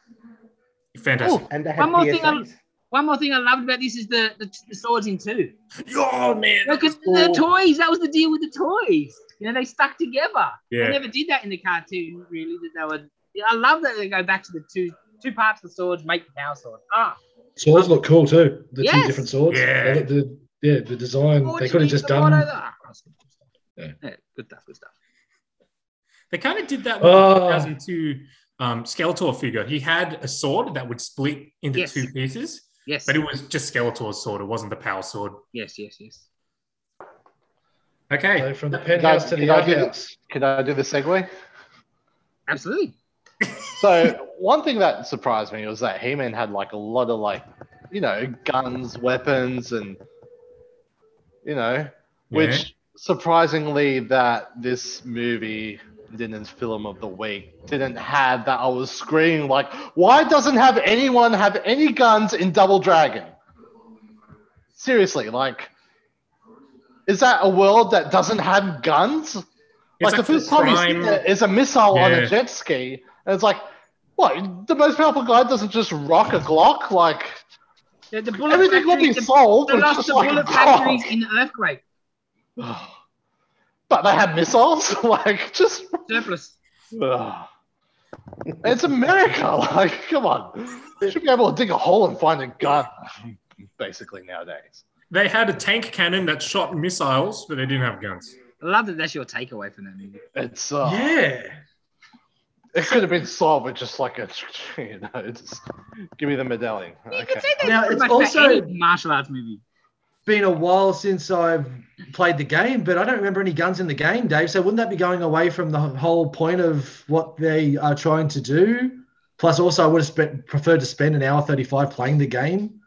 [SPEAKER 3] fantastic.
[SPEAKER 1] Oh,
[SPEAKER 5] And they had
[SPEAKER 1] One more thing I-
[SPEAKER 5] PSAs.
[SPEAKER 1] One more thing I loved about this is the, the, the swords in two.
[SPEAKER 3] Oh, man.
[SPEAKER 1] Look at
[SPEAKER 3] that's cool.
[SPEAKER 1] the toys. That was the deal with the toys. You know, they stuck together. They
[SPEAKER 3] Yeah.
[SPEAKER 1] never did that in the cartoon, really. That they were. Yeah, I love that they go back to the two two parts of the swords make the power sword. Ah,
[SPEAKER 4] Swords look cool too. The
[SPEAKER 1] Yes.
[SPEAKER 4] two different swords.
[SPEAKER 3] Yeah.
[SPEAKER 4] They look- the, yeah, the design.
[SPEAKER 1] forty
[SPEAKER 4] They could have
[SPEAKER 1] meters
[SPEAKER 4] just
[SPEAKER 1] of water.
[SPEAKER 4] done.
[SPEAKER 1] Ah, that's good stuff.
[SPEAKER 4] Yeah.
[SPEAKER 1] yeah, good stuff. Good stuff.
[SPEAKER 3] They kind of did that with the
[SPEAKER 4] Oh,
[SPEAKER 3] 2002 um, Skeletor figure. He had a sword that would split into
[SPEAKER 1] Yes.
[SPEAKER 3] two pieces,
[SPEAKER 1] Yes.
[SPEAKER 3] but it was just Skeletor's sword. It wasn't the power sword.
[SPEAKER 1] Yes. Yes. Yes.
[SPEAKER 3] Okay.
[SPEAKER 4] so from the penthouse to the
[SPEAKER 2] Can I
[SPEAKER 4] art
[SPEAKER 2] get it?
[SPEAKER 4] house.
[SPEAKER 2] Can I do the segue?
[SPEAKER 1] Absolutely.
[SPEAKER 2] So one thing that surprised me was that He-Man had like a lot of like, you know, guns, weapons, and you know,
[SPEAKER 3] Yeah.
[SPEAKER 2] which surprisingly that this movie didn't film of the week didn't have that. I was screaming like, why doesn't have anyone have any guns in Double Dragon? Seriously, like, is that a world that doesn't have guns?
[SPEAKER 3] It's
[SPEAKER 2] like the first time you see
[SPEAKER 3] prime-
[SPEAKER 2] that is a missile on
[SPEAKER 3] Yeah.
[SPEAKER 2] a jet ski, and it's like, what? The most powerful guy doesn't just rock a Glock. Like
[SPEAKER 1] The, the bullet
[SPEAKER 2] everything will
[SPEAKER 1] factory-
[SPEAKER 2] be
[SPEAKER 1] the-
[SPEAKER 2] solved.
[SPEAKER 1] They
[SPEAKER 2] with
[SPEAKER 1] lost
[SPEAKER 2] just
[SPEAKER 1] the
[SPEAKER 2] like a
[SPEAKER 1] bullet
[SPEAKER 2] Glock.
[SPEAKER 1] factories in the earthquake.
[SPEAKER 2] but they have missiles. like just,
[SPEAKER 1] Surplus.
[SPEAKER 2] ugh. it's America. Like come on, you should be able to dig a hole and find a gun. Basically nowadays.
[SPEAKER 3] They had a tank cannon that shot missiles, but they didn't have guns.
[SPEAKER 1] I love that that's your takeaway from that movie.
[SPEAKER 2] It's uh,
[SPEAKER 4] Yeah.
[SPEAKER 2] it could have been solved with just like a, you know, just give me the medallion.
[SPEAKER 1] You could
[SPEAKER 2] Okay.
[SPEAKER 1] say that
[SPEAKER 4] Now,
[SPEAKER 1] pretty
[SPEAKER 4] it's
[SPEAKER 1] much
[SPEAKER 4] also-
[SPEAKER 1] about any martial arts movie.
[SPEAKER 4] Been a while since I've played the game, but I don't remember any guns in the game, Dave. So wouldn't that be going away from the whole point of what they are trying to do? Plus, also, I would have spent, preferred to spend an hour thirty-five playing the game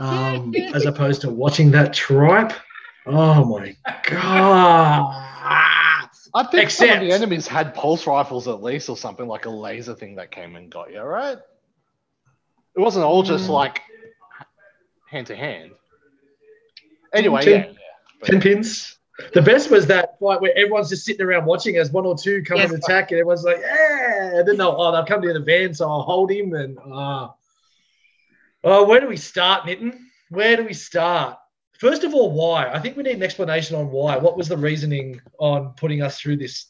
[SPEAKER 4] um, as opposed to watching that tripe. Oh my god!
[SPEAKER 2] I think some of
[SPEAKER 4] Except-
[SPEAKER 2] the enemies had pulse rifles at least, or something like a laser thing that came and got you, right? It wasn't all just
[SPEAKER 3] Mm.
[SPEAKER 2] like hand to hand. Anyway,
[SPEAKER 4] Two-
[SPEAKER 2] yeah, yeah.
[SPEAKER 4] Ten pins. The best was that fight where everyone's just sitting around watching as one or two come
[SPEAKER 1] Yes.
[SPEAKER 4] and attack, and everyone's like, "Yeah!" And then they'll, oh, they'll come to the van, so I'll hold him. And uh, oh, where do we start, Nitten? Where do we start? First of all, why? I think we need an explanation on why. What was the reasoning on putting us through this?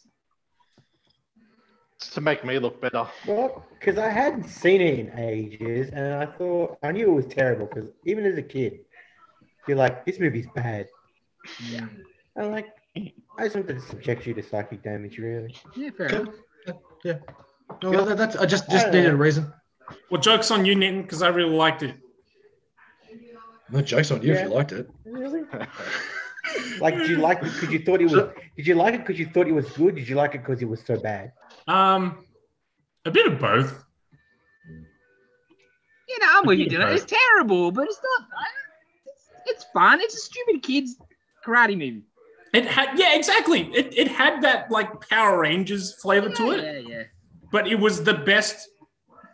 [SPEAKER 2] Just to make me look better.
[SPEAKER 5] Well, because I hadn't seen it in ages, and I thought I knew it was terrible. Because even as a kid, you're like, this movie's bad.
[SPEAKER 1] Yeah.
[SPEAKER 5] And like, I just wanted to subject you to psychic damage, really.
[SPEAKER 1] Yeah, fair enough.
[SPEAKER 4] No, that- that's I just
[SPEAKER 5] I
[SPEAKER 4] just
[SPEAKER 5] don't know.
[SPEAKER 4] needed a reason.
[SPEAKER 3] Well, joke's on you, Nitin, because I really liked it.
[SPEAKER 4] No jokes on you if you liked it.
[SPEAKER 5] Really? Like, did you like it because you thought it was? Did you like it because you thought it was good? Did you like it because it was so bad?
[SPEAKER 3] Um, a bit of both.
[SPEAKER 1] You know, I'm with you, Dylan. It's terrible, but it's not. I- It's, it's fun. It's a stupid kids karate movie.
[SPEAKER 3] It had, yeah, exactly. It, it had that like Power Rangers flavor to
[SPEAKER 1] yeah,
[SPEAKER 3] it,
[SPEAKER 1] yeah, yeah.
[SPEAKER 3] but it was the best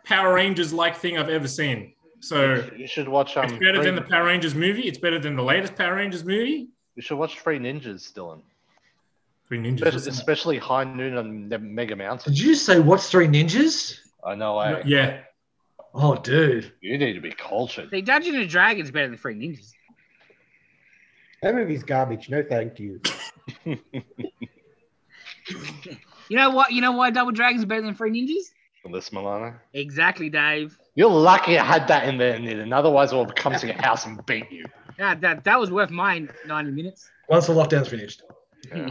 [SPEAKER 3] Power Rangers like thing I've ever seen. So
[SPEAKER 2] You should watch um.
[SPEAKER 3] it's better
[SPEAKER 2] Three-
[SPEAKER 3] than the Power Rangers movie. It's better than the latest Power Rangers movie.
[SPEAKER 2] You should watch Three Ninjas, Dylan.
[SPEAKER 3] Three ninjas.
[SPEAKER 2] Especially,
[SPEAKER 3] wasn't it?
[SPEAKER 2] especially High Noon and the Mega Mountain.
[SPEAKER 4] Did you say what's three ninjas?
[SPEAKER 2] I know. eh?
[SPEAKER 3] Yeah.
[SPEAKER 4] Oh, dude.
[SPEAKER 2] You need to be cultured.
[SPEAKER 1] The Dungeon and Dragons better than Free Ninjas.
[SPEAKER 5] That movie's garbage. No, thank you.
[SPEAKER 1] You know what? You know why Double Dragons are better than Free Ninjas?
[SPEAKER 2] This Milano.
[SPEAKER 1] Exactly, Dave.
[SPEAKER 2] You're lucky I had that in there, Nitin. Otherwise, I'll come to your house and beat you.
[SPEAKER 1] That that, that was worth mine. Ninety minutes.
[SPEAKER 4] Once the lockdown's finished.
[SPEAKER 2] Yeah.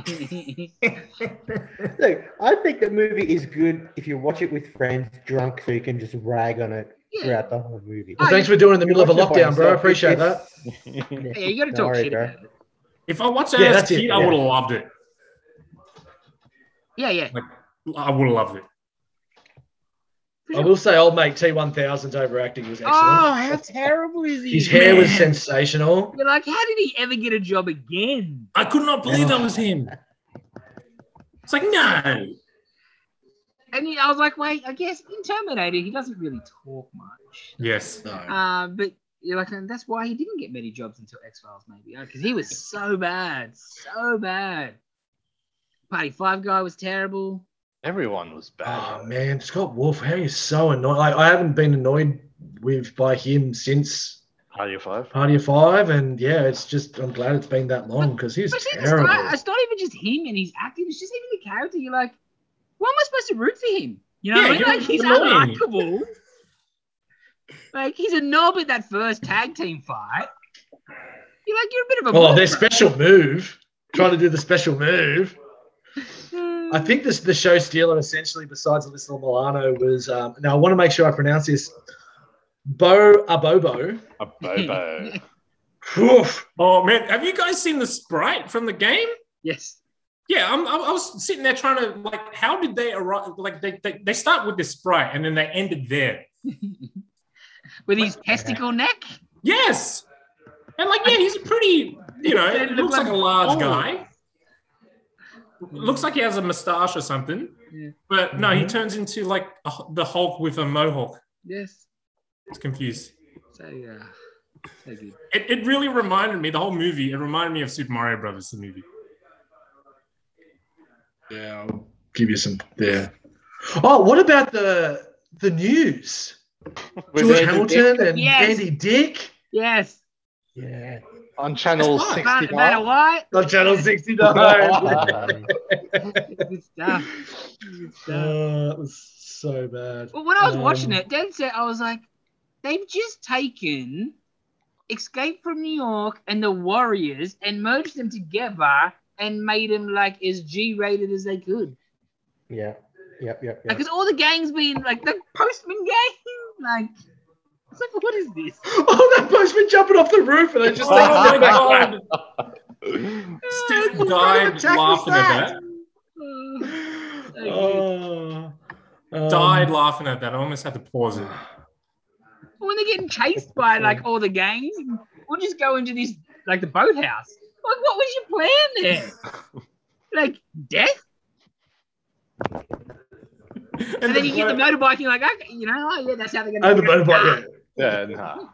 [SPEAKER 5] Look, I think the movie is good if you watch it with friends drunk so you can just rag on it
[SPEAKER 1] yeah.
[SPEAKER 5] throughout the whole movie.
[SPEAKER 4] Well, thanks for doing it in the middle of a
[SPEAKER 5] Watch it by
[SPEAKER 4] lockdown, bro. I
[SPEAKER 5] yourself,
[SPEAKER 4] appreciate that.
[SPEAKER 5] it's-
[SPEAKER 1] yeah, you got to
[SPEAKER 5] Don't
[SPEAKER 1] talk
[SPEAKER 5] worry,
[SPEAKER 1] shit
[SPEAKER 5] bro.
[SPEAKER 1] about it.
[SPEAKER 3] If I watched that
[SPEAKER 4] Yeah,
[SPEAKER 3] as
[SPEAKER 4] that's
[SPEAKER 3] a
[SPEAKER 4] it,
[SPEAKER 3] kid, I
[SPEAKER 4] yeah.
[SPEAKER 3] would have loved it.
[SPEAKER 1] Yeah, yeah.
[SPEAKER 3] I would have loved it.
[SPEAKER 4] I will say, old mate T1000's overacting was excellent.
[SPEAKER 1] Oh, how terrible is he?
[SPEAKER 4] His hair was
[SPEAKER 3] man.
[SPEAKER 4] sensational.
[SPEAKER 1] You're like, how did he ever get a job again?
[SPEAKER 3] I could not believe that was him. It's like no.
[SPEAKER 1] And he, I was like, wait, I guess in Terminator he doesn't really talk much.
[SPEAKER 3] Yes.
[SPEAKER 4] No.
[SPEAKER 1] Uh, but you're like, and that's why he didn't get many jobs until X Files, maybe, because he was so bad, so bad. Party Five guy was terrible.
[SPEAKER 2] Everyone was bad.
[SPEAKER 3] Ah.
[SPEAKER 4] Oh man, Scott Wolf, how are you so annoyed? I, I haven't been annoyed with by him since
[SPEAKER 2] Party of Five.
[SPEAKER 4] Party of Five, and yeah, it's just I'm glad it's been that long because he's
[SPEAKER 1] But see, it's,
[SPEAKER 4] terrible.
[SPEAKER 1] not, it's not even just him and his acting; it's just even the character. You're like, why am I supposed to root for him? You know, what
[SPEAKER 3] Yeah,
[SPEAKER 1] I mean?
[SPEAKER 3] you're
[SPEAKER 1] like he's
[SPEAKER 3] annoying.
[SPEAKER 1] unlikable. like he's a knob at that first tag team fight. You're like, you're a bit of a.
[SPEAKER 4] Oh, their
[SPEAKER 1] there's.
[SPEAKER 4] special move, trying to do the special move.
[SPEAKER 1] Hmm.
[SPEAKER 4] I think this the show stealer essentially, besides Alyssa Milano, was um, now I want to make sure I pronounce this. Bo Abobo.
[SPEAKER 2] A Bobo.
[SPEAKER 4] Oof.
[SPEAKER 3] Oh man, have you guys seen the sprite from the game?
[SPEAKER 1] yes.
[SPEAKER 3] Yeah, I'm, I I was sitting there trying to like, how did they arrive? Like they, they they start with this sprite and then they ended there.
[SPEAKER 1] with his testicle neck.
[SPEAKER 3] Yes. And like, yeah, he's a pretty, you know,
[SPEAKER 1] They
[SPEAKER 3] it
[SPEAKER 1] look
[SPEAKER 3] looks
[SPEAKER 1] like
[SPEAKER 3] like a large
[SPEAKER 1] balls.
[SPEAKER 3] guy. Looks like he has a mustache or something.
[SPEAKER 1] Yeah. Mm-hmm.
[SPEAKER 3] But no, he turns into like a, the Hulk with a mohawk.
[SPEAKER 1] Yes.
[SPEAKER 3] It's confused.
[SPEAKER 1] So yeah, so good.
[SPEAKER 3] It, it really reminded me, the whole movie, it reminded me of Super Mario Brothers, the movie.
[SPEAKER 4] Yeah, I'll give you some. Yeah. Oh, what about the the news?
[SPEAKER 2] With
[SPEAKER 4] George
[SPEAKER 2] Andy
[SPEAKER 4] Hamilton and
[SPEAKER 1] Yes.
[SPEAKER 4] Andy Dick
[SPEAKER 1] Yes.
[SPEAKER 5] Yeah.
[SPEAKER 2] Dick on channel
[SPEAKER 3] That's fine.
[SPEAKER 1] Ma-
[SPEAKER 2] 69.
[SPEAKER 1] Matter what,
[SPEAKER 4] on Channel 69.
[SPEAKER 1] good stuff. Good stuff.
[SPEAKER 4] Oh, that was so bad.
[SPEAKER 1] Well, when I was
[SPEAKER 4] Um,
[SPEAKER 1] watching it, Dan said I was like, they've just taken Escape from New York and The Warriors and merged them together and made them like as G-rated as they could.
[SPEAKER 5] Yeah. Yep. Yep. yep.
[SPEAKER 1] Because all the gangs being like the Postman gang, like. it's like, What is this?
[SPEAKER 4] Oh, that postman jumping off the roof and they just
[SPEAKER 3] Oh my god!
[SPEAKER 1] What kind
[SPEAKER 3] Steve
[SPEAKER 1] of
[SPEAKER 3] died
[SPEAKER 1] attack was
[SPEAKER 3] laughing at
[SPEAKER 1] Uh,
[SPEAKER 3] that.
[SPEAKER 4] Oh, um,
[SPEAKER 3] Died laughing at that. I almost had to pause it.
[SPEAKER 1] when they're getting chased by like all the gangs, we'll just go into this like the boathouse. Like, what was your plan there? Like death, and then you get the motorbike, and you're like, okay, you know, oh yeah, that's how they're gonna.
[SPEAKER 4] Oh, the motorbike.
[SPEAKER 2] yeah, nah.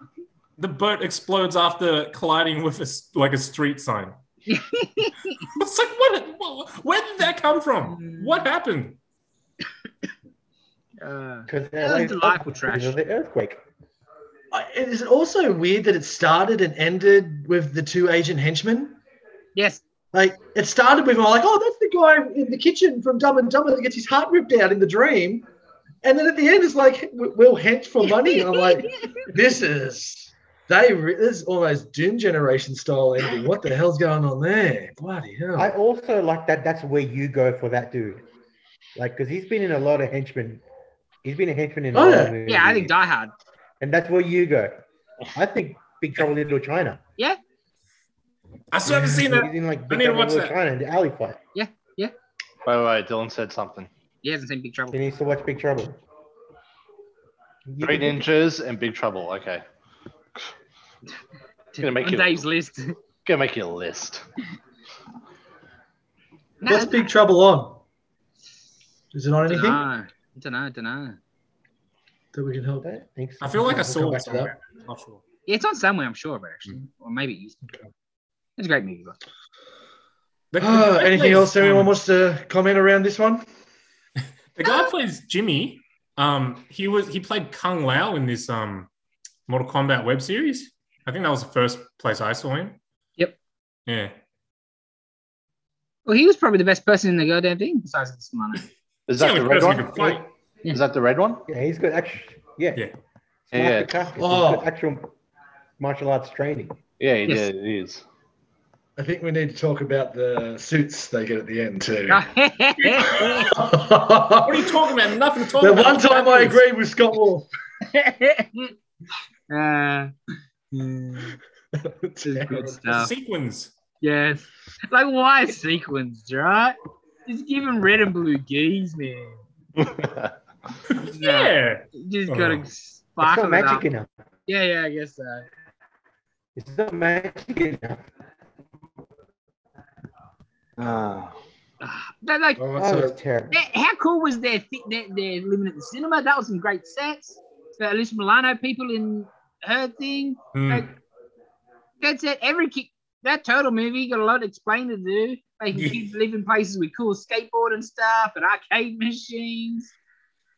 [SPEAKER 3] the boat explodes after colliding with a, s- like a street sign. it's like what, what? Where did that come from? What happened?
[SPEAKER 1] Uh,
[SPEAKER 5] Because
[SPEAKER 1] That was delightful trash.
[SPEAKER 5] The earthquake.
[SPEAKER 4] I- Is it also weird that it started and ended with the two agent henchmen?
[SPEAKER 1] yes,
[SPEAKER 4] Like it started with him like, oh, that's the guy in the kitchen from Dumb and Dumber that gets his heart ripped out in the dream, and then at the end it's like, we'll hench for money. And I'm like, this is they re- this is almost Doom Generation style ending. What the hell's going on there? Bloody
[SPEAKER 3] Oh.
[SPEAKER 4] hell!
[SPEAKER 5] I also like that. That's where you go for that dude. Like, because he's been in a lot of henchmen. He's been a henchman in a
[SPEAKER 4] Oh,
[SPEAKER 5] lot
[SPEAKER 4] yeah.
[SPEAKER 5] of movies.
[SPEAKER 1] yeah, I think Die Hard.
[SPEAKER 5] And that's where you go. I think Big Trouble in Little China.
[SPEAKER 3] I still haven't seen that.
[SPEAKER 5] He's in like
[SPEAKER 3] I
[SPEAKER 5] Big
[SPEAKER 3] need to
[SPEAKER 5] Trouble in
[SPEAKER 3] watch
[SPEAKER 5] Little
[SPEAKER 3] that.
[SPEAKER 5] China in the alley fight.
[SPEAKER 2] By the way, Dylan said something.
[SPEAKER 1] He hasn't seen Big Trouble.
[SPEAKER 5] He needs to watch Big Trouble. You
[SPEAKER 2] Three
[SPEAKER 5] can-
[SPEAKER 2] ninjas and Big Trouble. Okay. gonna make
[SPEAKER 1] On
[SPEAKER 2] you-
[SPEAKER 1] Dave's list.
[SPEAKER 2] Go make your list.
[SPEAKER 1] no,
[SPEAKER 4] What's Big Trouble on? Is it on anything
[SPEAKER 3] Uh,
[SPEAKER 1] I don't know. I don't know.
[SPEAKER 4] that we can help?
[SPEAKER 5] don't think so.
[SPEAKER 3] I feel like I
[SPEAKER 5] We'll come
[SPEAKER 3] saw
[SPEAKER 5] back
[SPEAKER 3] it
[SPEAKER 5] to that.
[SPEAKER 3] somewhere. Not
[SPEAKER 4] Ah,
[SPEAKER 3] sure.
[SPEAKER 4] Mm-hmm.
[SPEAKER 1] Yeah, it's on somewhere, I'm sure, but actually, or maybe it used to. It's a great movie. though.
[SPEAKER 3] The, the
[SPEAKER 4] Ah,
[SPEAKER 3] guy
[SPEAKER 4] anything
[SPEAKER 3] plays,
[SPEAKER 4] else anyone
[SPEAKER 3] um,
[SPEAKER 4] wants to comment around this one?
[SPEAKER 3] The guy plays Jimmy. Um, he was he played Kung Lao in this um Mortal Kombat web series. I think that was the first place I saw him.
[SPEAKER 1] Yep.
[SPEAKER 3] Yeah.
[SPEAKER 1] Well, he was probably the best person in the goddamn thing besides this one.
[SPEAKER 2] Is that
[SPEAKER 3] He's
[SPEAKER 2] the
[SPEAKER 3] only
[SPEAKER 2] red
[SPEAKER 3] person who
[SPEAKER 2] one?
[SPEAKER 3] could fight.
[SPEAKER 2] Is that the red one?
[SPEAKER 5] Yeah, he's got actually. Yeah.
[SPEAKER 3] Yeah.
[SPEAKER 2] Yeah.
[SPEAKER 5] Smart Kakashi, he's
[SPEAKER 4] Oh.
[SPEAKER 5] got actual martial arts training.
[SPEAKER 2] Yeah, he
[SPEAKER 1] Yes.
[SPEAKER 2] did. It is.
[SPEAKER 4] I think we need to talk about the suits they get at the end too.
[SPEAKER 3] Ah. What are you
[SPEAKER 4] the
[SPEAKER 3] talking about? Nothing to talk about.
[SPEAKER 4] one time I agreed with Scott Wolf.
[SPEAKER 1] uh, hmm,
[SPEAKER 4] Oh,
[SPEAKER 1] this is good
[SPEAKER 3] The
[SPEAKER 1] stuff.
[SPEAKER 3] sequins.
[SPEAKER 1] Yes. Like, why sequins, right? Just give him red and blue geese, man. Nah,
[SPEAKER 3] Yeah.
[SPEAKER 1] you just gotta
[SPEAKER 3] Oh.
[SPEAKER 5] It's
[SPEAKER 1] sparkle
[SPEAKER 5] not
[SPEAKER 1] it
[SPEAKER 5] magic
[SPEAKER 1] up.
[SPEAKER 5] enough.
[SPEAKER 1] Yeah, yeah, I guess so.
[SPEAKER 5] It's not magic enough.
[SPEAKER 2] Ah.
[SPEAKER 1] Ah, They're like,
[SPEAKER 4] All
[SPEAKER 5] Oh,
[SPEAKER 4] right,
[SPEAKER 5] that
[SPEAKER 4] so
[SPEAKER 5] was terrible.
[SPEAKER 1] that- how cool was their, thi- their their living at the cinema? That was some great sets. The Alicia Milano people in her thing.
[SPEAKER 3] Mm.
[SPEAKER 1] That's it. Every kid, that turtle movie got a lot of explaining to do. Making
[SPEAKER 3] Yeah.
[SPEAKER 1] kids live in places with cool skateboarding stuff and arcade machines.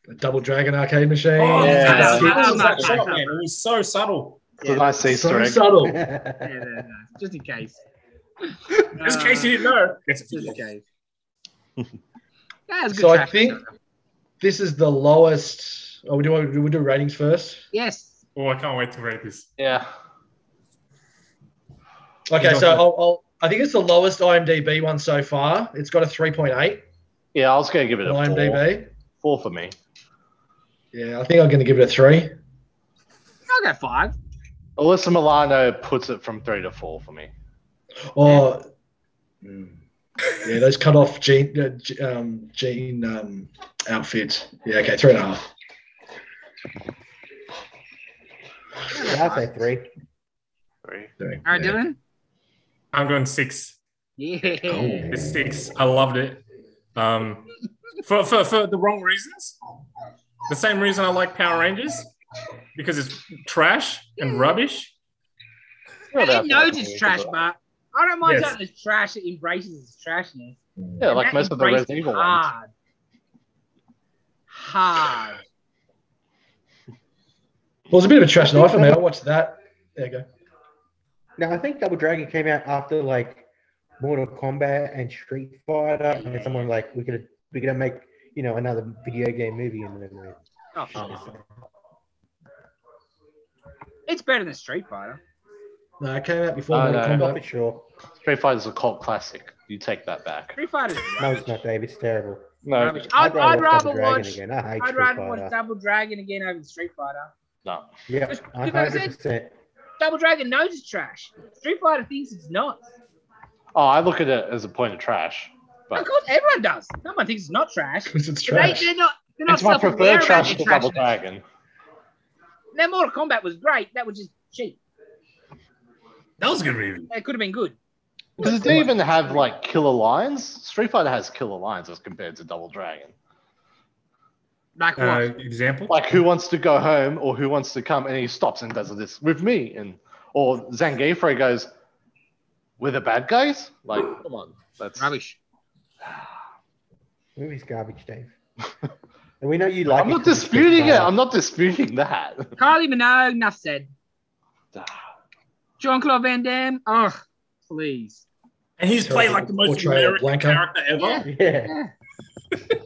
[SPEAKER 4] a double dragon arcade machine.
[SPEAKER 3] Oh,
[SPEAKER 2] Yeah.
[SPEAKER 3] that's-
[SPEAKER 1] Yeah.
[SPEAKER 3] that was that
[SPEAKER 1] Yeah.
[SPEAKER 3] shot, man. It was so subtle.
[SPEAKER 2] It's a nice Easter
[SPEAKER 4] so
[SPEAKER 2] egg.
[SPEAKER 5] Oh.
[SPEAKER 4] subtle.
[SPEAKER 1] Yeah, no, no, just in case.
[SPEAKER 3] Just in case
[SPEAKER 1] Uh,
[SPEAKER 3] you didn't know, it's a
[SPEAKER 1] Just in
[SPEAKER 3] video.
[SPEAKER 1] case. That was good
[SPEAKER 4] So I
[SPEAKER 1] traffic.
[SPEAKER 4] think- This is the lowest. Oh, we do. We do we do ratings first.
[SPEAKER 1] Yes.
[SPEAKER 3] Oh, I can't wait to read this.
[SPEAKER 2] Yeah.
[SPEAKER 4] Okay,
[SPEAKER 3] Exactly.
[SPEAKER 4] so I'll, I'll, I think it's the lowest IMDb one so far. It's got a 3.8
[SPEAKER 2] Yeah, I was going to give
[SPEAKER 4] on
[SPEAKER 2] it a four.
[SPEAKER 4] IMDb.
[SPEAKER 2] Four for me.
[SPEAKER 4] Yeah, I think I'm going to give it a three.
[SPEAKER 1] I'll go five.
[SPEAKER 2] Alyssa Milano puts it from three to four for me.
[SPEAKER 4] Or
[SPEAKER 2] Hmm.
[SPEAKER 4] yeah, those cut off jean uh, j- um, jean um, outfits. Yeah, okay, three and a half.
[SPEAKER 5] Yeah, I'll say three.
[SPEAKER 2] Three.
[SPEAKER 4] Three.
[SPEAKER 1] All right,
[SPEAKER 4] yeah.
[SPEAKER 1] Dylan.
[SPEAKER 3] I'm going six.
[SPEAKER 1] Yeah.
[SPEAKER 4] Cool.
[SPEAKER 3] It's six. I loved it. Um, for, for, for the wrong reasons. The same reason I like Power Rangers because it's trash and rubbish.
[SPEAKER 1] I
[SPEAKER 2] Yeah,
[SPEAKER 1] didn't notice
[SPEAKER 2] that's-
[SPEAKER 1] it's trash, but I don't mind
[SPEAKER 3] Yes.
[SPEAKER 1] something that's trash. It embraces its trashness.
[SPEAKER 2] Yeah,
[SPEAKER 1] And
[SPEAKER 2] like
[SPEAKER 1] that
[SPEAKER 2] most of the
[SPEAKER 1] embraced
[SPEAKER 2] Resident
[SPEAKER 1] it
[SPEAKER 2] Evil ones.
[SPEAKER 1] hard. Hard.
[SPEAKER 4] Well, it's a bit of a trash night for me. I watched that. There you go.
[SPEAKER 5] Now I think Double Dragon came out after like Mortal Kombat and Street Fighter, and someone like we could we could make you know another video game movie in the way.
[SPEAKER 1] Oh, shit. It's better than Street Fighter.
[SPEAKER 4] No, it came out before
[SPEAKER 2] Oh, No,
[SPEAKER 1] uh,
[SPEAKER 4] Mortal
[SPEAKER 2] no.
[SPEAKER 5] Not for
[SPEAKER 4] Kombat.
[SPEAKER 5] sure.
[SPEAKER 2] Street Fighter's a cult classic. You take that back.
[SPEAKER 1] Street Fighter.
[SPEAKER 5] No, it's not, Dave. It's terrible.
[SPEAKER 2] No,
[SPEAKER 1] Rubbish. I'd, I'd rather
[SPEAKER 5] Double Dragon
[SPEAKER 1] watch.
[SPEAKER 5] again. I hate
[SPEAKER 1] I'd
[SPEAKER 5] Street
[SPEAKER 1] rather
[SPEAKER 5] Fighter.
[SPEAKER 1] watch Double Dragon again over Street Fighter.
[SPEAKER 2] no.
[SPEAKER 5] yeah,
[SPEAKER 1] Just
[SPEAKER 5] one
[SPEAKER 1] because
[SPEAKER 5] hundred
[SPEAKER 1] it-
[SPEAKER 5] percent.
[SPEAKER 1] Double Dragon knows it's trash. Street Fighter thinks it's not.
[SPEAKER 2] Oh, I look at it as a point of trash.
[SPEAKER 1] Of
[SPEAKER 2] But
[SPEAKER 1] course, everyone does. No one thinks it's not trash.
[SPEAKER 4] Because it's
[SPEAKER 1] But They,
[SPEAKER 4] trash.
[SPEAKER 1] they're not. They're not
[SPEAKER 2] it's my preferred trash to Double
[SPEAKER 1] Dragon.
[SPEAKER 2] Dragon.
[SPEAKER 1] Now, Mortal Kombat was great. That was just cheap.
[SPEAKER 3] That was a good movie.
[SPEAKER 1] It could have been good.
[SPEAKER 2] Because it didn't even have like killer lines. Street Fighter has killer lines as compared to Double Dragon.
[SPEAKER 1] Like what?
[SPEAKER 3] Uh, example?
[SPEAKER 2] Like who wants to go home or who wants to come and he stops and does this with me and or Zangiefre goes, We're the bad guys? Like, come on. That's
[SPEAKER 1] Rubbish.
[SPEAKER 5] Movie's garbage, Dave. and we know you like.
[SPEAKER 2] I'm
[SPEAKER 5] it
[SPEAKER 2] not
[SPEAKER 5] 'cause it's Street
[SPEAKER 2] disputing it.
[SPEAKER 5] Fighter.
[SPEAKER 2] I'm not disputing that.
[SPEAKER 1] Kylie Minogue. Enough said. Jean Claude Van Damme. Oh, please.
[SPEAKER 3] And he's played like the most
[SPEAKER 4] Portrayal of Blanca.
[SPEAKER 3] American character ever.
[SPEAKER 1] Yeah.
[SPEAKER 5] Yeah.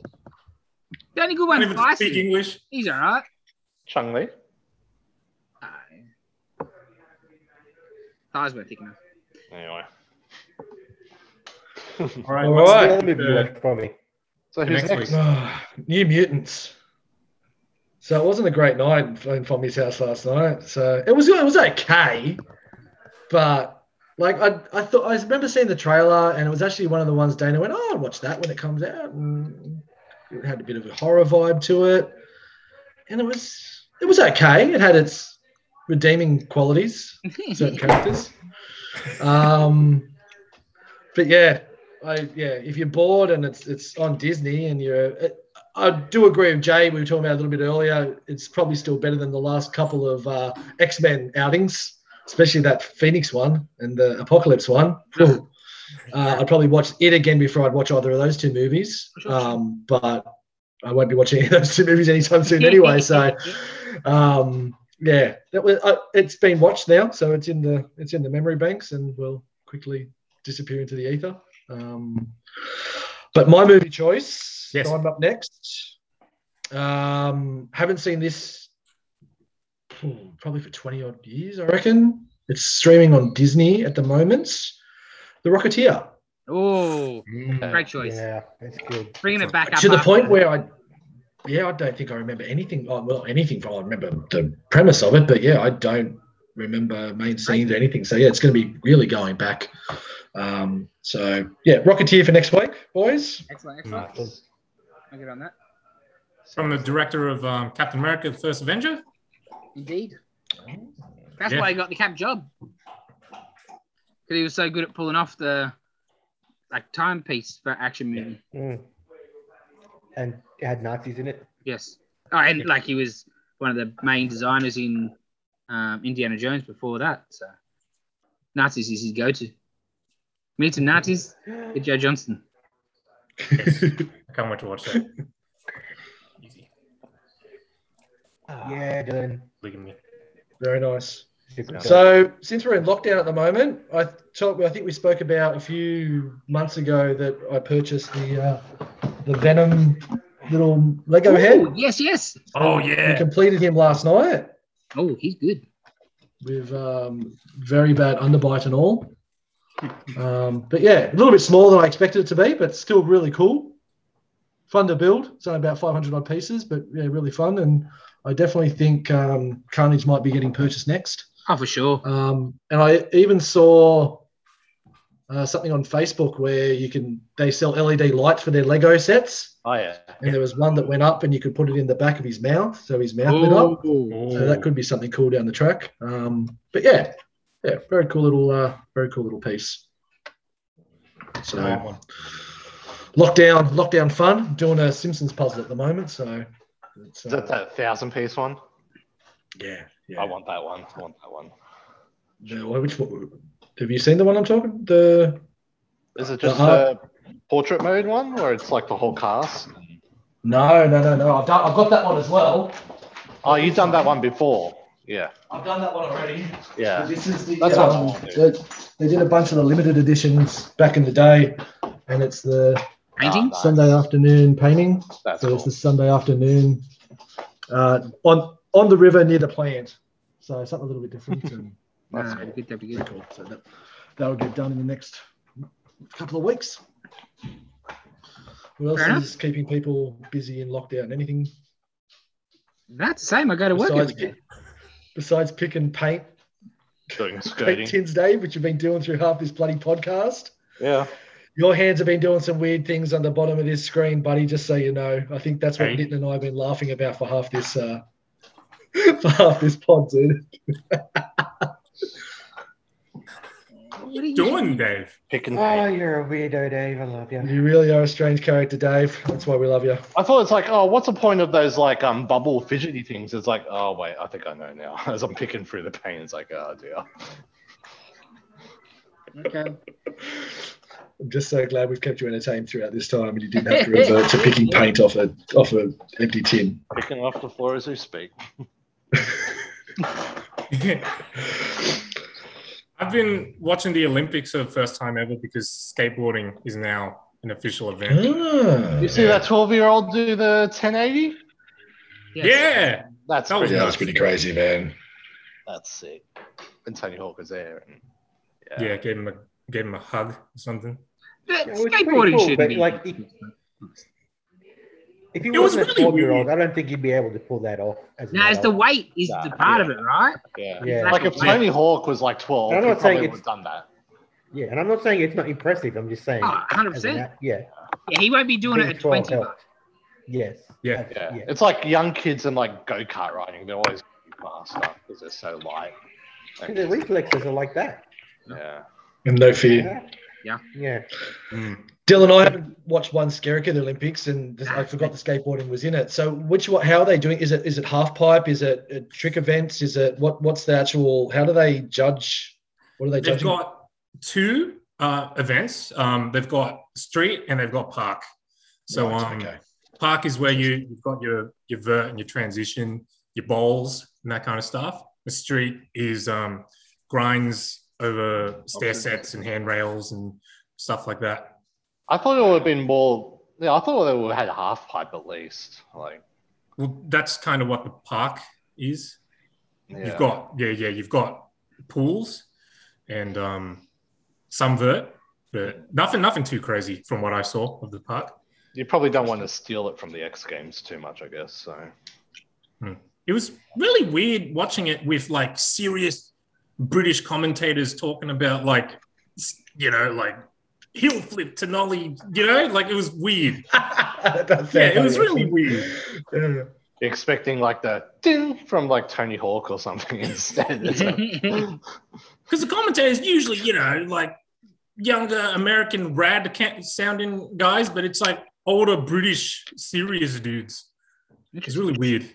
[SPEAKER 1] The only good
[SPEAKER 3] Can't
[SPEAKER 1] one's
[SPEAKER 3] even speak
[SPEAKER 1] Bison.
[SPEAKER 3] English.
[SPEAKER 1] He's all right.
[SPEAKER 2] Chung Li.
[SPEAKER 1] Uh, Thighs weren't thick enough.
[SPEAKER 2] Anyway.
[SPEAKER 3] All right.
[SPEAKER 4] All
[SPEAKER 3] what's
[SPEAKER 4] right.
[SPEAKER 5] The other movie you
[SPEAKER 3] Uh,
[SPEAKER 5] watched for me.
[SPEAKER 2] So
[SPEAKER 3] The
[SPEAKER 2] who's
[SPEAKER 3] next
[SPEAKER 2] next?
[SPEAKER 3] week.
[SPEAKER 4] Ah, New Mutants. So it wasn't a great night in- in Fommy's house last night. So it was it was okay, but like I I thought I remember seeing the trailer and it was actually one of the ones Dana went oh I'll watch that when it comes out and it had a bit of a horror vibe to it, and it was it was okay. It had its redeeming qualities certain characters. Um, but yeah, I yeah, if you're bored and it's it's on Disney and you're, I do agree with Jay. We were talking about a little bit earlier. It's probably still better than the last couple of uh, X Men outings, especially that Phoenix one and the Apocalypse one. Phew. Uh, I'd probably watch it again before I'd watch either of those two movies. Um, but I won't be watching any of those two movies anytime soon anyway. So, um, yeah, that was, uh, it's been watched now, so it's in the it's in the memory banks and will quickly disappear into the ether. Um, but my movie choice,
[SPEAKER 3] Yes.
[SPEAKER 4] I'm up next. Um, haven't seen this phew, probably for 20 odd years, I reckon. It's streaming on Disney at the moment. The Rocketeer.
[SPEAKER 1] Oh, great choice.
[SPEAKER 5] Yeah, that's good.
[SPEAKER 1] Bringing it back up
[SPEAKER 4] to the
[SPEAKER 1] after-
[SPEAKER 4] point where I, yeah, I don't think I remember anything. Oh, well, anything. I remember the premise of it, but yeah, I don't remember main scenes or anything. So yeah, it's going to be really going back. Um, so yeah, Rocketeer for next week, boys.
[SPEAKER 1] Excellent, excellent. I'll get on that.
[SPEAKER 3] From the director of um, Captain America: First Avenger.
[SPEAKER 1] Indeed. That's
[SPEAKER 3] Yeah.
[SPEAKER 1] why he got the cap job. Because he was so good at pulling off the like timepiece for action movie.
[SPEAKER 5] Mm. And it had Nazis in it.
[SPEAKER 1] Yes. Oh, and like he was one of the main designers in um, Indiana Jones before that. So Nazis is his go to. Meet some Nazis, get Joe Johnston.
[SPEAKER 3] I can't wait to watch that. Easy.
[SPEAKER 5] Yeah, Dylan.
[SPEAKER 3] Look at me.
[SPEAKER 4] Very nice.
[SPEAKER 5] Super good.
[SPEAKER 4] So since we're in lockdown at the moment, I talk, I think we spoke about a few months ago that I purchased the uh, the Venom little Lego head.
[SPEAKER 1] Ooh, yes, yes.
[SPEAKER 3] Oh
[SPEAKER 4] We
[SPEAKER 3] yeah.
[SPEAKER 4] completed him last night.
[SPEAKER 1] Oh, he's good.
[SPEAKER 4] with um, very bad underbite and all. Um, but yeah, a little bit smaller than I expected it to be, but still really cool. Fun to build. It's only about 500 odd pieces, but yeah, really fun. And I definitely think um, Carnage might be getting purchased next.
[SPEAKER 1] Oh, for sure.
[SPEAKER 4] Um, and I even saw uh, something on Facebook where you can they sell LED lights for their Lego sets.
[SPEAKER 2] Oh yeah.
[SPEAKER 4] And there was one that went up, and you could put it in the back of his mouth, so his mouth lit up.
[SPEAKER 1] Oh,
[SPEAKER 4] So that could be something cool down the track. Um, but yeah, yeah, very cool little, uh, very cool little piece. So lockdown, lockdown fun. Doing a Simpsons puzzle at the moment, so it's,
[SPEAKER 2] Is that
[SPEAKER 4] uh,
[SPEAKER 2] that thousand piece one?
[SPEAKER 4] yeah,
[SPEAKER 2] I
[SPEAKER 4] yeah.
[SPEAKER 2] want that one. I want that one.
[SPEAKER 4] The- Which one- have you seen the one I'm talking? The
[SPEAKER 2] Is it just
[SPEAKER 4] Uh-huh.
[SPEAKER 2] the portrait mode one, or it's like the whole cast?
[SPEAKER 4] no, no, no, no. I've done, I've got that one as well.
[SPEAKER 2] Oh, you've done that one before. Yeah.
[SPEAKER 4] I've done that one already.
[SPEAKER 2] Yeah.
[SPEAKER 4] This is the,
[SPEAKER 2] That's what I
[SPEAKER 4] um,
[SPEAKER 2] wanted.
[SPEAKER 4] they, they did a bunch of the limited editions back in the day, and it's the
[SPEAKER 1] painting?
[SPEAKER 2] Nice.
[SPEAKER 4] Sunday afternoon painting.
[SPEAKER 2] That's
[SPEAKER 4] So
[SPEAKER 2] cool.
[SPEAKER 4] it's this Sunday afternoon uh, on on the river near the plant. So something a little bit different. and
[SPEAKER 1] No,
[SPEAKER 2] That's
[SPEAKER 1] that'd
[SPEAKER 2] cool.
[SPEAKER 1] be good, that'd be good.
[SPEAKER 4] pretty cool. So that, that'll get done in the next couple of weeks. What else
[SPEAKER 1] Fair enough.
[SPEAKER 4] is keeping people busy in lockdown? Anything
[SPEAKER 1] That's the same. I go to work
[SPEAKER 4] besides,
[SPEAKER 1] every day.
[SPEAKER 4] besides pick and paint,
[SPEAKER 2] Doing
[SPEAKER 4] paint
[SPEAKER 2] skating.
[SPEAKER 4] tins, Dave, which you've been doing through half this bloody podcast?
[SPEAKER 2] Yeah.
[SPEAKER 4] Your hands have been doing some weird things on the bottom of this screen, buddy. Just so you know, I think that's what
[SPEAKER 3] Hey.
[SPEAKER 4] Nitin and I have been laughing about for half this uh, for half this pod, dude.
[SPEAKER 1] What are you
[SPEAKER 3] Doing, Dave.
[SPEAKER 2] Pick and
[SPEAKER 5] Oh,
[SPEAKER 2] paint.
[SPEAKER 5] you're a weirdo, Dave. I love you.
[SPEAKER 4] You really are a strange character, Dave. That's why we love you.
[SPEAKER 2] I thought it's like, oh, what's the point of those like um bubble fidgety things? It's like, oh wait, I think I know now. As I'm picking through the paint, it's like, oh dear.
[SPEAKER 1] Okay.
[SPEAKER 4] I'm just so glad we've kept you entertained throughout this time, and you didn't have to revert to picking paint off a off an empty tin.
[SPEAKER 2] Picking off the floor as we speak.
[SPEAKER 3] I've been watching the Olympics for the first time ever because skateboarding is now an official event.
[SPEAKER 4] Ah,
[SPEAKER 2] You see that 12 year old do the 1080?
[SPEAKER 1] Yes.
[SPEAKER 3] Yeah.
[SPEAKER 2] That's
[SPEAKER 3] That was
[SPEAKER 2] pretty,
[SPEAKER 4] Yeah, that's pretty crazy, man.
[SPEAKER 2] that's sick. And Tony Hawk was there. And,
[SPEAKER 3] yeah, Gave him a gave him a hug or something.
[SPEAKER 1] But
[SPEAKER 5] Yeah, it was pretty
[SPEAKER 1] skateboarding
[SPEAKER 5] cool,
[SPEAKER 1] shouldn't
[SPEAKER 5] but,
[SPEAKER 1] be.
[SPEAKER 5] like, it- If he
[SPEAKER 3] It was
[SPEAKER 5] wasn't
[SPEAKER 3] really
[SPEAKER 5] a 12 year old,
[SPEAKER 3] weird.
[SPEAKER 5] I don't think he'd be able to pull that off. As
[SPEAKER 1] no,
[SPEAKER 5] an
[SPEAKER 1] it's the
[SPEAKER 5] adult.
[SPEAKER 1] weight is
[SPEAKER 2] Nah,
[SPEAKER 1] the part of
[SPEAKER 2] yeah.
[SPEAKER 1] it, right?
[SPEAKER 2] yeah.
[SPEAKER 5] Yeah.
[SPEAKER 2] Like if Tony Hawk was like 12,
[SPEAKER 5] I'm
[SPEAKER 2] he
[SPEAKER 5] not saying
[SPEAKER 2] probably would have
[SPEAKER 5] it's-
[SPEAKER 2] done that.
[SPEAKER 5] Yeah, and I'm not saying it's not impressive. I'm just saying.
[SPEAKER 1] Oh,
[SPEAKER 5] as an
[SPEAKER 1] 100%.
[SPEAKER 5] ad- yeah.
[SPEAKER 1] Yeah, he won't be doing it
[SPEAKER 5] being
[SPEAKER 1] at
[SPEAKER 5] 12
[SPEAKER 1] 20
[SPEAKER 5] helps.
[SPEAKER 1] mark.
[SPEAKER 5] Yes.
[SPEAKER 3] Yeah.
[SPEAKER 5] That's-
[SPEAKER 2] Yeah.
[SPEAKER 5] yeah.
[SPEAKER 2] It's like young kids and like go kart riding. They're always master because they're so light.
[SPEAKER 5] Because the reflexes are like that.
[SPEAKER 2] Yeah.
[SPEAKER 4] And no fear.
[SPEAKER 5] Yeah.
[SPEAKER 1] Yeah.
[SPEAKER 5] Yeah.
[SPEAKER 4] Hmm. Dylan, I haven't watched one Skerrick at the Olympics, and this, I forgot the skateboarding was in it. So, which what? How are they doing? Is it is it half pipe? Is it uh, trick events? Is it what? What's the actual? How do they judge? What are they
[SPEAKER 3] They've
[SPEAKER 4] judging?
[SPEAKER 3] got two uh, events. Um, they've got street and they've got park. So
[SPEAKER 4] Right,
[SPEAKER 3] um,
[SPEAKER 4] okay.
[SPEAKER 3] park is where you, you've got your your vert and your transition, your bowls and that kind of stuff. The street is um, grinds over stair sets and handrails and stuff like that.
[SPEAKER 2] I thought it would have been more. Yeah, I thought they would have had a half pipe at least. Like,
[SPEAKER 3] Well, that's kind of what the park is.
[SPEAKER 2] yeah.
[SPEAKER 3] You've got yeah yeah you've got pools and um, some vert, but nothing nothing too crazy from what I saw of the park.
[SPEAKER 2] You probably don't want to steal it from the X Games too much, I guess. So
[SPEAKER 3] it was really weird watching it with like serious British commentators talking about like s- you know like heel flip to nollie, you know, like it was weird. Yeah, it was really weird.
[SPEAKER 4] Yeah.
[SPEAKER 2] You're expecting like the ding from like Tony Hawk or something instead.
[SPEAKER 3] Because the commentators usually, you know, like younger American rad ca- sounding guys, but it's like older British serious dudes. It's really weird.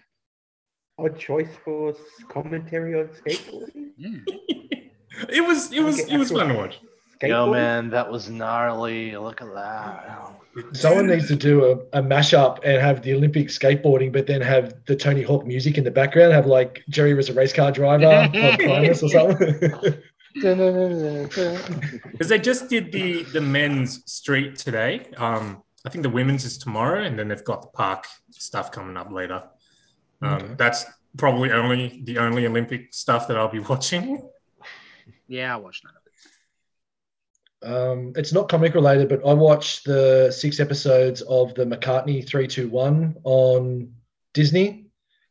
[SPEAKER 5] Odd choice for s- commentary on skateboarding.
[SPEAKER 3] it was it was it was fun to watch.
[SPEAKER 2] Yo,
[SPEAKER 5] Skateboarding?
[SPEAKER 2] man, that was gnarly. Look at that.
[SPEAKER 4] Someone needs to do a, a mashup and have the Olympic skateboarding, but then have the Tony Hawk music in the background. Have like Jerry was a race car driver or Primus or something.
[SPEAKER 3] Because they just did the the men's street today. Um, I think the women's is tomorrow, and then they've got the park stuff coming up later. Um,
[SPEAKER 4] Okay.
[SPEAKER 3] That's probably only the only Olympic stuff that I'll be watching.
[SPEAKER 1] Yeah, I watched none of
[SPEAKER 4] Um, it's not comic related, but I watched the six episodes of the McCartney 321 on Disney.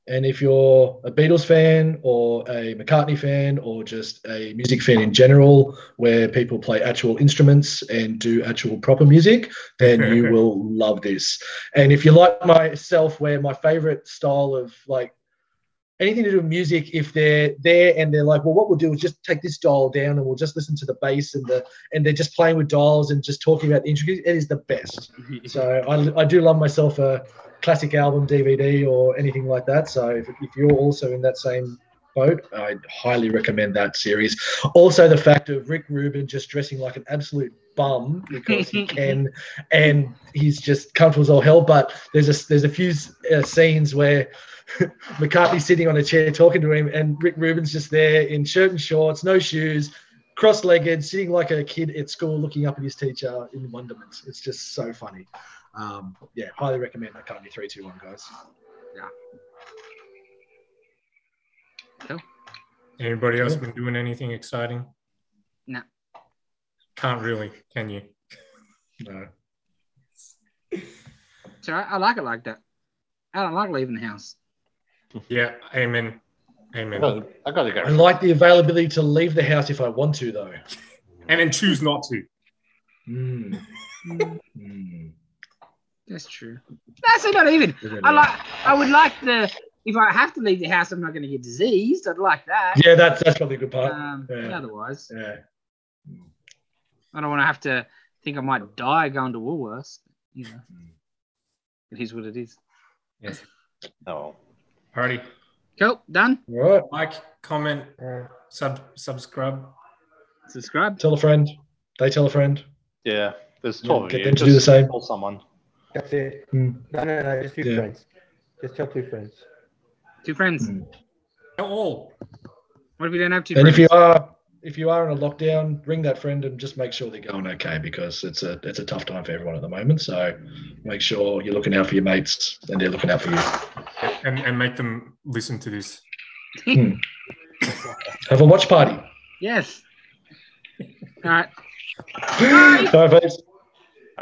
[SPEAKER 4] And if you're a Beatles fan or a McCartney fan or just a music fan in general, where people play actual instruments and do actual proper music, then you will love this. And if you like myself, where my favorite style of like anything to do with music, if they're there and they're like, well, what we'll do is just take this dial down and we'll just listen to the bass and the and they're just playing with dials and just talking about the intricacies. It is the best.
[SPEAKER 1] it.
[SPEAKER 4] So I, I do love myself a classic album DVD or anything like that. So if, if you're also in that same boat, I highly recommend that series. Also, the fact of Rick Rubin just dressing like an absolute bum because he can, and he's just comfortable as all hell. But there's a there's a few uh, scenes where. McCartney's sitting on a chair talking to him, and Rick Rubin's just there in shirt and shorts, no shoes, cross-legged, sitting like a kid at school, looking up at his teacher in wonderment. It's just so funny. Um, yeah, highly recommend McCartney three two one guys.
[SPEAKER 3] Anybody else been doing anything exciting?
[SPEAKER 1] No.
[SPEAKER 3] Can't really, can you?
[SPEAKER 4] No.
[SPEAKER 1] It's all right. I like it like that. I don't like leaving the house.
[SPEAKER 3] Yeah. Amen. Amen.
[SPEAKER 2] I gotta
[SPEAKER 4] I
[SPEAKER 2] go.
[SPEAKER 4] like the availability to leave the house if I want to though.
[SPEAKER 3] And then choose not to.
[SPEAKER 4] Mm.
[SPEAKER 1] Hmm.
[SPEAKER 4] Mm.
[SPEAKER 1] That's true. That's not even. I like. I would like the. If I have to leave the house, I'm not going to get diseased. I'd like that.
[SPEAKER 4] Yeah, that's that's probably a good part.
[SPEAKER 1] Um,
[SPEAKER 4] yeah.
[SPEAKER 1] but Otherwise,
[SPEAKER 4] yeah.
[SPEAKER 1] I don't want to have to think I might die going to Woolworths. You know,
[SPEAKER 5] Hmm.
[SPEAKER 1] it is what it is.
[SPEAKER 2] No.
[SPEAKER 3] Alrighty.
[SPEAKER 1] Cool. Done.
[SPEAKER 4] All right.
[SPEAKER 3] Like, comment,
[SPEAKER 5] Uh,
[SPEAKER 3] sub, subscribe.
[SPEAKER 1] Subscribe.
[SPEAKER 4] Tell a friend. They tell a friend.
[SPEAKER 2] Yeah, there's
[SPEAKER 4] Yeah,
[SPEAKER 2] 12 of
[SPEAKER 4] get
[SPEAKER 2] you.
[SPEAKER 4] them to do the
[SPEAKER 2] Just
[SPEAKER 4] same.
[SPEAKER 2] Call someone.
[SPEAKER 5] that's it.
[SPEAKER 4] Mm.
[SPEAKER 5] No, no, no. Just two
[SPEAKER 4] Yeah.
[SPEAKER 5] friends. Just tell two friends.
[SPEAKER 1] Two friends.
[SPEAKER 4] Mm.
[SPEAKER 3] All.
[SPEAKER 1] What if we don't have two
[SPEAKER 4] And
[SPEAKER 1] friends?
[SPEAKER 4] if you are if you are in a lockdown, ring that friend and just make sure they're going okay because it's a it's a tough time for everyone at the moment. So make sure you're looking out for your mates and they're looking out for you.
[SPEAKER 3] And, and make them listen to this.
[SPEAKER 4] Have a watch party.
[SPEAKER 1] yes. All right.
[SPEAKER 4] All right, folks.